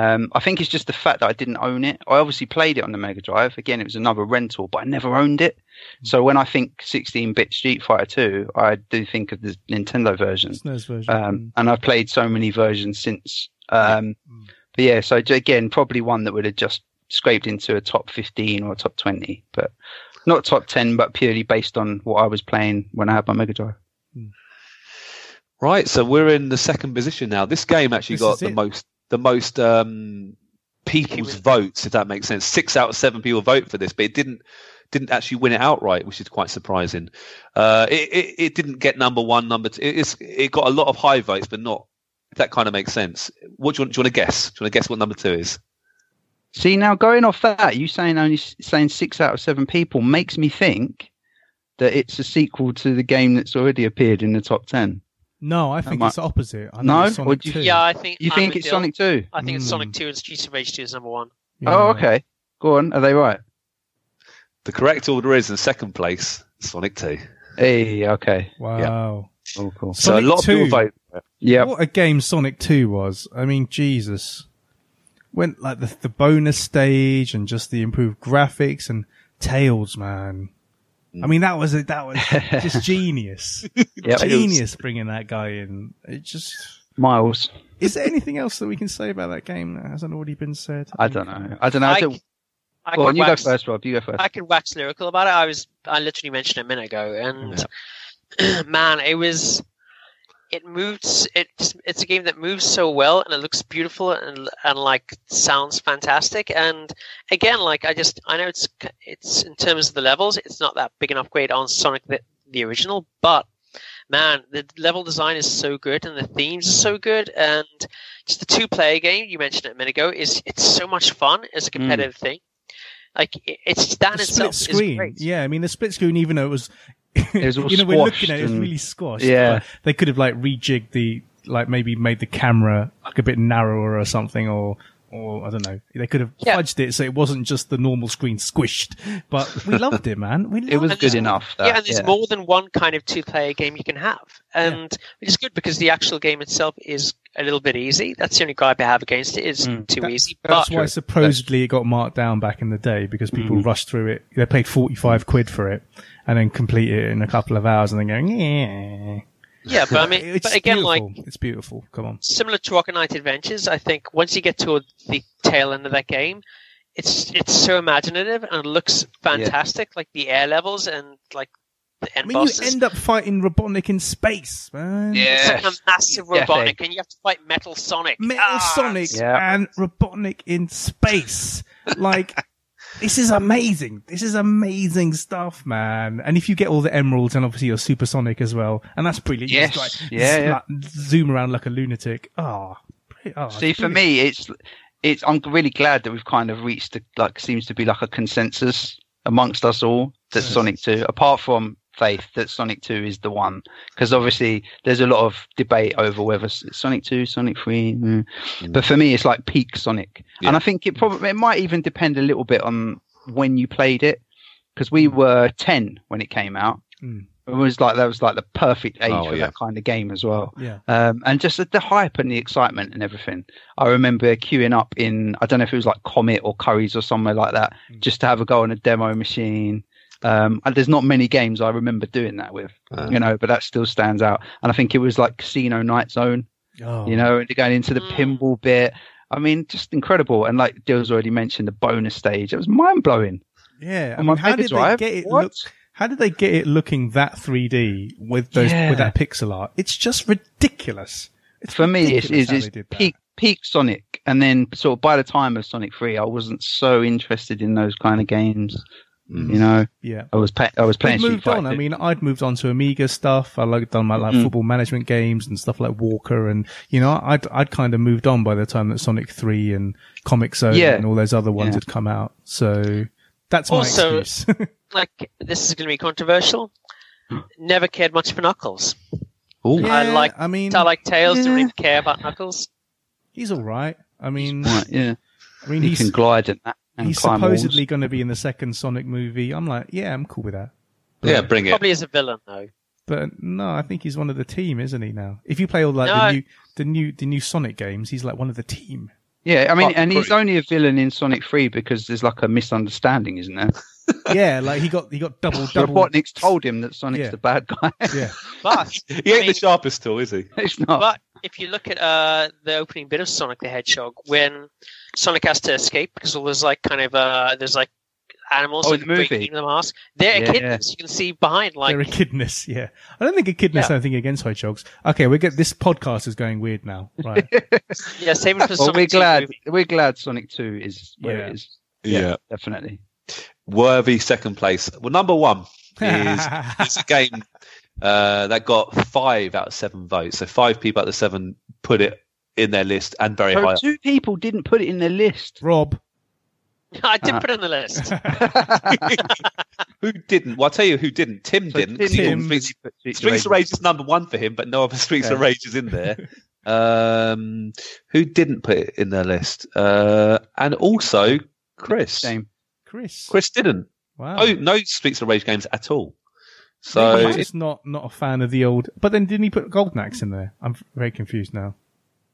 Speaker 4: Um, I think it's just the fact that I didn't own it. I obviously played it on the Mega Drive. Again, it was another rental, but I never owned it. So when I think 16-bit Street Fighter 2, I do think of the Nintendo version.
Speaker 2: SNES version.
Speaker 4: Um, and I've played so many versions since. Um,
Speaker 2: Mm.
Speaker 4: but yeah, so j- again, probably one that would have just scraped into a top 15 or top 20, but not top 10, but purely based on what I was playing when I had my Mega Drive.
Speaker 1: Right, so we're in the second position now. This game actually
Speaker 2: This
Speaker 1: got
Speaker 2: is
Speaker 1: the
Speaker 2: it.
Speaker 1: most the most um, people's votes, if that makes sense. Six out of seven people vote for this, but it didn't didn't actually win it outright, which is quite surprising. Uh, it, it it didn't get number one, number two. It, it's it got a lot of high votes, but not. If that kind of makes sense. What do you want? Do you want to guess? Do you want to guess what number two is?
Speaker 4: See, now going off that, you saying only s- saying six out of seven people makes me think that it's a sequel to the game that's already appeared in the top 10.
Speaker 2: no, I think
Speaker 4: I-
Speaker 2: it's the opposite. I
Speaker 4: No?
Speaker 2: know it's
Speaker 4: Or
Speaker 2: Sonic
Speaker 4: do you-
Speaker 2: 2.
Speaker 3: Yeah, I think
Speaker 4: You
Speaker 3: I'm
Speaker 4: think
Speaker 3: with
Speaker 4: it's
Speaker 3: Dylan.
Speaker 4: Sonic 2?
Speaker 3: I think it's Sonic
Speaker 2: Mm.
Speaker 3: 2 and Streets of Rage 2 is number one.
Speaker 2: Yeah.
Speaker 4: Oh, okay. Go on. Are they right?
Speaker 1: The correct order is in second place, Sonic Two.
Speaker 4: Hey, okay.
Speaker 2: Wow.
Speaker 4: Oh, cool.
Speaker 1: So a
Speaker 2: Sonic
Speaker 1: lot of
Speaker 2: 2.
Speaker 1: people vote.
Speaker 4: Yep.
Speaker 2: What a game Sonic 2 was. I mean, Jesus. When like the, the bonus stage and just the improved graphics and Tails, man. I mean, that was a, that
Speaker 4: [laughs]
Speaker 2: was just genius,
Speaker 4: Yeah,
Speaker 2: genius bringing that guy in. It just
Speaker 4: Miles.
Speaker 2: is there anything else that we can say about that game that hasn't already been said?
Speaker 4: I don't know. I don't know. I,
Speaker 3: I-
Speaker 4: don't-
Speaker 3: I
Speaker 4: go on,
Speaker 3: could
Speaker 4: you go
Speaker 3: wax-
Speaker 4: first, Rob. You go first.
Speaker 3: I could wax lyrical about it. I was I literally mentioned it a minute ago, and [clears throat] man, it was it moves. It's it's a game that moves so well, and it looks beautiful, and and like sounds fantastic. And again, like I just I know it's it's in terms of the levels, it's not that big an upgrade on Sonic the, the original, but man, the level design is so good, and the themes are so good, and just the two player game you mentioned it a minute ago is it's so much fun as a competitive thing. Like it- it's that
Speaker 2: The
Speaker 3: itself
Speaker 2: split
Speaker 3: is
Speaker 2: screen,
Speaker 3: great.
Speaker 2: yeah. I mean, the split screen, even though it was, [laughs]
Speaker 4: was all
Speaker 2: you know, we're
Speaker 4: squashed
Speaker 2: looking at it, it was
Speaker 4: and-
Speaker 2: really squashed.
Speaker 4: Yeah.
Speaker 2: but they could have like rejigged the, like maybe made the camera like a bit narrower or something, or or I don't know. They could have
Speaker 3: Yeah.
Speaker 2: fudged it so it wasn't just the normal screen squished. But we loved it, man. We loved
Speaker 4: It was
Speaker 3: And
Speaker 4: good
Speaker 3: there's-
Speaker 4: enough. That,
Speaker 3: yeah, and there's more than one kind of two-player game you can have, and which is good because the actual game itself is a little bit easy. That's the only gripe I have against it is too
Speaker 2: That's-
Speaker 3: easy.
Speaker 2: Hmm. That's
Speaker 3: but Mm.
Speaker 2: why supposedly it got marked down back in the day because people rushed through it. They paid 45 quid for it and then complete it in a couple of hours and then going, yeah.
Speaker 3: [laughs] yeah, but I mean,
Speaker 2: [laughs] It's
Speaker 3: but again, like
Speaker 2: beautiful. it's beautiful. Come on.
Speaker 3: similar to Rocket Knight Adventures, I think once you get toward the tail end of that game, it's it's so imaginative and it looks fantastic. Like the air levels and like the
Speaker 2: I
Speaker 3: end
Speaker 2: mean, you
Speaker 3: bosses.
Speaker 2: end up fighting Robotnik in space, man.
Speaker 4: Yeah.
Speaker 3: it's like a massive
Speaker 4: Yeah, they-
Speaker 3: robotic, and you have to fight Metal Sonic.
Speaker 2: Metal
Speaker 3: Ah,
Speaker 2: Sonic
Speaker 4: Yeah.
Speaker 2: and Robotnik in space. Like, this is amazing. This is amazing stuff, man. And if you get all the emeralds and obviously you're supersonic as well, and that's brilliant. You just,
Speaker 4: Yes.
Speaker 2: like,
Speaker 4: Yeah,
Speaker 2: z-
Speaker 4: yeah.
Speaker 2: like, zoom around like a lunatic. Oh, pretty- oh,
Speaker 4: See,
Speaker 2: it's
Speaker 4: for
Speaker 2: brilliant.
Speaker 4: me, it's it's. I'm really glad that we've kind of reached the, like seems to be like a consensus amongst us all that
Speaker 2: Yes.
Speaker 4: Sonic Two, apart from Faith, that Sonic Two is the one because obviously there's a lot of debate over whether S- Sonic Two, Sonic Three, mm. but for me, it's like peak Sonic, and I think it probably it might even depend a little bit on when you played it because we were ten when it came out.
Speaker 2: Mm.
Speaker 4: It was like that was like the perfect age
Speaker 1: Oh,
Speaker 4: for
Speaker 1: yeah.
Speaker 4: that kind of game as well
Speaker 2: Yeah.
Speaker 4: um, and just the, the hype and the excitement and everything. I remember queuing up in I don't know if it was like Comet or Curry's or somewhere like that,
Speaker 2: Hmm.
Speaker 4: just to have a go on a demo machine. Um, and there's not many games I remember doing that with,
Speaker 1: Uh,
Speaker 4: you know, but that still stands out. And I think it was like Casino Night Zone,
Speaker 2: Oh.
Speaker 4: you know, and going into the
Speaker 3: Mm.
Speaker 4: pinball bit. I mean, just incredible. And like Dill's already mentioned, the bonus stage, it was mind blowing.
Speaker 2: Yeah. I
Speaker 4: On my
Speaker 2: mean, how
Speaker 4: Mega
Speaker 2: did they
Speaker 4: Drive,
Speaker 2: get it
Speaker 4: what?
Speaker 2: look? How did they get it looking that 3D with those
Speaker 4: Yeah.
Speaker 2: with that pixel art? It's just ridiculous. It's
Speaker 4: for me it's,
Speaker 2: ridiculous
Speaker 4: it's,
Speaker 2: how
Speaker 4: it's
Speaker 2: they did that.
Speaker 4: peak peak sonic and then sort of by the time of sonic 3 i wasn't so interested in those kind of games you know
Speaker 2: Yeah.
Speaker 4: i was pa- i was playing
Speaker 2: I'd moved
Speaker 4: Street
Speaker 2: on. I
Speaker 4: Fighter.
Speaker 2: mean, I'd moved on to Amiga stuff. I like done my like
Speaker 4: Mm.
Speaker 2: football management games and stuff like Walker, and you know, I'd I'd kind of moved on by the time that Sonic Three and Comic Zone
Speaker 4: Yeah.
Speaker 2: and all those other ones
Speaker 4: Yeah.
Speaker 2: had come out. So that's
Speaker 3: Also-
Speaker 2: my
Speaker 4: [laughs]
Speaker 2: excuse.
Speaker 3: Like this is going to be controversial. Never cared much for Knuckles.
Speaker 1: Ooh.
Speaker 3: I
Speaker 2: Yeah,
Speaker 3: like-
Speaker 2: I mean,
Speaker 3: I like Tails. Didn't
Speaker 4: Yeah.
Speaker 3: really care about Knuckles.
Speaker 2: he's all right. I mean,
Speaker 4: Right, yeah
Speaker 2: I mean,
Speaker 4: he
Speaker 2: he's
Speaker 4: can glide and that and
Speaker 2: he's
Speaker 4: climb walls.
Speaker 2: supposedly going to be in the second Sonic movie. I'm like, yeah, I'm cool with that.
Speaker 1: Yeah, bring it.
Speaker 3: Probably as a villain though.
Speaker 2: But no, I think he's one of the team, isn't he? Now, if you play all like the
Speaker 3: No.
Speaker 2: new the new the new Sonic games, he's like one of the team.
Speaker 4: yeah i mean
Speaker 1: Oh,
Speaker 4: and he's
Speaker 1: great.
Speaker 4: only a villain in sonic 3 because there's like a misunderstanding isn't there
Speaker 2: yeah, like he got he got
Speaker 4: [laughs]
Speaker 2: double double.
Speaker 4: robotnik's told him that sonic's
Speaker 2: Yeah.
Speaker 4: the bad guy [laughs]
Speaker 2: Yeah.
Speaker 3: But
Speaker 1: He ain't
Speaker 3: I mean,
Speaker 1: the sharpest tool, is he?
Speaker 4: it's not
Speaker 3: but if you look at uh, the opening bit of Sonic the Hedgehog, when Sonic has to escape because all those like kind of uh, there's like animals
Speaker 4: Oh,
Speaker 3: like
Speaker 4: in the movie.
Speaker 3: breaking the mask, they're
Speaker 4: Yeah.
Speaker 3: echidnas. You can see behind like
Speaker 2: They're echidnas, yeah. I don't think echidnas
Speaker 3: Yeah.
Speaker 2: anything against hedgehogs. Okay, we get this podcast is going weird now, right?
Speaker 3: yeah, same
Speaker 4: [laughs]
Speaker 3: for
Speaker 4: well,
Speaker 3: Sonic.
Speaker 4: we're
Speaker 3: 2
Speaker 4: glad
Speaker 3: movie.
Speaker 4: we're glad sonic 2 is where
Speaker 2: Yeah.
Speaker 4: it is
Speaker 1: yeah.
Speaker 4: definitely
Speaker 1: Worthy second place. Well, number one is it's a game uh, that got five out of seven votes. So five people out of seven put it in their list and very
Speaker 4: so
Speaker 1: high.
Speaker 4: two people didn't put it in
Speaker 2: [laughs]
Speaker 4: their
Speaker 2: [laughs]
Speaker 4: list [laughs]
Speaker 2: Rob,
Speaker 3: I did
Speaker 4: Uh,
Speaker 3: put it on the
Speaker 4: [laughs]
Speaker 3: list.
Speaker 1: Who didn't? Well, I'll tell you who didn't. Tim
Speaker 4: So
Speaker 1: didn't. 'cause he
Speaker 2: Tim-
Speaker 1: thought Streets, Streets of Rage is number one for him, but no other Streets of
Speaker 4: Yeah.
Speaker 1: Rage is in there. um, who didn't put it in their list? Uh, and also Chris.
Speaker 4: Shame.
Speaker 2: Chris,
Speaker 1: Chris didn't.
Speaker 2: wow.
Speaker 1: Oh, no Streets of Rage games at all. So
Speaker 2: Maybe he's just not not a fan of the old. But then didn't he put Golden Axe in there? I'm very confused now.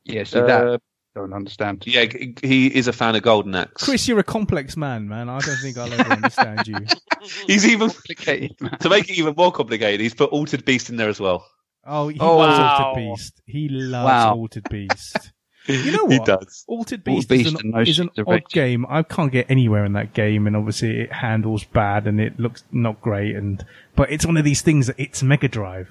Speaker 4: Yeah, so
Speaker 1: uh,
Speaker 4: that don't understand.
Speaker 1: Yeah, g- he is a fan of Golden Axe.
Speaker 2: Chris, you're a complex man, man. I don't think I'll ever understand you.
Speaker 1: He's even
Speaker 4: Complicated, man.
Speaker 1: to make it even more complicated. He's put Altered Beast in there as well.
Speaker 2: Oh, he
Speaker 4: Oh,
Speaker 2: loves
Speaker 3: wow.
Speaker 2: Altered Beast. He loves
Speaker 4: Wow.
Speaker 2: Altered Beast. You know
Speaker 1: [laughs] He
Speaker 2: what?
Speaker 1: does.
Speaker 2: Altered Beast,
Speaker 4: Altered
Speaker 2: is an,
Speaker 4: Beast and No
Speaker 2: is an
Speaker 4: Shades of
Speaker 2: odd
Speaker 4: Rage.
Speaker 2: game. I can't get anywhere in that game, and obviously it handles bad and it looks not great. And but it's one of these things that it's Mega Drive.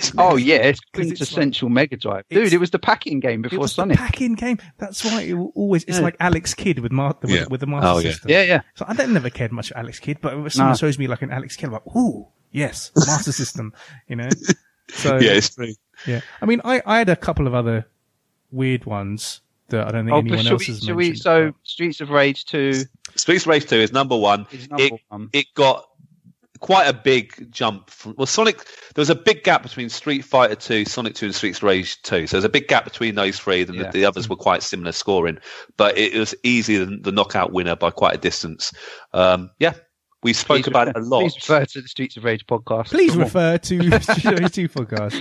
Speaker 4: [laughs] Oh yeah, it's
Speaker 2: [laughs] 'Cause it's
Speaker 4: quintessential Mega Drive,
Speaker 2: it's-
Speaker 4: dude. It was the packing game
Speaker 2: It
Speaker 4: before
Speaker 2: was the
Speaker 4: Sonic.
Speaker 2: pack-in game. That's why it will always. It's
Speaker 4: Yeah.
Speaker 2: like Alex Kidd with, Mar- with,
Speaker 1: Yeah.
Speaker 2: with the Master
Speaker 1: Oh, yeah.
Speaker 2: System.
Speaker 4: Yeah, yeah.
Speaker 2: So I don't never cared much for Alex Kidd, but if someone
Speaker 4: No.
Speaker 2: shows me like an Alex Kidd, I'm like, ooh,
Speaker 4: [laughs]
Speaker 2: yes, Master System, you know. So
Speaker 1: Yeah, it's true.
Speaker 2: yeah. I mean, I, I had a couple of other weird ones that I don't think
Speaker 4: Oh, but
Speaker 2: anyone
Speaker 4: should
Speaker 2: else
Speaker 4: we,
Speaker 2: has mentioned.
Speaker 4: should we? So Streets of Rage two
Speaker 1: Space Race Two is number one.
Speaker 4: is number
Speaker 1: It-
Speaker 4: one.
Speaker 1: It got quite a big jump from well, Sonic. There was a big gap between Street Fighter Two, Sonic Two, and Streets of Rage Two. So there's a big gap between those three. And
Speaker 4: Yeah.
Speaker 1: the, the others were quite similar scoring, but it was easily the, the knockout winner by quite a distance. Um, yeah, we spoke
Speaker 4: Please
Speaker 1: about
Speaker 4: refer-
Speaker 1: it a lot.
Speaker 4: Please refer to the Streets of Rage podcast.
Speaker 2: Please
Speaker 4: Come on.
Speaker 2: refer
Speaker 4: [laughs]
Speaker 2: to [laughs] Studio Two podcast.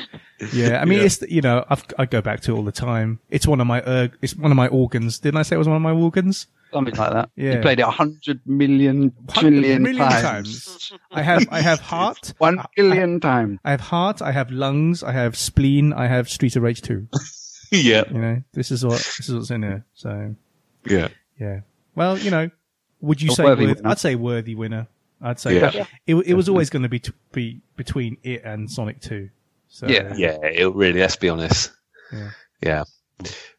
Speaker 2: Yeah, I mean,
Speaker 1: Yeah.
Speaker 2: it's you know, I've, I go back to it all the time. It's one of my erg, it's one of my organs. Didn't I say it was one of my organs?
Speaker 4: something like that.
Speaker 2: Yeah.
Speaker 4: You played it a hundred million
Speaker 2: 100
Speaker 4: trillion
Speaker 2: million
Speaker 4: times.
Speaker 2: times. Uh, I have I have heart.
Speaker 4: [laughs] One billion times.
Speaker 2: I have heart. I have lungs. I have spleen. I have Street of Rage Two.
Speaker 1: [laughs] yeah,
Speaker 2: You know, this is what this is what's in here. So
Speaker 1: yeah.
Speaker 2: yeah. Well, you know, would you
Speaker 4: A
Speaker 2: say
Speaker 4: worthy
Speaker 2: worth-
Speaker 4: winner.
Speaker 2: I'd say worthy winner. I'd say
Speaker 1: Yeah.
Speaker 2: it. It was always going to be t- be between it and Sonic Two. So
Speaker 4: Yeah.
Speaker 1: Yeah, it really. Let's be honest.
Speaker 2: Yeah.
Speaker 1: Yeah.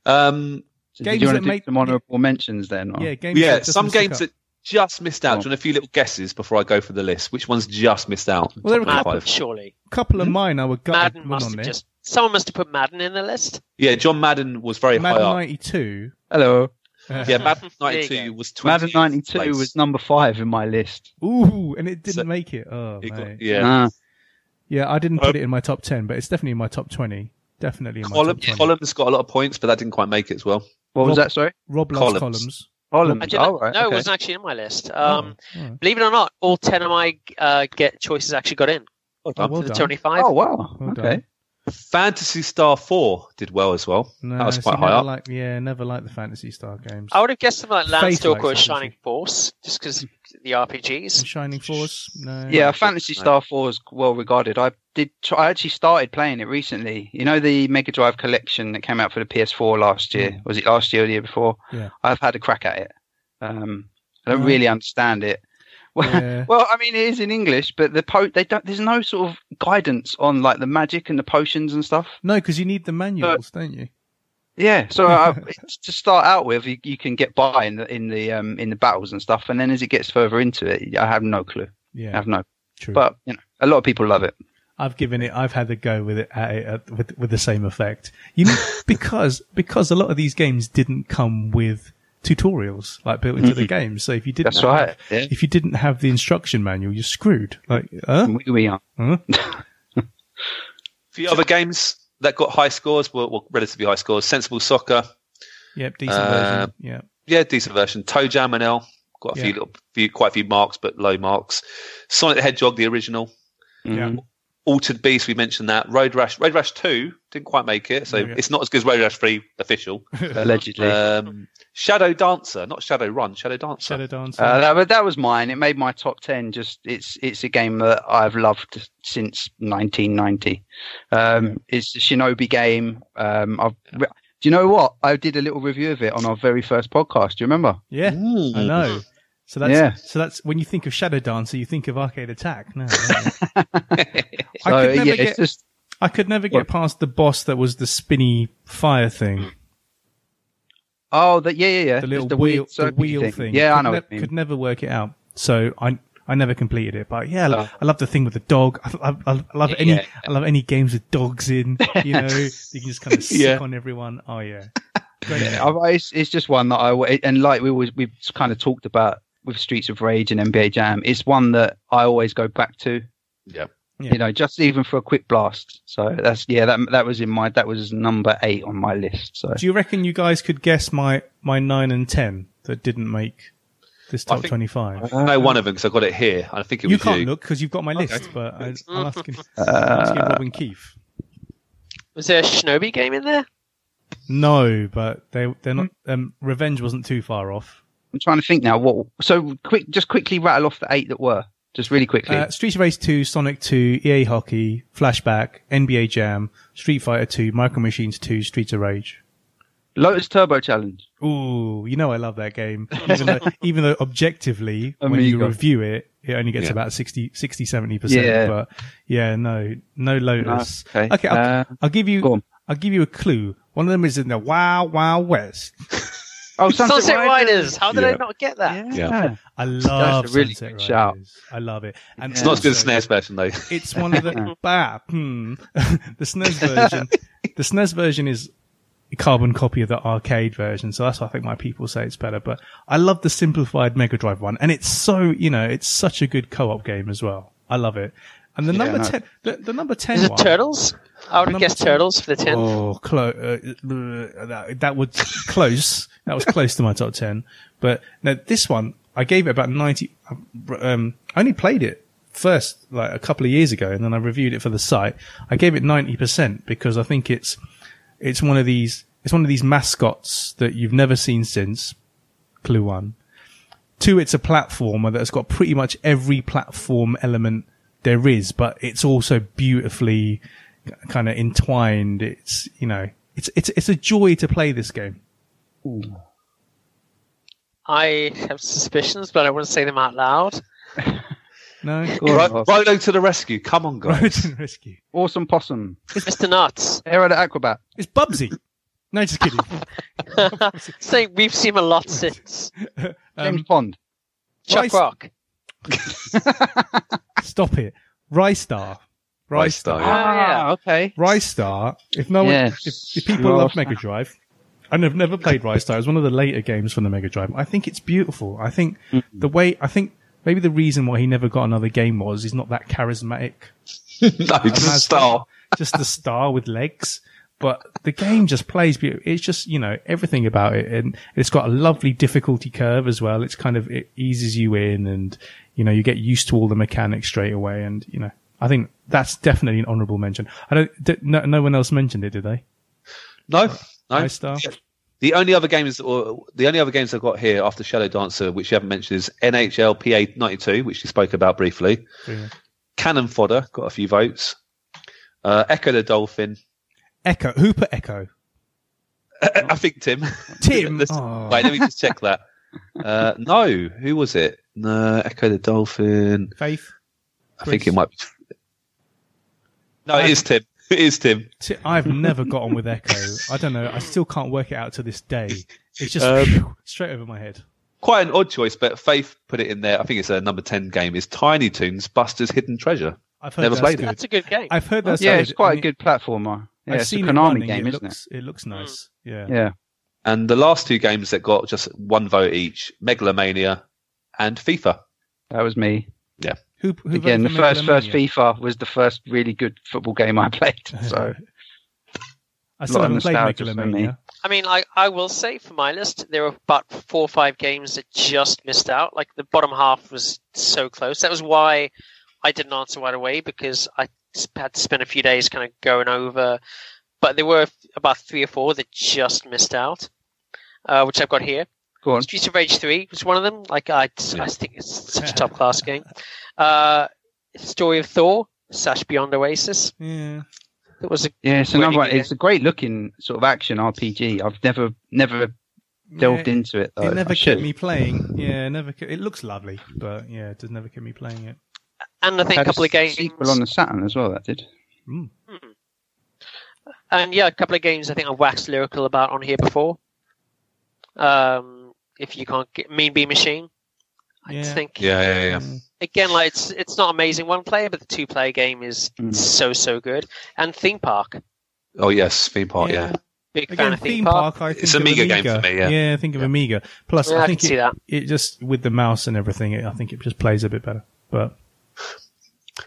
Speaker 1: Um,
Speaker 4: So
Speaker 2: Games
Speaker 4: did you want
Speaker 2: that
Speaker 4: to do
Speaker 2: make-
Speaker 4: some honourable mentions then? or-
Speaker 2: yeah, games
Speaker 1: yeah,
Speaker 2: that just
Speaker 1: some
Speaker 2: missed the
Speaker 1: games
Speaker 2: cut.
Speaker 1: that just missed out.
Speaker 3: Oh.
Speaker 4: Go
Speaker 1: Do you want a few little guesses before I go for the list? Which ones just missed out?
Speaker 2: Well, there were
Speaker 1: Top
Speaker 3: Madden,
Speaker 1: five.
Speaker 3: surely.
Speaker 2: couple
Speaker 4: Hmm?
Speaker 2: of mine I were gutted
Speaker 3: Madden
Speaker 2: when
Speaker 3: must
Speaker 2: on
Speaker 3: have
Speaker 2: there.
Speaker 3: just. Someone must have put Madden in the list.
Speaker 1: Yeah, John Madden was very
Speaker 2: Madden
Speaker 1: high up.
Speaker 2: ninety two.
Speaker 4: Hello.
Speaker 2: [laughs]
Speaker 1: Yeah, Madden
Speaker 3: There you
Speaker 1: 92
Speaker 3: go.
Speaker 1: was 20
Speaker 4: Madden 92 was number five in my list. Ah.
Speaker 2: Ooh, and it didn't
Speaker 1: So-
Speaker 2: make it. Oh,
Speaker 1: It got-
Speaker 2: mate.
Speaker 1: yeah.
Speaker 4: Nah.
Speaker 2: yeah, I didn't put it in my top ten, but it's definitely in my top twenty. Definitely in my
Speaker 1: Column,
Speaker 2: top twenty.
Speaker 1: Column's got a lot of points, but that didn't quite make it as well.
Speaker 4: What was
Speaker 2: Rob-
Speaker 4: that, sorry?
Speaker 2: Rob loves columns.
Speaker 1: columns.
Speaker 4: Column.
Speaker 3: I didn't,
Speaker 4: Oh, right.
Speaker 3: no, it
Speaker 4: okay.
Speaker 3: wasn't actually in my list. Um,
Speaker 2: Oh, all right.
Speaker 3: Believe it or not, all ten of my uh, get choices actually got in.
Speaker 2: Oh, well
Speaker 3: to the
Speaker 2: done.
Speaker 3: twenty-five.
Speaker 4: Oh, wow.
Speaker 2: Well
Speaker 4: okay.
Speaker 2: done.
Speaker 1: Fantasy Star 4 did well as well.
Speaker 2: No,
Speaker 1: that was
Speaker 2: see,
Speaker 1: quite
Speaker 2: never
Speaker 1: high up.
Speaker 2: Like, yeah, never liked the Fantasy Star games.
Speaker 3: I would have guessed something like
Speaker 2: Faith
Speaker 3: Landstalker
Speaker 2: likes
Speaker 3: or
Speaker 2: that,
Speaker 3: Shining
Speaker 2: doesn't
Speaker 3: Force, just because the RPGs.
Speaker 2: Shining Force. No.
Speaker 4: Yeah, Fantasy Star 4 is well regarded. I did. Try, I actually started playing it recently. You know the Mega Drive collection that came out for the PS4 last year? Was it last year or the year before?
Speaker 2: Yeah.
Speaker 4: I've had a crack at it. Um, I don't
Speaker 2: Right.
Speaker 4: really understand it. Well,
Speaker 2: [laughs] Yeah.
Speaker 4: [laughs] well, I mean, it is in English, but the po- they don't. There's no sort of guidance on like the magic and the potions and stuff.
Speaker 2: No, because you need the manuals, don't you?
Speaker 4: Yeah, so I, it's- to start out with, you, you can get by in the in the um, in the battles and stuff, and then as it gets further into it, I have no clue. I
Speaker 2: Yeah,
Speaker 4: have no,
Speaker 2: true.
Speaker 4: but you know, a lot of people love it.
Speaker 2: I've given it. I've had a go with it at it at, with, with the same effect.
Speaker 1: [laughs]
Speaker 2: You know, because because a lot of these games didn't come with tutorials like built
Speaker 1: Mm-hmm.
Speaker 2: into the game. So if you didn't,
Speaker 4: That's right. Yeah,
Speaker 2: If you didn't have the instruction manual, you're screwed. Like, huh?
Speaker 4: we, we are.
Speaker 2: Huh?
Speaker 1: A few other games that got high scores were, were relatively high scores. Sensible Soccer.
Speaker 2: Yep, decent
Speaker 1: Uh,
Speaker 2: version. Yeah,
Speaker 1: Yeah, decent version. Toe Jam and L. Got a
Speaker 2: Yeah.
Speaker 1: few little, few, quite a few marks, but low marks. Sonic the Hedgehog, the original.
Speaker 2: yeah.
Speaker 4: Mhm.
Speaker 1: Altered Beast, we mentioned that. Road Rash, Road Rash 2 didn't quite make it, so
Speaker 2: Oh, Yeah.
Speaker 1: it's not as good as Road Rash 3 official.
Speaker 4: Allegedly, uh,
Speaker 1: Um, Shadow Dancer, not Shadow Run, Shadow Dancer.
Speaker 2: Shadow Dancer.
Speaker 4: Uh, that, but that was mine. It made my top ten. Just it's it's a game that I've loved since 1990. Um, It's the Shinobi game. Um, I've. re- do you know what? I did a little review of it on our very first podcast. Do you remember?
Speaker 2: yeah,
Speaker 1: Mm.
Speaker 2: I know. So that's
Speaker 4: Yeah.
Speaker 2: so that's when you think of Shadow Dancer, you think of Arcade Attack. No, no.
Speaker 4: [laughs] So
Speaker 2: I could never
Speaker 4: yeah,
Speaker 2: get
Speaker 4: it's just
Speaker 2: I could never get past the boss that was the spinny fire thing,
Speaker 4: Oh, the, yeah, yeah, yeah.
Speaker 2: the
Speaker 4: Just
Speaker 2: little
Speaker 4: weird
Speaker 2: wheel, the
Speaker 4: circuity
Speaker 2: wheel thing.
Speaker 4: Yeah,
Speaker 2: could
Speaker 4: I know.
Speaker 2: ne-
Speaker 4: what you mean.
Speaker 2: Could never work it out. So I I never completed it, but yeah, I, lo-
Speaker 4: Oh.
Speaker 2: I love the thing with the dog. I, I, I love any
Speaker 1: Yeah.
Speaker 2: I love any games with dogs in. You know, you can just kind of sick
Speaker 1: Yeah.
Speaker 2: on everyone. Oh yeah, Great game.
Speaker 4: I- I- it's, it's just one that I wa- and like we always we've kind of talked about with Streets of Rage and NBA Jam. It's one that I always go back to.
Speaker 1: Yeah.
Speaker 2: Yeah.
Speaker 4: You know, just even for a quick blast. So that's yeah, that that was in my that was number eight on my list. So
Speaker 2: Do you reckon you guys could guess my my nine and ten that didn't make this
Speaker 1: I
Speaker 2: top
Speaker 1: think-
Speaker 2: twenty five?
Speaker 1: I know one of them because I got it here. I think it was
Speaker 2: You can't
Speaker 1: you.
Speaker 2: look because you've got my list, but I, I'm asking, I'm asking
Speaker 4: Uh,
Speaker 2: Robin Keefe.
Speaker 3: Was there a Shinobi game in there?
Speaker 2: No, but they they're not. Um, Revenge wasn't too far off.
Speaker 4: I'm trying to think now. What? So quick, just quickly rattle off the eight that were, just really quickly.
Speaker 2: Uh, Street Race 2, Sonic 2, EA Hockey, Flashback, NBA Jam, Street Fighter 2, Micro Machines 2, Streets of Rage.
Speaker 4: Lotus Turbo Challenge.
Speaker 2: Ooh, you know I love that game. Even
Speaker 4: [laughs]
Speaker 2: though, even though objectively, when you
Speaker 4: Amiga.
Speaker 2: review it, it only gets
Speaker 1: Yeah.
Speaker 2: about 60, 60 70%.
Speaker 4: Yeah.
Speaker 2: But yeah, no, no Lotus.
Speaker 4: No, okay.
Speaker 2: I'll, [laughs]
Speaker 4: Uh,
Speaker 2: I'll give
Speaker 4: go
Speaker 2: you,
Speaker 4: on.
Speaker 2: I'll give you a clue. One of them is in the Wow Wow West.
Speaker 4: Oh,
Speaker 3: Sunset,
Speaker 4: Sunset, Riders.
Speaker 3: Riders. How did I
Speaker 1: Yeah.
Speaker 3: not get that?
Speaker 1: Yeah.
Speaker 2: I love
Speaker 4: really
Speaker 2: Sunset
Speaker 4: good shout.
Speaker 2: Riders. I love it. And
Speaker 1: It's not as good as
Speaker 2: also-
Speaker 1: SNES version though.
Speaker 2: it's one of the bah, hmm. [laughs] the SNES version. the SNES version is a carbon copy of the arcade version, so that's why I think my people say it's better. But I love the simplified Mega Drive one, and it's so you know it's such a good co-op game as well. I love it. And the number
Speaker 4: no.
Speaker 2: ten, the, the number ten
Speaker 3: Is it
Speaker 2: one-
Speaker 3: Turtles? I would have
Speaker 2: Number
Speaker 3: guessed
Speaker 2: ten.
Speaker 3: Turtles for the 10th.
Speaker 2: Oh, clo- uh, that, that was close. That was close to my top 10. But now this one, I gave it about 90. Um, I only played it first like a couple of years ago and then I reviewed it for the site. I gave it 90% because I think it's, it's one of these, it's one of these mascots that you've never seen since Clue One. Two, it's a platformer that's got pretty much every platform element there is, but it's also beautifully kind of entwined. It's you know, it's it's it's a joy to play this game.
Speaker 3: I have suspicions, but I wouldn't say them out loud.
Speaker 2: No,
Speaker 4: Oh.
Speaker 1: Ro- Rolo to the rescue! Come on,
Speaker 2: [laughs]
Speaker 1: guys. [laughs]
Speaker 2: Roads and Rescue.
Speaker 4: Awesome Possum.
Speaker 2: [laughs]
Speaker 3: Mr. Nuts. [laughs]
Speaker 4: Aero the Acrobat.
Speaker 2: It's Bubsy. No, just kidding.
Speaker 3: Saying we've seen a lot since.
Speaker 4: James
Speaker 2: Um,
Speaker 4: Bond.
Speaker 3: Chuck
Speaker 2: Rice-
Speaker 3: Rock.
Speaker 2: stop it. Rystar.
Speaker 1: Rystar,
Speaker 2: Rystar.
Speaker 1: yeah.
Speaker 2: Ah,
Speaker 3: yeah.
Speaker 4: Ah, okay.
Speaker 2: Rystar. If no one,
Speaker 4: Yes.
Speaker 2: if, if people love Mega Drive, and I've never played Rystar, it was one of the later games from the Mega Drive. I think it's beautiful. I think the way, I think maybe the reason why he never got another game was he's not that charismatic
Speaker 1: no, just
Speaker 2: Mazda.
Speaker 1: a star.
Speaker 2: just a star with legs. But the game just plays beautiful. It's just, you know, everything about it. And it's got a lovely difficulty curve as well. It's kind of, it eases you in and, you know, you get used to all the mechanics straight away. And, you know, I think that's definitely an honorable mention. I don't, d- no, no one else mentioned it, did they?
Speaker 1: No, no.
Speaker 2: Nice star.
Speaker 1: The only other games, or the only other games I've got here after Shadow Dancer, which you haven't mentioned, is NHL PA ninety two, which you spoke about briefly.
Speaker 2: Yeah.
Speaker 1: Cannon fodder got a few votes. Uh, Echo the Dolphin.
Speaker 2: Echo. Who put
Speaker 4: [laughs]
Speaker 2: Echo?
Speaker 1: I think Tim. [laughs]
Speaker 2: Tim.
Speaker 1: Let's-
Speaker 2: Oh.
Speaker 1: Wait, let me just check that. Uh, no, who was it? No, Echo the Dolphin.
Speaker 2: Faith.
Speaker 1: I think it might be. No,
Speaker 2: Uh,
Speaker 1: it is Tim. [laughs] It is Tim.
Speaker 2: T- I've never got on with Echo. I don't know. I still can't work it out to this day. It's
Speaker 1: [laughs]
Speaker 2: just
Speaker 1: Um,
Speaker 2: phew, straight over my head.
Speaker 1: Quite an odd choice, but Faith put it in there. I think it's a number ten game. Is Tiny Toons Buster's Hidden Treasure?
Speaker 2: I've heard
Speaker 1: never
Speaker 2: that's
Speaker 1: played it.
Speaker 2: good.
Speaker 3: That's a good game.
Speaker 2: I've heard that's
Speaker 4: yeah,
Speaker 2: good.
Speaker 4: it's quite
Speaker 2: and
Speaker 4: a
Speaker 2: it-
Speaker 4: good platformer. Yeah,
Speaker 2: I've
Speaker 4: it's a
Speaker 2: seen it
Speaker 4: Konami
Speaker 2: running,
Speaker 4: game,
Speaker 2: it
Speaker 4: isn't Mm.
Speaker 2: looks, it? looks nice. Yeah.
Speaker 4: it? Yeah.
Speaker 1: And the last two games that got just one vote each: Megalomania and FIFA.
Speaker 4: That was me.
Speaker 2: Who, who voted
Speaker 4: Again, the
Speaker 2: for
Speaker 4: first first
Speaker 2: Megalomania?
Speaker 4: FIFA was the first really good football game I [laughs] played.
Speaker 2: [laughs]
Speaker 4: So
Speaker 2: I still
Speaker 4: lot of
Speaker 2: haven't played
Speaker 4: nostalgia for me.
Speaker 2: Megalomania.
Speaker 3: I mean, I, I will say for my list, there were about four or five games that just missed out. Like the bottom half was so close. That was why I didn't answer right away because I s- had to spend a few days kind of going over. But there were about three or four that just missed out, uh, which I've got here.
Speaker 2: [laughs]
Speaker 4: go on.
Speaker 3: Streets of Rage 3 was one of them. Like, I,
Speaker 1: Yeah.
Speaker 3: I think it's such a
Speaker 4: [laughs]
Speaker 3: top class game. Uh, Story of Thor, Sash Beyond Oasis.
Speaker 2: Yeah.
Speaker 3: It was a
Speaker 4: Yeah, it's
Speaker 3: Winning
Speaker 4: another one.
Speaker 3: again.
Speaker 4: It's a great looking sort of action RPG. I've never never delved
Speaker 2: Yeah,
Speaker 4: into it though.
Speaker 2: It never
Speaker 4: I should.
Speaker 2: kept me playing. Yeah, it never. Kept, it looks lovely, but yeah, it does never kept me playing it.
Speaker 3: and I think a
Speaker 4: Had
Speaker 3: couple of games.
Speaker 4: sequel on the Saturn as well.
Speaker 3: [laughs]
Speaker 4: That did.
Speaker 2: Mm.
Speaker 3: And yeah, a couple of games I think I've waxed lyrical about on here before. Um, if you can't get Mean Bee Machine, I
Speaker 2: Yeah.
Speaker 3: think
Speaker 1: Yeah, yeah, yeah.
Speaker 2: Mm.
Speaker 3: again like it's it's not amazing one player, but the two player game is
Speaker 4: Mm.
Speaker 3: so so good. And Theme Park,
Speaker 1: Oh yes, theme park. Yeah.
Speaker 3: big fan
Speaker 2: Again,
Speaker 3: of
Speaker 2: theme park. I think
Speaker 1: It's
Speaker 2: of
Speaker 1: Amiga game for me, yeah.
Speaker 2: I think of Amiga. Plus,
Speaker 3: Yeah,
Speaker 2: I
Speaker 3: I
Speaker 2: think
Speaker 3: can see
Speaker 2: it,
Speaker 3: that.
Speaker 2: it just with the mouse and everything. It, I think it just plays a bit better. But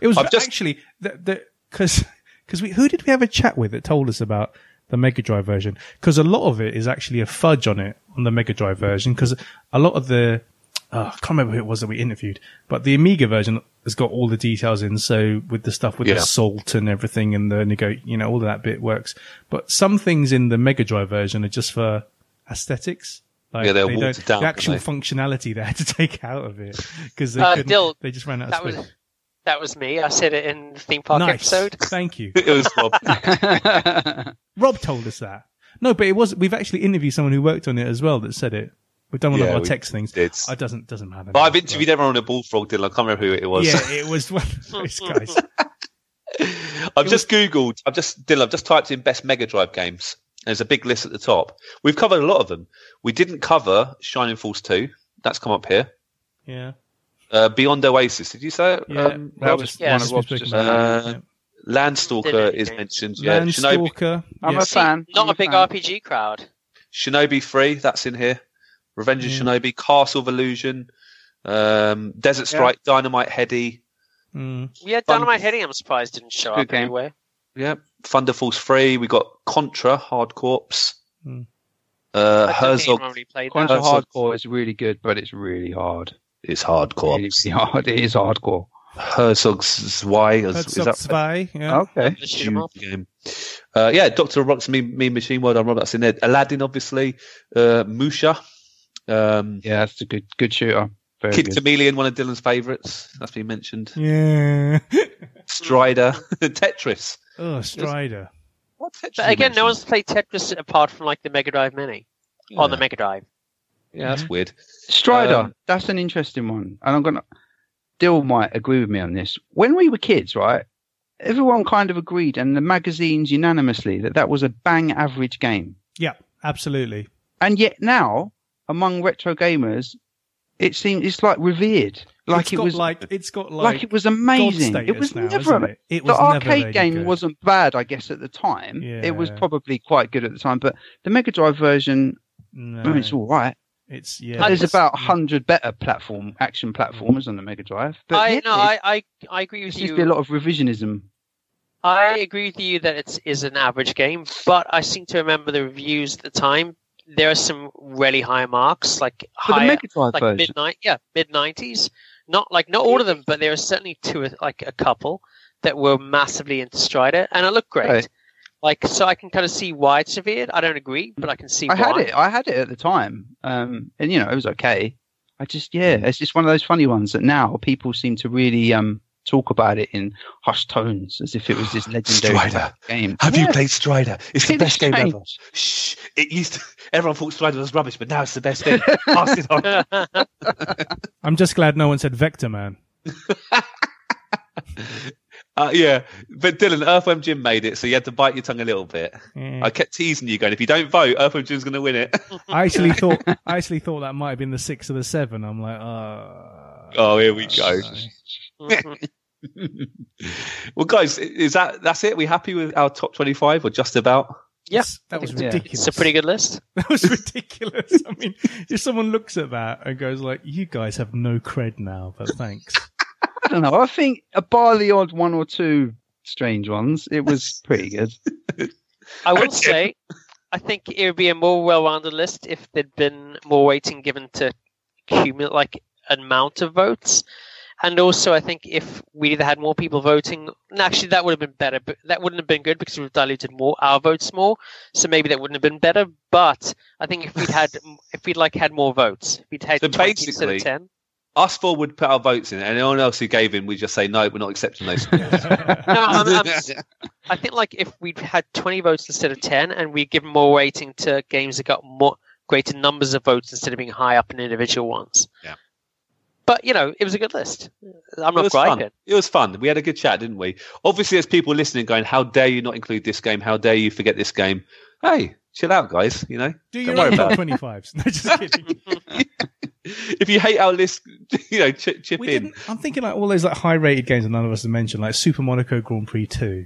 Speaker 2: it was
Speaker 1: I've just-
Speaker 2: actually the because because we who did we have a chat with that told us about the Mega Drive version? Because a lot of it is actually a fudge on it on the Mega Drive version. Because a lot of the uh, I can't remember who it was that we interviewed, but the Amiga version has got all the details in. So with the stuff with
Speaker 1: Yeah.
Speaker 2: the salt and everything and the nego, you know, all of that bit works. But some things in the Mega Drive version are just for aesthetics. Like
Speaker 1: Yeah, they're
Speaker 2: don't-
Speaker 1: watered down,
Speaker 2: The actual
Speaker 1: aren't
Speaker 2: functionality they had to [laughs] take out of it because they,
Speaker 3: Uh,
Speaker 2: couldn't-
Speaker 3: Dil,
Speaker 2: they just ran out of
Speaker 3: that
Speaker 2: space.
Speaker 3: was that was me. I said it in the theme park
Speaker 2: nice.
Speaker 3: episode. [laughs]
Speaker 2: Thank you.
Speaker 1: [laughs] it was Bob.
Speaker 4: [laughs]
Speaker 2: Rob told us that. No, but it was. We've actually interviewed someone who worked on it as well that said it. We've done one
Speaker 1: Yeah,
Speaker 2: of our
Speaker 1: we
Speaker 2: text things.
Speaker 1: did.
Speaker 2: It doesn't doesn't matter.
Speaker 1: But
Speaker 2: now,
Speaker 1: I've interviewed
Speaker 2: right.
Speaker 1: everyone on a bullfrog deal. I can't remember who it was.
Speaker 2: Yeah, it was one of
Speaker 3: [laughs]
Speaker 2: those guys.
Speaker 1: I've just googled. I've just Dylan. I've just typed in best Mega Drive games. And there's a big list at the top. We've covered a lot of them. We didn't cover Shining Falls Two. That's come up here.
Speaker 2: Yeah,
Speaker 1: Uh, Beyond Oasis. Did you say? it?
Speaker 2: yeah.
Speaker 1: Um,
Speaker 2: That
Speaker 4: Rob-
Speaker 2: was
Speaker 3: yeah,
Speaker 2: one
Speaker 4: just
Speaker 2: of
Speaker 4: uh,
Speaker 2: Rob's
Speaker 4: spoke
Speaker 2: just-
Speaker 1: about it.
Speaker 2: yeah.
Speaker 1: Landstalker
Speaker 3: Did it,
Speaker 1: is
Speaker 3: yeah.
Speaker 1: mentioned. Yeah. Shinobi,
Speaker 2: Landstalker.
Speaker 4: I'm
Speaker 2: yes.
Speaker 4: a fan.
Speaker 3: See, not
Speaker 4: I'm
Speaker 3: a big
Speaker 4: fan.
Speaker 3: RPG crowd.
Speaker 1: Shinobi Three. That's in here. Revenge of
Speaker 2: Yeah.
Speaker 1: Shinobi. Castle of Illusion. Um, Desert
Speaker 4: Yeah.
Speaker 1: Strike. Dynamite Heady.
Speaker 2: Mm.
Speaker 3: Yeah,
Speaker 1: Fun-
Speaker 3: Dynamite Heading. I'm surprised didn't show
Speaker 4: Good
Speaker 3: up
Speaker 4: game.
Speaker 3: anywhere.
Speaker 1: Yeah. Thunder Falls Three. We got Contra. Hard Corps.
Speaker 2: Hmm.
Speaker 1: Uh,
Speaker 3: I don't think
Speaker 1: Herzog.
Speaker 3: anyone really played that.
Speaker 4: Contra
Speaker 1: Uh, so-
Speaker 4: Hardcore is really good, but it's really hard.
Speaker 1: It's hardcore.
Speaker 4: Really, really hard. It is hardcore.
Speaker 1: Herzog's Y. Is, is
Speaker 2: That's up
Speaker 1: that
Speaker 2: spy. Yeah.
Speaker 4: Okay.
Speaker 3: The shoot 'em up.
Speaker 1: game? Uh, yeah, Doctor Rock's Mean, mean Machine. Well done, Rob. That's in there. Aladdin, obviously. Uh, Musha. Um,
Speaker 4: Yeah, that's a good good shooter. Very
Speaker 1: Kid
Speaker 4: good.
Speaker 1: Chameleon, one of Dylan's favourites. That's been mentioned.
Speaker 2: Yeah. [laughs]
Speaker 1: Strider. [laughs] Tetris.
Speaker 2: oh, Strider.
Speaker 1: What Tetris?
Speaker 3: But
Speaker 1: you
Speaker 3: again,
Speaker 1: mentioned?
Speaker 3: no one's played Tetris apart from like the Mega Drive Mini
Speaker 1: Yeah,
Speaker 3: on Oh, the Mega Drive.
Speaker 1: yeah, that's weird.
Speaker 4: Strider,
Speaker 1: Um,
Speaker 4: that's an interesting one, and I'm gonna. Dill might agree with me on this. When we were kids, right, everyone kind of agreed, and the magazines unanimously that that was a bang average game.
Speaker 2: Yeah, absolutely.
Speaker 4: And yet now, among retro gamers, it seems it's like revered, like
Speaker 2: It's
Speaker 4: it
Speaker 2: got
Speaker 4: was
Speaker 2: like it's got like,
Speaker 4: like, it was amazing.
Speaker 2: God
Speaker 4: It was
Speaker 2: status now,
Speaker 4: never.
Speaker 2: isn't it? It
Speaker 4: the
Speaker 2: was never
Speaker 4: arcade
Speaker 2: any
Speaker 4: game
Speaker 2: good.
Speaker 4: wasn't bad, I guess, at the time. It was
Speaker 2: Yeah.
Speaker 4: probably quite good at the time, but the Mega Drive version,
Speaker 2: No,
Speaker 4: I mean, it's all right.
Speaker 2: it's yeah.
Speaker 4: There's
Speaker 2: it's-
Speaker 4: about hundred better platform action platformers on the Mega Drive. But
Speaker 3: I
Speaker 4: yeah,
Speaker 3: no, I, I, I agree
Speaker 4: there
Speaker 3: with
Speaker 4: seems to be a
Speaker 3: you.
Speaker 4: lot of revisionism.
Speaker 3: I agree with you that it's is an average game, but I seem to remember the reviews at the time. There are some really high marks, like
Speaker 4: For the
Speaker 3: high,
Speaker 4: Mega Drive
Speaker 3: like
Speaker 4: version,
Speaker 3: mid yeah, mid nineties. Not like not all of them, but there are certainly two, like a couple that were massively into Strider, and it looked great.
Speaker 4: Right.
Speaker 3: Like so, I can kind of see why it's revered. I don't agree, but I can see
Speaker 4: I
Speaker 3: why.
Speaker 4: had it. I had it at the time, um, and you know it was okay. I just yeah, it's just one of those funny ones that now people seem to really um, talk about it in hushed tones, as if it
Speaker 1: [sighs]
Speaker 4: was this legendary
Speaker 1: Strider.
Speaker 4: game.
Speaker 1: Have you
Speaker 4: Yeah,
Speaker 1: played Strider? It's the
Speaker 4: things
Speaker 1: best game
Speaker 4: change.
Speaker 1: ever. Shh. It used to, everyone thought Strider was rubbish, but now it's the best
Speaker 3: [laughs]
Speaker 1: thing. Pass it on. [laughs]
Speaker 2: I'm just glad no one said Vector Man.
Speaker 1: Uh, yeah, but Dylan, Earthworm Jim made it, so you had to bite your tongue a little bit.
Speaker 2: Yeah.
Speaker 1: I kept teasing you, going, "If you don't vote, Earthworm Jim's going to win it." [laughs]
Speaker 2: I actually thought I actually thought that might have been the six or the seven. I'm like, uh,
Speaker 1: oh, here we go.
Speaker 2: sorry.
Speaker 4: [laughs]
Speaker 3: Mhm.
Speaker 1: [laughs] well, guys, i- is that that's it? We happy with our top twenty-five, or just about?
Speaker 3: Yeah,
Speaker 2: Yes, that was
Speaker 4: think so. Yeah.
Speaker 2: ridiculous.
Speaker 3: [laughs] it's a pretty good list.
Speaker 2: [laughs] That was ridiculous. I mean, if someone looks at that and goes like, "You guys have no cred now," but thanks.
Speaker 4: I don't know. I think, a bar the odd one or two strange ones, it
Speaker 1: [laughs]
Speaker 4: was pretty good.
Speaker 3: I will
Speaker 1: That's it.
Speaker 3: say, I think it would be a more well-rounded list if there'd been more weighting given to cumul like amount of votes, and also I think if we either had more people voting, and actually that would have been better, but that wouldn't have been good because we've diluted more our votes more, so maybe that wouldn't have been better. But I think if we'd had, if we'd like had more votes, if we'd had
Speaker 1: So
Speaker 3: 20 instead
Speaker 1: basically-
Speaker 3: of ten.
Speaker 1: Us four would put our votes in, and anyone else who gave in, we just say no, we're not accepting those.
Speaker 3: [laughs] No, I'm- I'm s- I think like if we'd had 20 votes instead of 10 and we given more weighting to games that got more greater numbers of votes instead of being high up in individual ones.
Speaker 1: Yeah.
Speaker 3: But you know, it was a good list. I'm
Speaker 1: It
Speaker 3: not
Speaker 1: was fun.
Speaker 3: griping.
Speaker 1: [laughs] It was fun. We had a good chat, didn't we? Obviously, there's people listening going, "How dare you not include this game? How dare you forget this game?" Hey, chill out, guys. You know, [laughs] Don't
Speaker 2: Do you
Speaker 1: worry
Speaker 2: own
Speaker 1: about
Speaker 2: top
Speaker 1: it.
Speaker 2: twenty fives? [laughs] No, just kidding.
Speaker 1: if you hate our list, [laughs] you know, ch- chip
Speaker 2: We
Speaker 1: in.
Speaker 2: didn't. I'm thinking like all those like high rated games that none of us have mentioned, like Super Monaco Grand Prix Two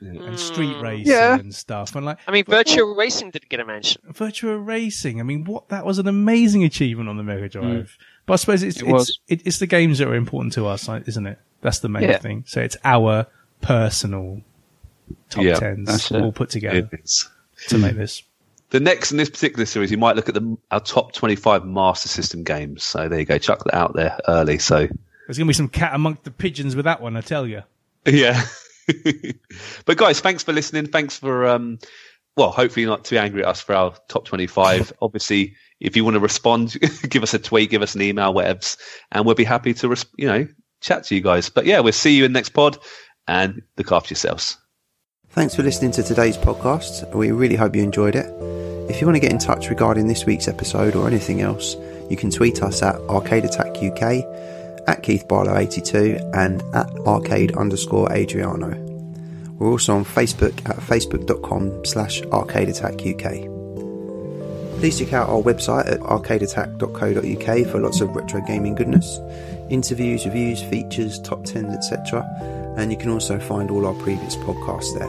Speaker 2: and Street
Speaker 3: Mm.
Speaker 2: Racer
Speaker 4: Yeah.
Speaker 2: and stuff, and like
Speaker 3: I mean, Virtual Racing didn't get a mention.
Speaker 2: Virtua Racing. I mean, what that was an amazing achievement on the Mega Drive. But I suppose it's
Speaker 4: Hmm. It
Speaker 2: it's
Speaker 4: was.
Speaker 2: it, it's the games that are important to us, like, isn't it? That's the main
Speaker 4: Yeah.
Speaker 2: thing. So it's our personal top
Speaker 1: Yeah,
Speaker 2: tens
Speaker 4: that's it.
Speaker 2: all put together
Speaker 1: It is.
Speaker 2: to make this.
Speaker 1: The next in this particular series, you might look at the, our top 25 Master System games. So there you go, chuck that out there early. So [laughs]
Speaker 2: There's going to be some cat amongst the pigeons with that one, I tell you.
Speaker 1: yeah. [laughs] but guys, thanks for listening. Thanks for um, well, hopefully not too angry at us for our top 25. Obviously, if you want to respond, [laughs] give us a tweet, give us an email, whatevs, and we'll be happy to res- you know chat to you guys. But yeah, we'll see you in next pod, and look after yourselves.
Speaker 5: Thanks for listening to today's podcast. We really hope you enjoyed it. If you want to get in touch regarding this week's episode or anything else, you can tweet us at Arcade Attack UK, at Keith Barlow 82, and at arcade underscore Adriano. We're also on Facebook at facebook.com slash arcade attack UK. Please check out our website at arcadeattack.co.uk for lots of retro gaming goodness, interviews, reviews, features, top 10s, etc. And you can also find all our previous podcasts there.